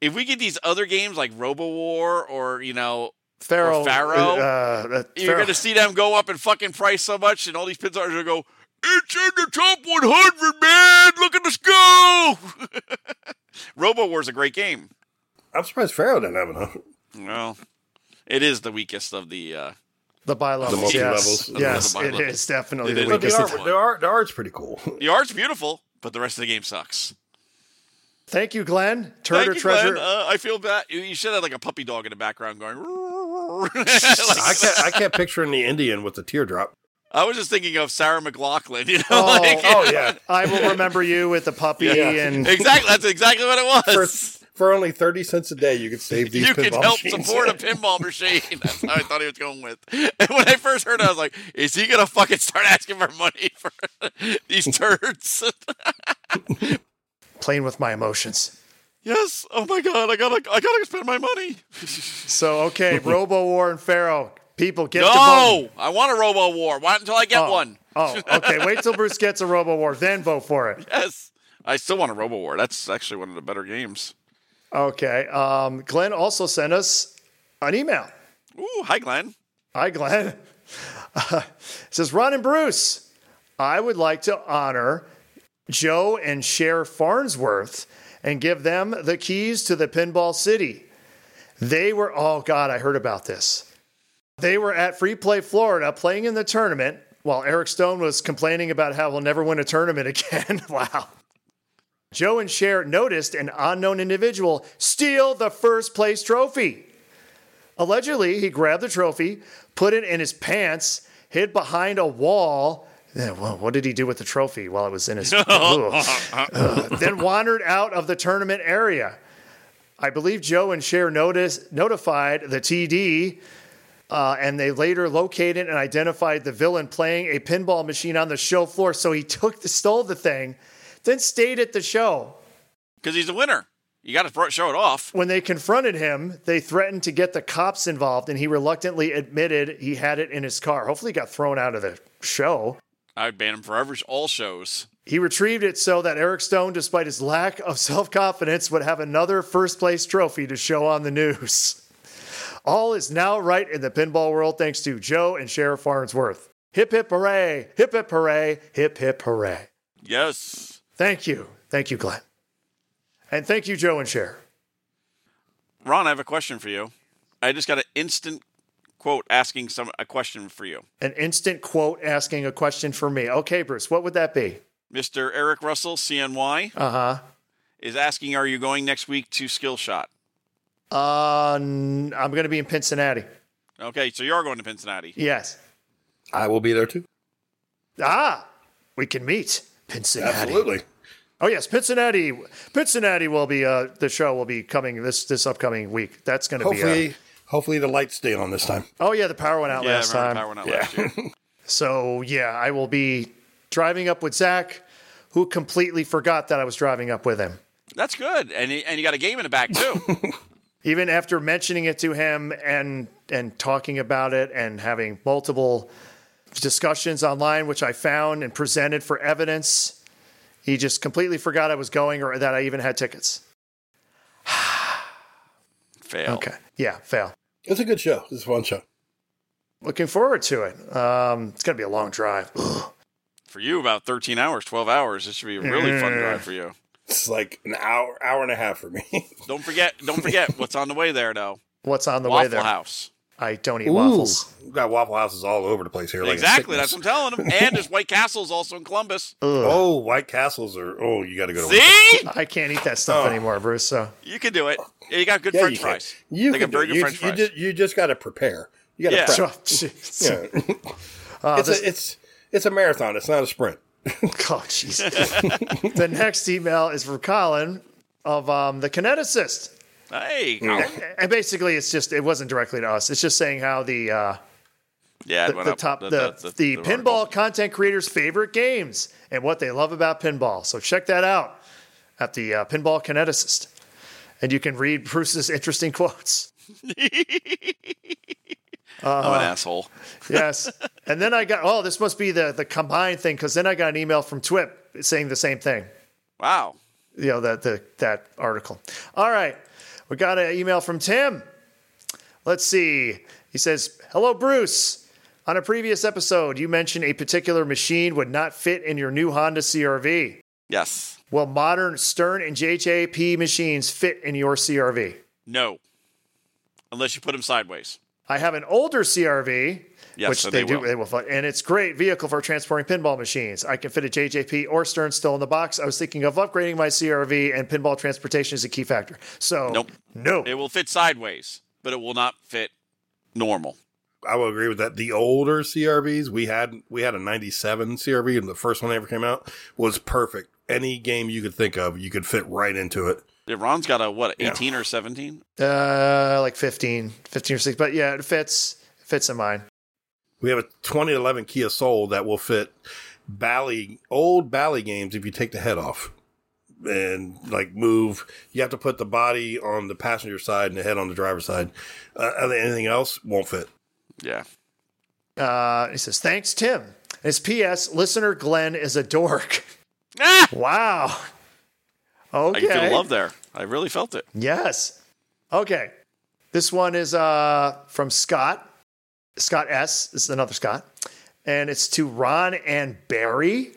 E: If we get these other games like RoboWar or you know,
D: Pharaoh,
E: Or
D: uh,
E: Pharaoh.
D: uh,
E: you're
D: Pharaoh-
E: going to see them go up in fucking price so much, and all these pins are going to go. It's in the top 100, man. Look at us go. RoboWar's a great game.
F: I'm surprised Pharaoh didn't have enough.
E: Well, it is the weakest of the. Uh,
D: the
F: The
D: bi-levels. yes,
F: multi-levels.
D: yes,
E: The
D: it
E: bi-levels.
D: is definitely
E: It
D: the
E: is.
F: But the,
D: weakest.
E: guess
F: art,
E: it's one.
F: the, art, the art's pretty cool.
E: the art's beautiful, but the rest of the game sucks.
D: Thank you, Glenn. Turd
E: Thank
D: or
E: you,
D: treasure.
E: Glenn. Uh, I feel bad. You- You should have like a puppy dog in the background going. like-
F: I kept, I kept picturing the Indian with the teardrop.
E: I was just thinking of Sarah McLaughlin. You know,
D: Oh,
E: like,
F: Oh, yeah.
D: I will remember you with the puppy and
E: exactly. That's exactly what it
F: For,
E: was.
F: for only 30 cents a day, you could save these
E: you can
F: pinball
E: help
F: machines.
E: support a pinball machine. That's how I thought he was going with. And when I first heard, it, I was like, "Is he gonna fucking start asking for money for these turds?"
D: playing with my emotions.
E: yes. Oh my god, I gotta, I gotta spend my money.
D: So okay, Robo War and Pharaoh. People get to vote.
E: No, I want a Robo War. Why until I get one?
D: Oh, okay. Wait till Bruce gets a Robo War, then vote for it.
E: Yes. I still want a Robo War. That's actually one of the better games.
D: Okay. Um, Glenn also sent us an email.
E: Ooh, hi Glenn.
D: Hi, Glenn. it says Ron and Bruce. I would like to honor Joe and Cher Farnsworth and give them the keys to the Pinball City. They were, oh God, I heard about this. They were at Free Play Florida playing in the tournament while Eric Stone was complaining about how he'll never win a tournament again. wow. Joe and Cher noticed an unknown individual steal the first place trophy. Allegedly, he grabbed the trophy, put it in his pants, hid behind a wall. Yeah, well, what did he do with the trophy while it was in his? Ugh. Ugh. then wandered out of the tournament area. I believe Joe and Cher noticed, notified the TD, uh, and they later located and identified the villain playing a pinball machine on the show floor. So he took the, stole the thing, then stayed at the show.
E: Because he's a winner. You got to show it off.
D: When they confronted him, they threatened to get the cops involved, and he reluctantly admitted he had it in his car. Hopefully, he got thrown out of the show.
E: I would ban him forever. All shows.
D: He retrieved it so that Eric Stone, despite his lack of self confidence, would have another first place trophy to show on the news. All is now right in the pinball world thanks to Joe and Sheriff Farnsworth. Hip hip hooray! Hip hip hooray! Hip hip hooray!
E: Yes.
D: Thank you. Thank you, Glenn. And thank you, Joe and Cher.
E: Ron, I have a question for you. I just got an instant quote asking some a question for you.
D: An instant quote asking a question for me. Okay, Bruce, what would that be?
E: Mr. Eric Russell, CNY,
D: Uh
F: Uh-huh.
D: huh.
E: is asking, are you going next week to Skillshot?
D: Uh, n- I'm going to be in Cincinnati.
E: Okay, so you are going to Cincinnati.
D: Yes.
F: I will be there too.
D: Ah, we can meet. Cincinnati.
F: Absolutely.
D: Oh yes, Cincinnati. Cincinnati will be uh, the show will be coming this this upcoming week. That's going to be.
F: Hopefully,
D: Uh,
F: Hopefully the lights stay on this time.
D: Oh yeah, the power went out
E: yeah,
D: last
E: I remember
D: time.
E: Power went out last year.
D: So yeah, I will be driving up with Zach, who completely forgot that I was driving up with him.
E: That's good, and he, and you got a game in the back too.
D: Even after mentioning it to him and and talking about it and having multiple discussions online, which I found and presented for evidence, he just completely forgot I was going or that I even had tickets.
E: Fail.
D: Okay. Yeah, fail.
F: It's a good show. It's a fun show.
D: Looking forward to it. Um, it's gonna be a long drive.
E: For you, about thirteen hours, twelve hours. This should be a really fun drive for you.
F: It's like an hour, hour and a half for me.
E: Don't forget, don't forget what's on the way there though.
D: What's on the way
E: Waffle
D: there?
E: House.
D: I don't eat waffles.
F: We've got Waffle Houses all over the place here. Like a
E: exactly.
F: sickness.
E: That's what I'm telling him. And there's White Castle's also in Columbus.
F: Oh, White Castles are. Oh, you got to go to.
E: See,
D: I can't eat that stuff
F: Oh.
D: anymore, Bruce. So
E: you can do it. Yeah, you got good
F: Yeah,
E: French
F: you can.
E: fries.
F: You
E: they
F: can
E: got very
F: do
E: good
F: it. you,
E: French
F: you
E: fries.
F: ju- you just got to prepare. You got
E: Yeah.
F: to
D: Oh,
F: prep.
D: jeez.
F: Yeah. it's, a, it's it's a marathon. It's not a sprint.
D: Oh, jeez. the next email is from Colin of um, the kineticist.
E: Hey,
F: Mm.
D: And basically, it's just, it wasn't directly to us. It's just saying how the, uh,
E: yeah, it
D: the,
E: went
D: the
E: up.
D: top, the, the, pinball
E: article.
D: content creators' favorite games and what they love about pinball. So check that out at the uh, Pinball Kineticist. And you can read Bruce's interesting quotes.
E: I'm
F: uh,
E: an asshole.
D: Yes. and then I got, oh, this must be the, the combined thing, because then I got an email from Twip saying the same thing.
E: Wow.
D: you know that the that article. All right, we got an email from Tim. Let's see. He says, "Hello, Bruce. On a previous episode, you mentioned a particular machine would not fit in your new Honda CRV.
E: Yes.
D: Will modern Stern and JJP machines fit in your CRV?
E: No. Unless you put them sideways.
D: I have an older CRV."
E: Yes,
D: which
E: so
D: they,
E: they
D: do,
E: will.
D: they will fit, and it's great vehicle for transporting pinball machines. I can fit a JJP or Stern still in the box. I was thinking of upgrading my CRV, and pinball transportation is a key factor. So,
E: Nope.
F: Oh.
D: no,
E: It will fit sideways, but it will not fit normal.
F: I will agree with that. The older CRVs we had, we had a '97 CRV, and the first one that ever came out was perfect. Any game you could think of, you could fit right into it.
E: Yeah, Ron's got a what,
F: Yeah.
E: 18 or 17?
D: Uh, like 15, 15 or 6. But yeah, it fits. It fits in mine.
F: We have a 2011 Kia Soul that will fit Bally old Bally games if you take the head off and like move. You have to put the body on the passenger side and the head on the driver's side. Uh, other- anything else won't fit.
E: Yeah.
D: Uh, he says, thanks, Tim. And His P.S. Listener Glenn is a dork.
E: Ah!
D: Wow.
E: I
D: Okay.
E: can feel love there. I really felt it.
D: Yes. Okay. This one is uh, from Scott. Scott S. This is another Scott. And it's to Ron and Barry.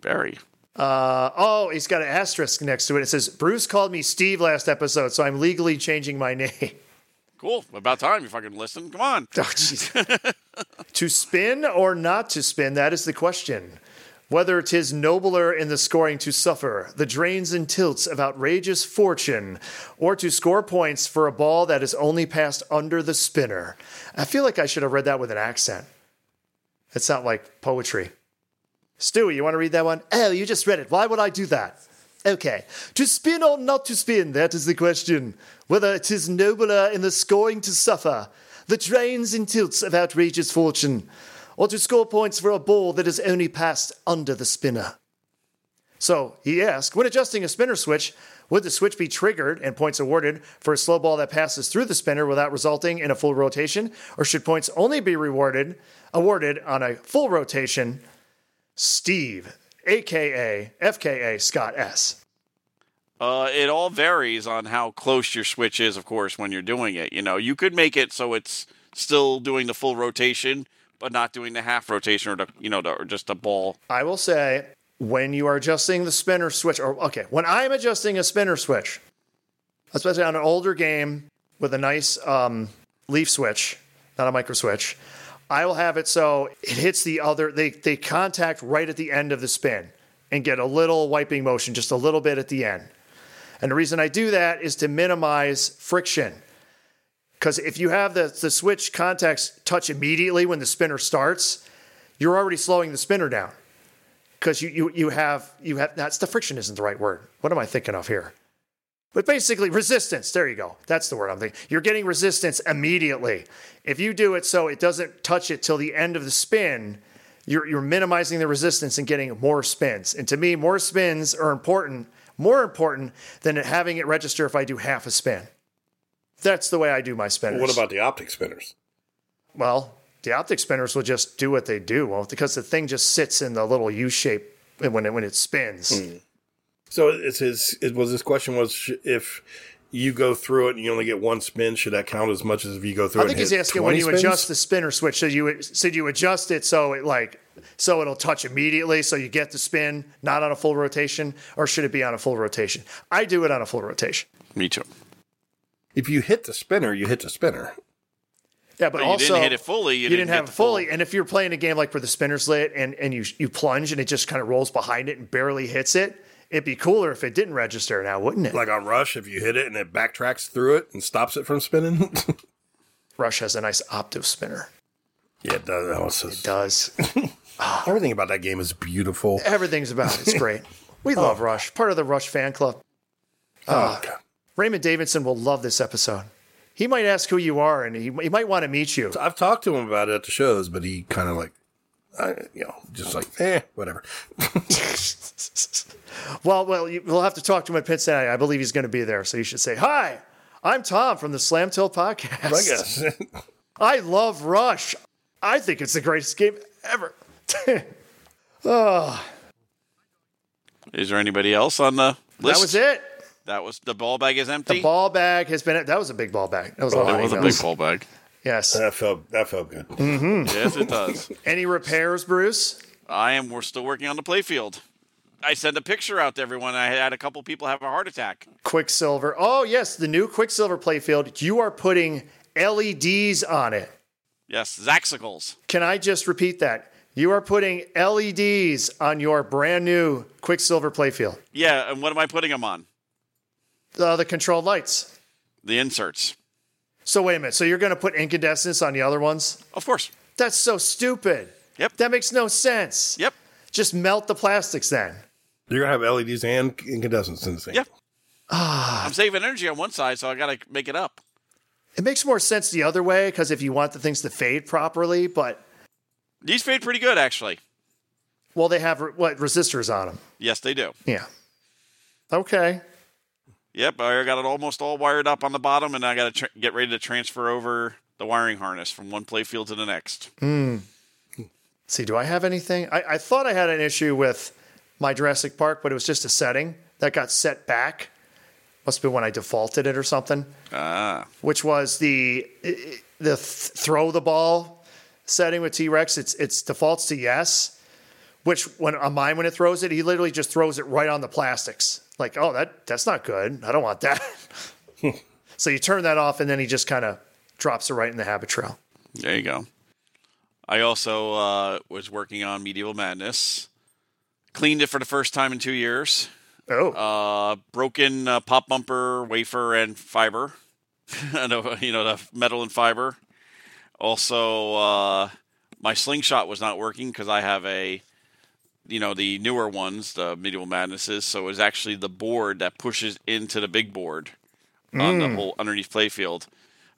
E: Very.
D: Uh, oh, he's got an asterisk next to it. It says, Bruce called me Steve last episode, so I'm legally changing my name.
E: Cool. About time you fucking listen. Come on.
D: Oh, jeez. to spin or not to spin, that is the question. Whether 'tis nobler in the scoring to suffer the drains and tilts of outrageous fortune, or to score points for a ball that is only passed under the spinner. I feel like I should have read that with an accent. It's not like poetry. Stewie, you want to read that one? Oh, you just read it. Why would I do that? Okay. To spin or not to spin, that is the question. Whether it is nobler in the scoring to suffer, the drains and tilts of outrageous fortune, or to score points for a ball that is only passed under the spinner. So he asked, when adjusting a spinner switch, would the switch be triggered and points awarded for a slow ball that passes through the spinner without resulting in a full rotation, or should points only be rewarded awarded on a full rotation? Steve, aka FKA Scott S.
E: Uh, it all varies on how close your switch is, of course, when you're doing it. You know, you could make it so it's still doing the full rotation, but not doing the half rotation or the, you know, the, or just the ball.
D: I will say when you are adjusting the spinner switch, or okay, when I am adjusting a spinner switch, especially on an older game with a nice um, leaf switch, not a micro switch, I will have it so it hits the other. They they contact right at the end of the spin and get a little wiping motion, just a little bit at the end. And the reason I do that is to minimize friction. Because if you have the, the switch contacts touch immediately when the spinner starts, you're already slowing the spinner down. Because you, you you have you have that's the friction isn't the right word. What am I thinking of here? But basically, resistance. There you go. That's the word I'm thinking. You're getting resistance immediately. If you do it so it doesn't touch it till the end of the spin, you're, you're minimizing the resistance and getting more spins. And to me, more spins are important, more important than it having it register if I do half a spin. That's the way I do my spinners.
F: What about the optic spinners?
D: Well, the optic spinners will just do what they do, won't? Because the thing just sits in the little U shape when it when it spins.
F: Hmm. So it's his. It was his question was sh- if you go through it and you only get one spin, should that count as much as if you go through?
D: I
F: it
D: think
F: and
D: he's
F: hit
D: asking when
F: 20
D: you
F: spins?
D: adjust the spinner switch. So you so you adjust it so it like so it'll touch immediately, so you get the spin not on a full rotation, or should it be on a full rotation? I do it on a full rotation.
E: Me too.
F: If you hit the spinner, you hit the spinner.
D: Yeah, but,
E: But you
D: also
E: didn't hit it fully, you
D: You,
E: didn't
D: didn't
E: get
D: have
E: the
D: it fully,
E: full-
D: and if you're playing a game like where the spinner's lit and and you you plunge and it just kind of rolls behind it and barely hits it, it'd be cooler if it didn't register now, wouldn't it?
F: Like on Rush, if you hit it and it backtracks through it and stops it from spinning.
D: Rush has a nice octave spinner.
F: yeah, it does. That was so-
D: Does
F: everything about that game is beautiful.
D: everything's about it. It's great. We
E: Oh.
D: love Rush. Part of the Rush fan club.
F: Oh, God.
D: Raymond Davidson will love this episode. He might ask who you are and he, he might want to meet you.
F: I've talked to him about it at the shows, but he kind of like, I, you know, just like, eh, whatever.
D: Well, well, you, we'll have to talk to him at Pitt Saturday. I believe he's going to be there. So you should say, Hi, I'm Tom from the Slam Till Podcast.
F: I guess.
D: I love Rush. I think it's the greatest game ever. oh,
E: Is there anybody else on the
D: that
E: list?
D: was it.
E: That was the ball bag is empty.
D: The ball bag has been, that was a big ball bag. That was, a, lot
E: That
D: of
E: was a
D: emails.
E: big ball bag.
D: Yes.
F: that felt that felt good.
E: yes, it does.
D: Any repairs, Bruce?
E: I am. We're still working on the playfield. I sent a picture out to everyone. I had a couple people have a heart attack.
D: Quicksilver. Oh, yes, the new Quicksilver playfield. You are putting LEDs on it.
E: Yes, Zaxicles.
D: Can I just repeat that? You are putting LEDs on your brand new Quicksilver playfield.
E: Yeah, and what am I putting them on?
D: Uh, the controlled lights.
E: The inserts,
D: So wait a minute. So you're going to put incandescence on the other ones?
E: of course.
D: That's so stupid.
E: Yep.
D: That makes no sense.
E: Yep.
D: Just melt the plastics then.
F: You're gonna have LEDs and incandescents in the same.
E: Yep. I'm saving energy on one side, so I got to make it up.
D: It makes more sense the other way because if you want the things to fade properly, but
E: These fade pretty good, actually.
D: well, they have re- what resistors on them.
E: Yes, they do.
D: Yeah. Okay.
E: Yep, I got it almost all wired up on the bottom, and I got to tr- get ready to transfer over the wiring harness from one playfield to the next.
D: see, do I have anything? I, I thought I had an issue with my Jurassic Park, but it was just a setting that got set back. Must be when I defaulted it or something.
E: Ah,
D: Which was the the th- throw the ball setting with T Rex. It's it's defaults to yes. Which when on mine when it throws it, he literally just throws it right on the plastics. Like, oh that that's not good. I don't want that. so you turn that off, and then he just kind of drops it right in the habit trail.
E: there you go. I also uh, was working on Medieval Madness. Cleaned it for the first time in two years.
D: Oh,
E: uh, broken uh, pop bumper, wafer, and fiber. and, uh, you know, the metal and fiber. Also, uh, my slingshot was not working because I have a, you know, the newer ones, the Medieval Madnesses. So it was actually the board that pushes into the big board on the whole underneath playfield.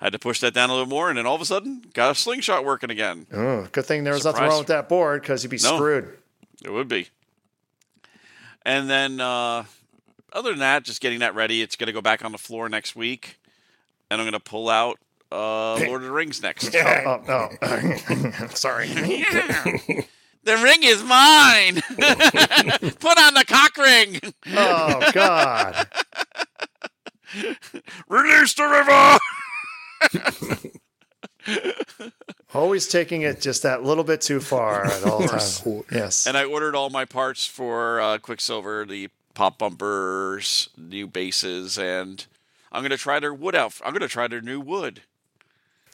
E: I had to push that down a little more, and then all of a sudden, got a slingshot working again.
D: oh, good thing there was nothing wrong
E: Surprise.
D: with that board because you'd be
E: No.
D: screwed.
E: It would be. And then, uh, other than that, just getting that ready. It's going to go back on the floor next week, and I'm going to pull out uh, Lord of the Rings next.
D: Oh, oh. sorry.
E: The ring is mine. Put on the cock ring.
D: Oh God.
E: Release the river.
D: Always taking it just that little bit too far at all times. Yes.
E: And I ordered all my parts for uh, Quicksilver, the pop bumpers, new bases, and I'm going to try their wood out. I'm going to try their new wood.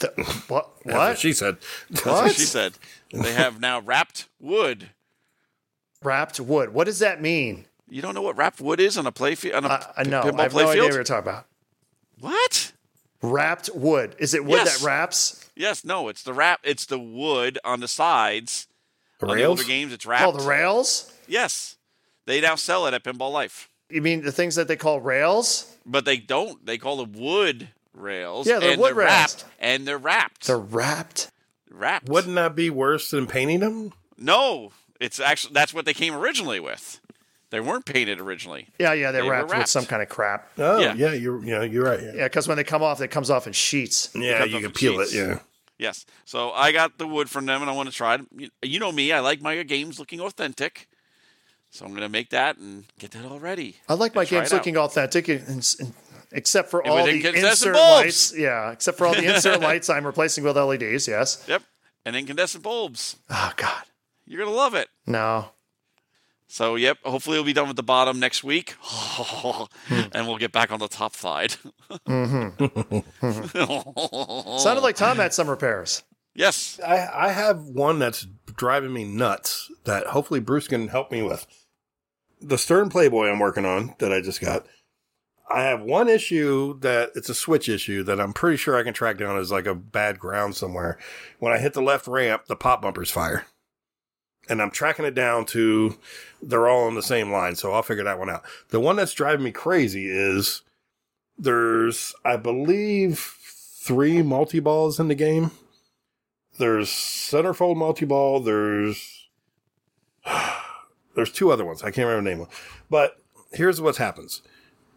D: Th- what?
F: That's what?
D: What?
F: she said.
E: That's
D: What?
E: what she said. They have now wrapped wood.
D: Wrapped wood. What does that mean?
E: You don't know what wrapped wood is on a playfield? On a
D: I, I know.
E: pinball
D: I have no
E: playfield?
D: idea what you're talking about.
E: What?
D: Wrapped wood. Is it wood
E: Yes.
D: that wraps?
E: Yes, no, it's the wrap. It's the wood on the sides.
F: The
E: On the older
F: rails.
E: games, it's wrapped.
D: Oh, the rails.
E: Yes, they now sell it at Pinball Life.
D: You mean the things that they call rails?
E: but they don't. They call them wood rails.
D: Yeah, they're
E: and
D: wood
E: they're
D: rails.
E: Wrapped, and they're wrapped.
D: They're wrapped.
E: wrapped.
F: Wouldn't that be worse than painting them?
E: No, it's actually that's what they came originally with. They weren't painted originally.
D: Yeah, yeah, they're
E: They were
D: wrapped, with
E: wrapped.
D: some kind of crap.
F: Oh,
E: Yeah.
F: yeah, you're yeah, you're right. Yeah,
D: Yeah, because when they come off, it comes off in sheets.
F: yeah you
E: off
F: can
E: the
F: peel
E: sheets.
F: it. Yeah.
E: Yes. So I got the wood from them, and I want to try it. You- You know me; I like my games looking authentic. So I'm gonna make that and get that all ready.
D: I like my
E: and try
D: games
E: it out.
D: looking authentic, and, and- except for
E: And
D: all
E: with
D: the
E: incandescent
D: insert
E: bulbs.
D: lights. Yeah, except for all the insert lights I'm replacing with LEDs. Yes.
E: Yep. And incandescent bulbs.
D: Oh God,
E: You're gonna love it.
D: no.
E: So yep. Hopefully we'll be done with the bottom next week,
D: Hmm.
E: and we'll get back on the top side.
D: Mm-hmm. Sounded like Tom
E: Mm.
D: had some repairs.
E: Mm-hmm. yes.
F: I I have one that's driving me nuts that hopefully Bruce can help me with. The Stern Playboy I'm working on that I just got. I have one issue that it's a switch issue that I'm pretty sure I can track down as like a bad ground somewhere. When I hit the left ramp, the pop bumpers fire. And I'm tracking it down to they're all on the same line, so I'll figure that one out. The one that's driving me crazy is there's I believe three multi balls in the game there's centerfold multi-ball there's there's two other ones i can't remember the name of them. but here's what happens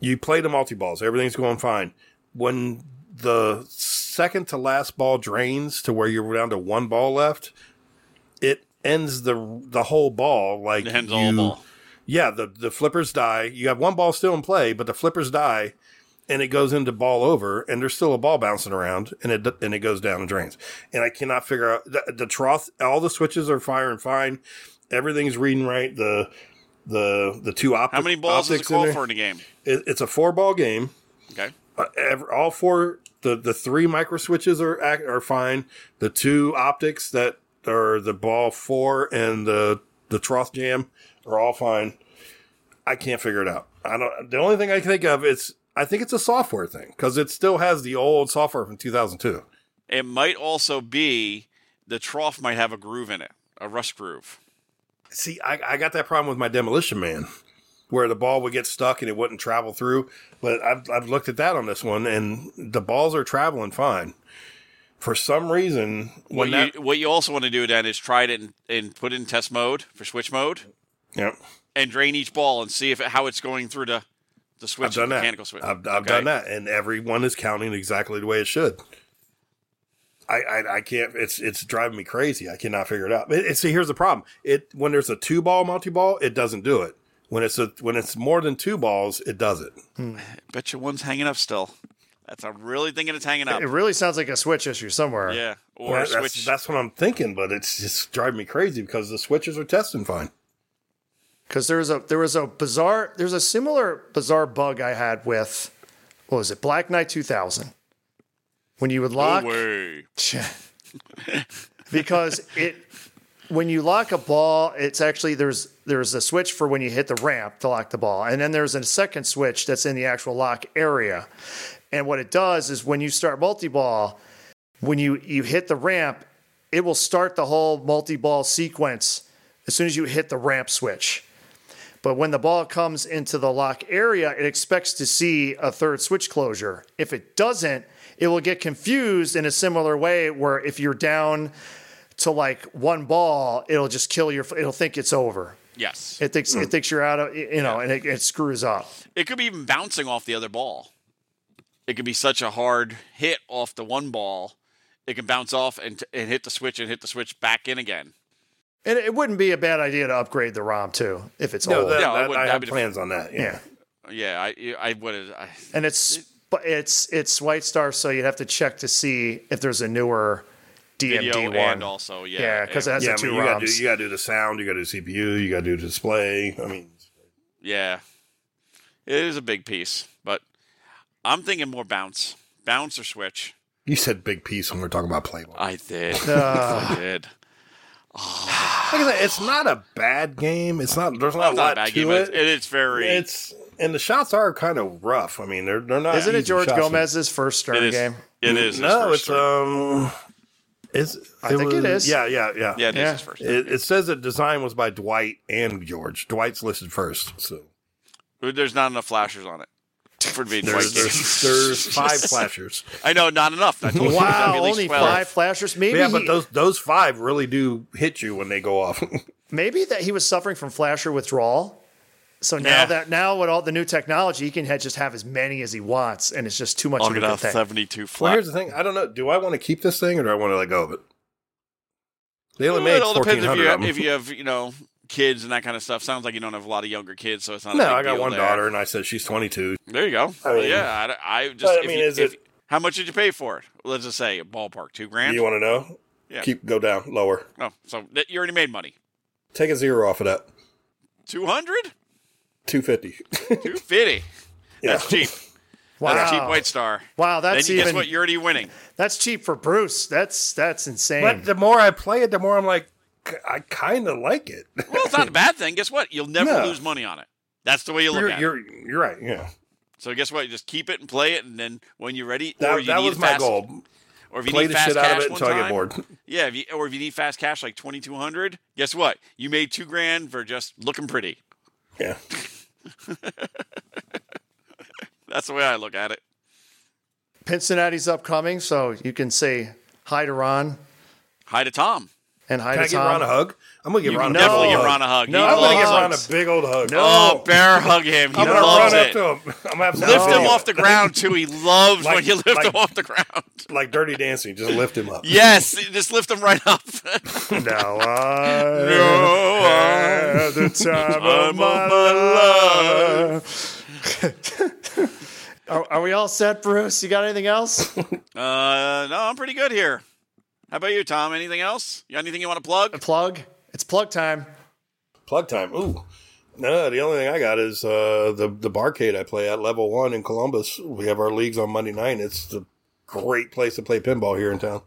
F: you play the multi-balls everything's going fine when the second to last ball drains to where you're down to one ball left it ends the the whole ball like
E: It ends
F: you,
E: all ball.
F: yeah the the flippers die you have one ball still in play but the flippers die and it goes into ball over and there's still a ball bouncing around and it and it goes down and drains and i cannot figure out the, the trough all the switches are firing fine everything's reading right the the the two opti-
E: How many balls does it
F: optics in
E: call
F: there-
E: for in a game?
F: it- it's a four ball game
E: Okay.
F: uh, ev- all four the the three micro switches are ac- are fine. The two optics that are the ball four and the the trough jam are all fine. I can't figure it out. I don't. The only thing I can think of is I think it's a software thing because it still has the old software from 2002.
E: It might also be the trough might have a groove in it, a rust groove.
F: See, I, I got that problem with my demolition man, where the ball would get stuck and it wouldn't travel through. But I've I've looked at that on this one, and the balls are traveling fine. For some reason,
E: What
F: when
E: you,
F: that,
E: what you also want to do then is try it and, and put it in test mode for switch mode
F: Yep.
E: and drain each ball and see if it, how it's going through the the switch
F: I've done
E: the
F: that.
E: mechanical switch.
F: I've, I've
E: Okay.
F: done that, and everyone is counting exactly the way it should. I, I I can't. It's it's driving me crazy. I cannot figure it out. But it, see, here's the problem. It when there's a two ball multi ball, it doesn't do it. When it's a when it's more than two balls, it does it.
E: Bet you one's hanging up still. That's I'm really thinking it's hanging up.
D: It really sounds like a switch issue somewhere.
E: Yeah, or
F: Well,
E: a
F: that's,
E: switch.
F: that's what I'm thinking, but it's just driving me crazy because the switches are testing fine.
D: because there was a there was a bizarre there's a similar bizarre bug I had with what was it Black Knight 2000 when you would lock
E: no way.
D: because it when you lock a ball it's actually there's there's a switch for when you hit the ramp to lock the ball and then there's a second switch that's in the actual lock area and what it does is when you start multi-ball when you you hit the ramp it will start the whole multi-ball sequence as soon as you hit the ramp switch but when the ball comes into the lock area, it expects to see a third switch closure. If it doesn't, it will get confused in a similar way where if you're down to like one ball, it'll just kill your, it'll think it's over.
E: Yes,
D: It thinks,
F: Hmm.
D: it thinks you're out of, you know, and it, it screws up.
E: it could be even bouncing off the other ball. It could be such a hard hit off the one ball, it can bounce off and, and hit the switch and hit the switch back in again.
D: And it wouldn't be a bad idea to upgrade the ROM too, if it's
F: No,
D: old.
F: that,
E: Yeah, I
F: Oh, that-
E: wouldn't-
F: I
E: that'd
F: have
E: be the-
F: plans on that. Yeah.
D: yeah.
E: Yeah, I I would have. I,
D: And it's, but it's, it's White Star. So you'd have to check to see if there's a newer DMD
E: video
D: one.
E: and also yeah,
D: yeah. Cause it has
F: Yeah,
D: the
F: I mean,
D: two
F: you gotta, do,
D: ROMs.
F: you gotta do the sound, you gotta do CPU, you gotta do the display. I mean,
E: yeah, it is a big piece. But I'm thinking more bounce, bounce or switch.
F: you said big piece when we we're talking about Playboy.
E: I did,
F: Uh,
E: I did.
F: Like I said, it's not a bad game. It's not. There's not
E: It's
F: a lot
E: not a bad
F: to
E: game. but
F: it.
E: It's, it's very.
F: It's and the shots are kind of rough. I mean, they're they're not.
D: Isn't it
F: easy
D: George
F: shots.
D: Gomez's first Stern
E: it is.
D: game?
E: It is. his
F: No,
E: first
F: it's
E: turn.
F: um. Is I
D: think it is.
F: Yeah, yeah, yeah.
E: yeah, it is
D: yeah.
E: his first.
F: It, it says that design was by Dwight and George. Dwight's listed first, so
E: There's not enough flashers on it for being
F: There's,
E: white game.
F: there's, there's five flashers.
E: I know, not enough. I told you there's
D: Wow,
E: gotta be at least
D: only
E: 12.
D: five flashers. Maybe
F: yeah, but
D: he-
F: those those five really do hit you when they go off.
D: maybe that he was suffering from flasher withdrawal. So now
E: Yeah.
D: that now with all the new technology, he can ha- just have as many as he wants, and it's just too much
E: I'll
D: of a
E: get
D: good
E: out
D: thing.
E: 72 flat.
F: well, here's the thing. I don't know. Do I want to keep this thing or do I want to let go of it? They only
E: Well,
F: made
E: it all
F: fourteen
E: depends if you,
F: hundred of
E: have,
F: them.
E: if you have, you know, kids and that kind of stuff. Sounds like you don't have a lot of younger kids, so it's not. a
F: no,
E: big
F: I got
E: deal
F: one
E: there.
F: daughter, and I said she's twenty-two.
E: There you go.
F: I mean-
E: yeah, I, I just.
F: But, I
E: if
F: mean,
E: you-
F: is
E: if-
F: it-
E: How much did you pay for it? Let's just say ballpark two grand.
F: You want to know?
E: Yeah.
F: Keep go down lower.
E: oh, so that- you already made money.
F: Take a zero off of that.
E: Two hundred.
F: Two fifty.
E: Two fifty. That's cheap.
D: Wow,
E: That's cheap White Star.
D: Wow, that's
E: then you guess
D: even-
E: what? You're already winning.
D: that's cheap for Bruce. That's that's insane.
F: But the more I play it, the more I'm like, "K- I kind of like it.
E: Well, it's not a bad thing. Guess what? You'll never
F: No.
E: lose money on it. That's the way you look
F: you're,
E: at it.
F: you're you're right. Yeah,
E: So guess what? You just keep it and play it, and then when you're ready, or
F: that,
E: you
F: that
E: need
F: was
E: a
F: my
E: fast-
F: goal.
E: Or if you
F: Play
E: need
F: the
E: fast
F: shit out of
E: cash
F: it
E: one
F: until I get
E: time,
F: bored.
E: Yeah, if you, or if you need fast cash like twenty two hundred, guess what? You made two grand for just looking pretty.
F: Yeah,
E: That's the way I look at it.
D: Cincinnati's upcoming, so you can say hi to Ron
E: Hi to Tom.
D: and hi
F: can I
D: to
F: give
D: Tom.
F: Ron a hug? I'm gonna give
E: You
F: Ron
E: can
F: a
E: definitely
F: big
E: give
F: old
E: Ron a hug.
D: No,
E: He
F: I'm gonna
E: loves
F: give Ron
E: hugs.
F: a big old hug.
E: Oh, bear hug him. He
F: I'm gonna
E: loves
F: run
E: it.
F: up to him. I'm gonna have to
E: Lift
F: video
E: him
F: it.
E: off the ground too. He loves
F: Like-
E: when you lift
F: like-
E: him off the ground.
F: like Dirty Dancing. Just lift him up.
E: Yes, just lift him right up.
D: Now I
E: no, uh,
D: had the time
E: I'm
D: of my
E: on my life.
D: life. are, are we all set, Bruce? You got anything else?
E: Uh, no, I'm pretty good here. How about you, Tom? Anything else? You got anything you want to plug?
D: plug. It's plug time.
F: Plug time. Ooh. No, the only thing I got is uh, the the barcade I play at level one in Columbus. We have our leagues on Monday night. It's a great place to play pinball here in town.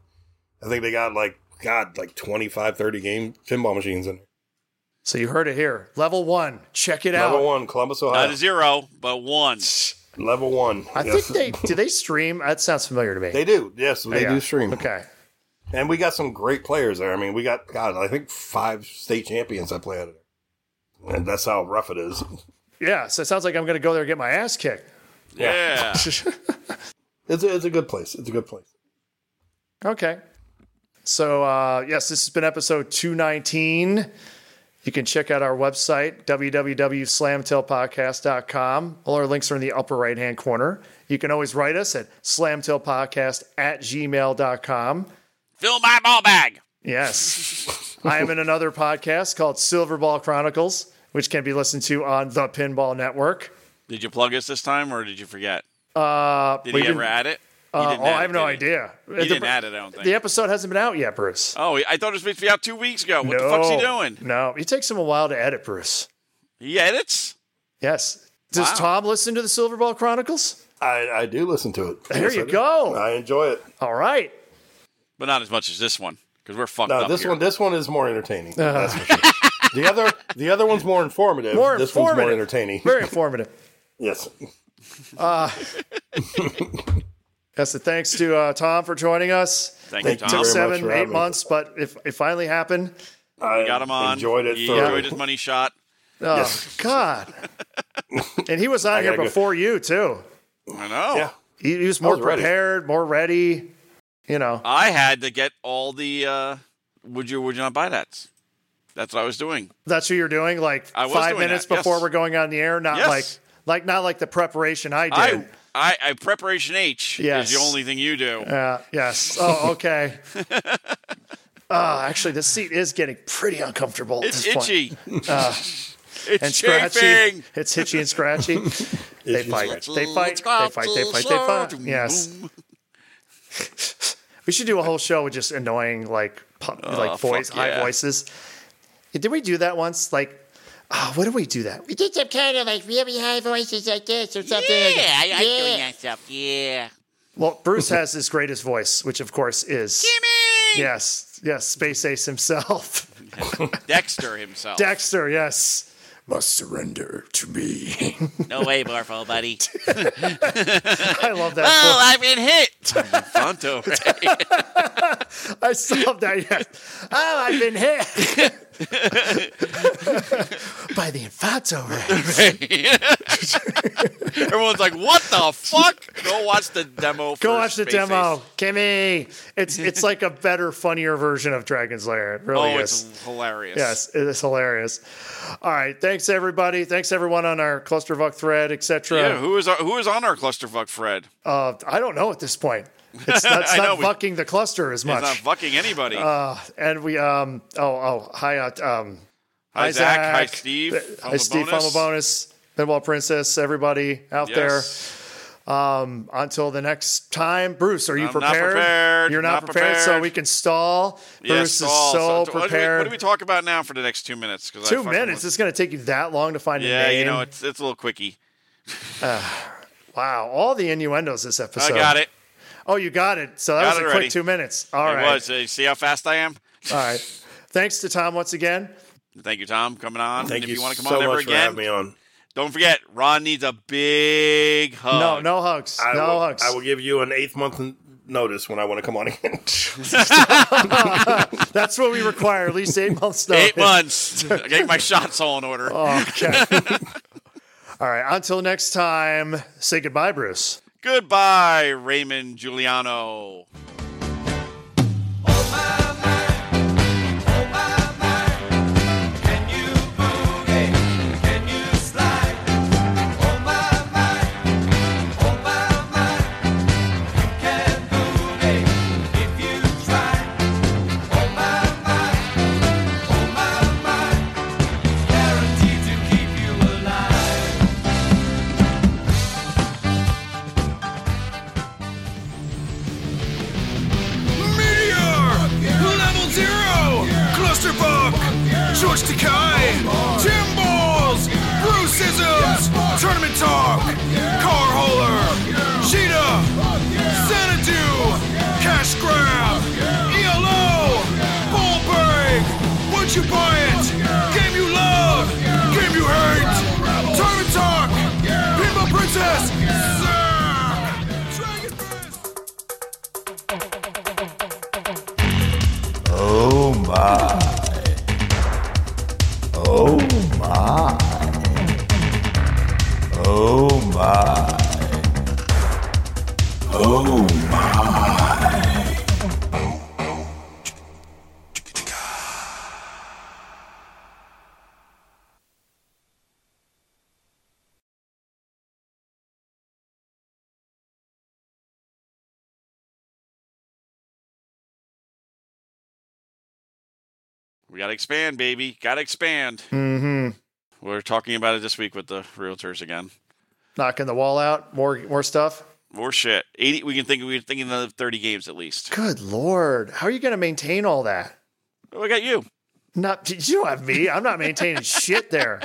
F: I think they got like God, like 25, 30 game pinball machines in
D: So you heard it here. Level one. Check it
F: there. Level
D: out.
F: one, Columbus,
E: Not
F: Ohio.
E: a zero, but one.
F: level one.
D: I
F: Yes.
D: think they do they stream. That sounds familiar to me.
F: they do. Yes, they
D: Yeah.
F: do stream.
D: Okay.
F: And we got some great players there. I mean, we got God, I think five state champions that play at it. And that's how rough it is.
D: Yeah. So it sounds like I'm going to go there and get my ass kicked.
E: Yeah.
F: It's a, it's a good place. It's a good place.
D: Okay. So, uh, yes, this has been episode 219. You can check out our website, www.slamtailpodcast.com. All our links are in the upper right hand corner. You can always write us at slamtailpodcast at gmail.com.
E: Fill my ball bag.
D: Yes. I am in another podcast called Silverball Chronicles, which can be listened to on the Pinball Network.
E: Did you plug us this time, or did you forget?
D: Uh,
E: Did
D: we
E: he
D: didn't-
E: ever add it? He
D: uh,
E: didn't
D: oh,
E: add
D: I
E: it,
D: have no
E: did he?
D: idea.
E: He didn't add it, I don't think.
D: The episode hasn't been out yet, Bruce.
E: Oh, I thought it was supposed to be out two weeks ago. What the fuck's he doing?
D: No, it takes him a while to edit, Bruce.
E: He edits?
D: Yes. Does
E: Wow.
D: Tom listen to the Silverball Chronicles?
F: I, I do listen to it.
D: There
F: Yes,
D: you
F: I do.
D: go.
F: I enjoy it.
D: All right.
E: But not as much as this one, because we're fucked
F: No,
E: up
F: this
E: here.
F: one this one is more entertaining.
D: Uh-huh.
F: That's for sure. the other the other one's more informative.
D: More
F: this one's more
D: informative.
F: entertaining.
D: Very informative.
F: yes.
D: Yes, and thanks to uh, Tom for joining us.
E: Thank,
F: Thank
E: you, Tom.
F: you very much.
D: Seven,
F: for
D: eight
F: having me.
D: months, but if it finally happened.
F: I
E: Got him on.
F: Enjoyed it.
E: He
F: thoroughly.
E: enjoyed his money shot.
D: Oh, God. and he was on here
F: gotta go.
D: before you, too.
E: I know.
F: Yeah.
D: He, he was more
F: was ready.
D: prepared, more ready. You know,
E: I had to get all the uh, would you would you not buy that? That's what I was doing.
D: that's what you're doing. Like
E: I was
D: five
E: doing
D: minutes
E: that,
D: before
E: yes.
D: we're going on the air. Not
E: Yes.
D: like, like, not like the preparation I did.
E: I, I I preparation H
D: Yes. Uh,
E: is the only thing you do.
D: Yeah. Yes. Oh, okay. Oh, actually, this seat is getting pretty uncomfortable. at
E: It's
D: this point. Uh,
E: itchy.
D: and
E: it's
D: scratchy.
E: chafing.
D: It's hitchy and scratchy. they fight. They fight. They fight. They fight. They fight. Yes. We should do a whole show with just annoying like pu- like voice
E: Oh, fuck
D: high
E: yeah.
D: voices. Did we do that once? Like, ah, what did we do that?
I: We did some kind of like really high voices like this or something. Yeah, like I, I'm doing that stuff. Yeah.
D: Well, Bruce has his greatest voice, which of course is Yes, yes, Space Ace himself,
E: Dexter himself.
D: Dexter. Yes, must surrender to me.
I: No way, Barfo, buddy.
D: I love that. voice.
I: I've been hit.
E: Fonto.
D: I love that. Yes. Oh, I've been hit. by the Infanto Ranks.
E: Everyone's like, "What the fuck?" Go watch the demo.
D: Go
E: for
D: watch the
E: Space
D: demo,
E: Ace.
D: Kimmy. It's it's like a better, funnier version of Dragon's Lair. It really
E: Oh,
D: is.
E: it's hilarious.
D: Yes, it is hilarious. All right, thanks everybody. Thanks everyone on our clusterfuck thread,
E: Yeah.
D: etc.
E: Who is who is on our clusterfuck, Fred?
D: Uh, I don't know at this point. It's not, it's
E: I know,
D: not
E: we-
D: fucking the cluster as
E: It's not
D: much.
E: fucking anybody.
D: Uh, and we um oh oh hi uh, um
E: hi Zach. Hi
D: Isaac.
E: Steve.
D: hi
E: Fumble
D: Steve
E: bonus.
D: Fumble Bonus, Pinball Princess, everybody out there.
E: Yes.
D: Um, until the next time, Bruce, are you
E: I'm not
D: prepared?
E: prepared.
D: You're not,
E: Not
D: prepared, so
E: prepared.
D: we can stall.
E: Yes,
D: Bruce
E: all.
D: is so
E: what do we-
D: prepared.
E: What do, we, talk about now for the next two minutes? 'Cause I
D: Two
E: fucking
D: minutes.
E: was-
D: It's going to take you that long to find a
E: Yeah,
D: name.
E: you know it's it's a little quickie.
D: wow, all the innuendos this episode.
E: I got it.
D: Oh, you got it. So that
E: Got
D: was a
E: it
D: quick
E: already.
D: two minutes. All
E: It
D: right.
E: was. Uh, you see how fast I am?
D: All right. Thanks to Tom once again.
E: Thank you, Tom, coming on.
F: Thank
E: if
F: you,
E: you, want to come
F: so
E: on ever
F: much for
E: again,
F: having me on.
E: don't forget Ron needs a big hug.
D: No, no hugs.
F: Uh, I
D: no
F: will,
D: hugs.
F: I will give you an eighth month n- notice when I want to come on again.
D: That's what we require. At least eight months. notice.
E: Eight months. I get my shots all in order.
D: Okay. All right. Until next time, say goodbye, Bruce.
E: Goodbye, Raymond Giuliano.
J: Meteor! Level Zero! Clusterfuck! George Takai! Tim Balls! Bruce Scissors! Tournament Talk! Car Hauler! Cheetah! Xanadu! Cash Grab! E ELO! Ballberg! Would you buy it? Game you love! Game you hate! Tournament Talk! Pinball Princess! Zack! Dragon Fist! Oh, Oh, Oh,
E: We got to expand, baby. Got to expand.
D: Mm-hmm.
E: We're talking about it this week with the realtors again.
D: Knocking the wall out. More more stuff.
E: More shit. Eighty. We can think. We're thinking another thirty games at least.
D: Good lord. How are you going to maintain all that?
E: Oh, I got you.
D: Not you don't have me. I'm not maintaining shit there.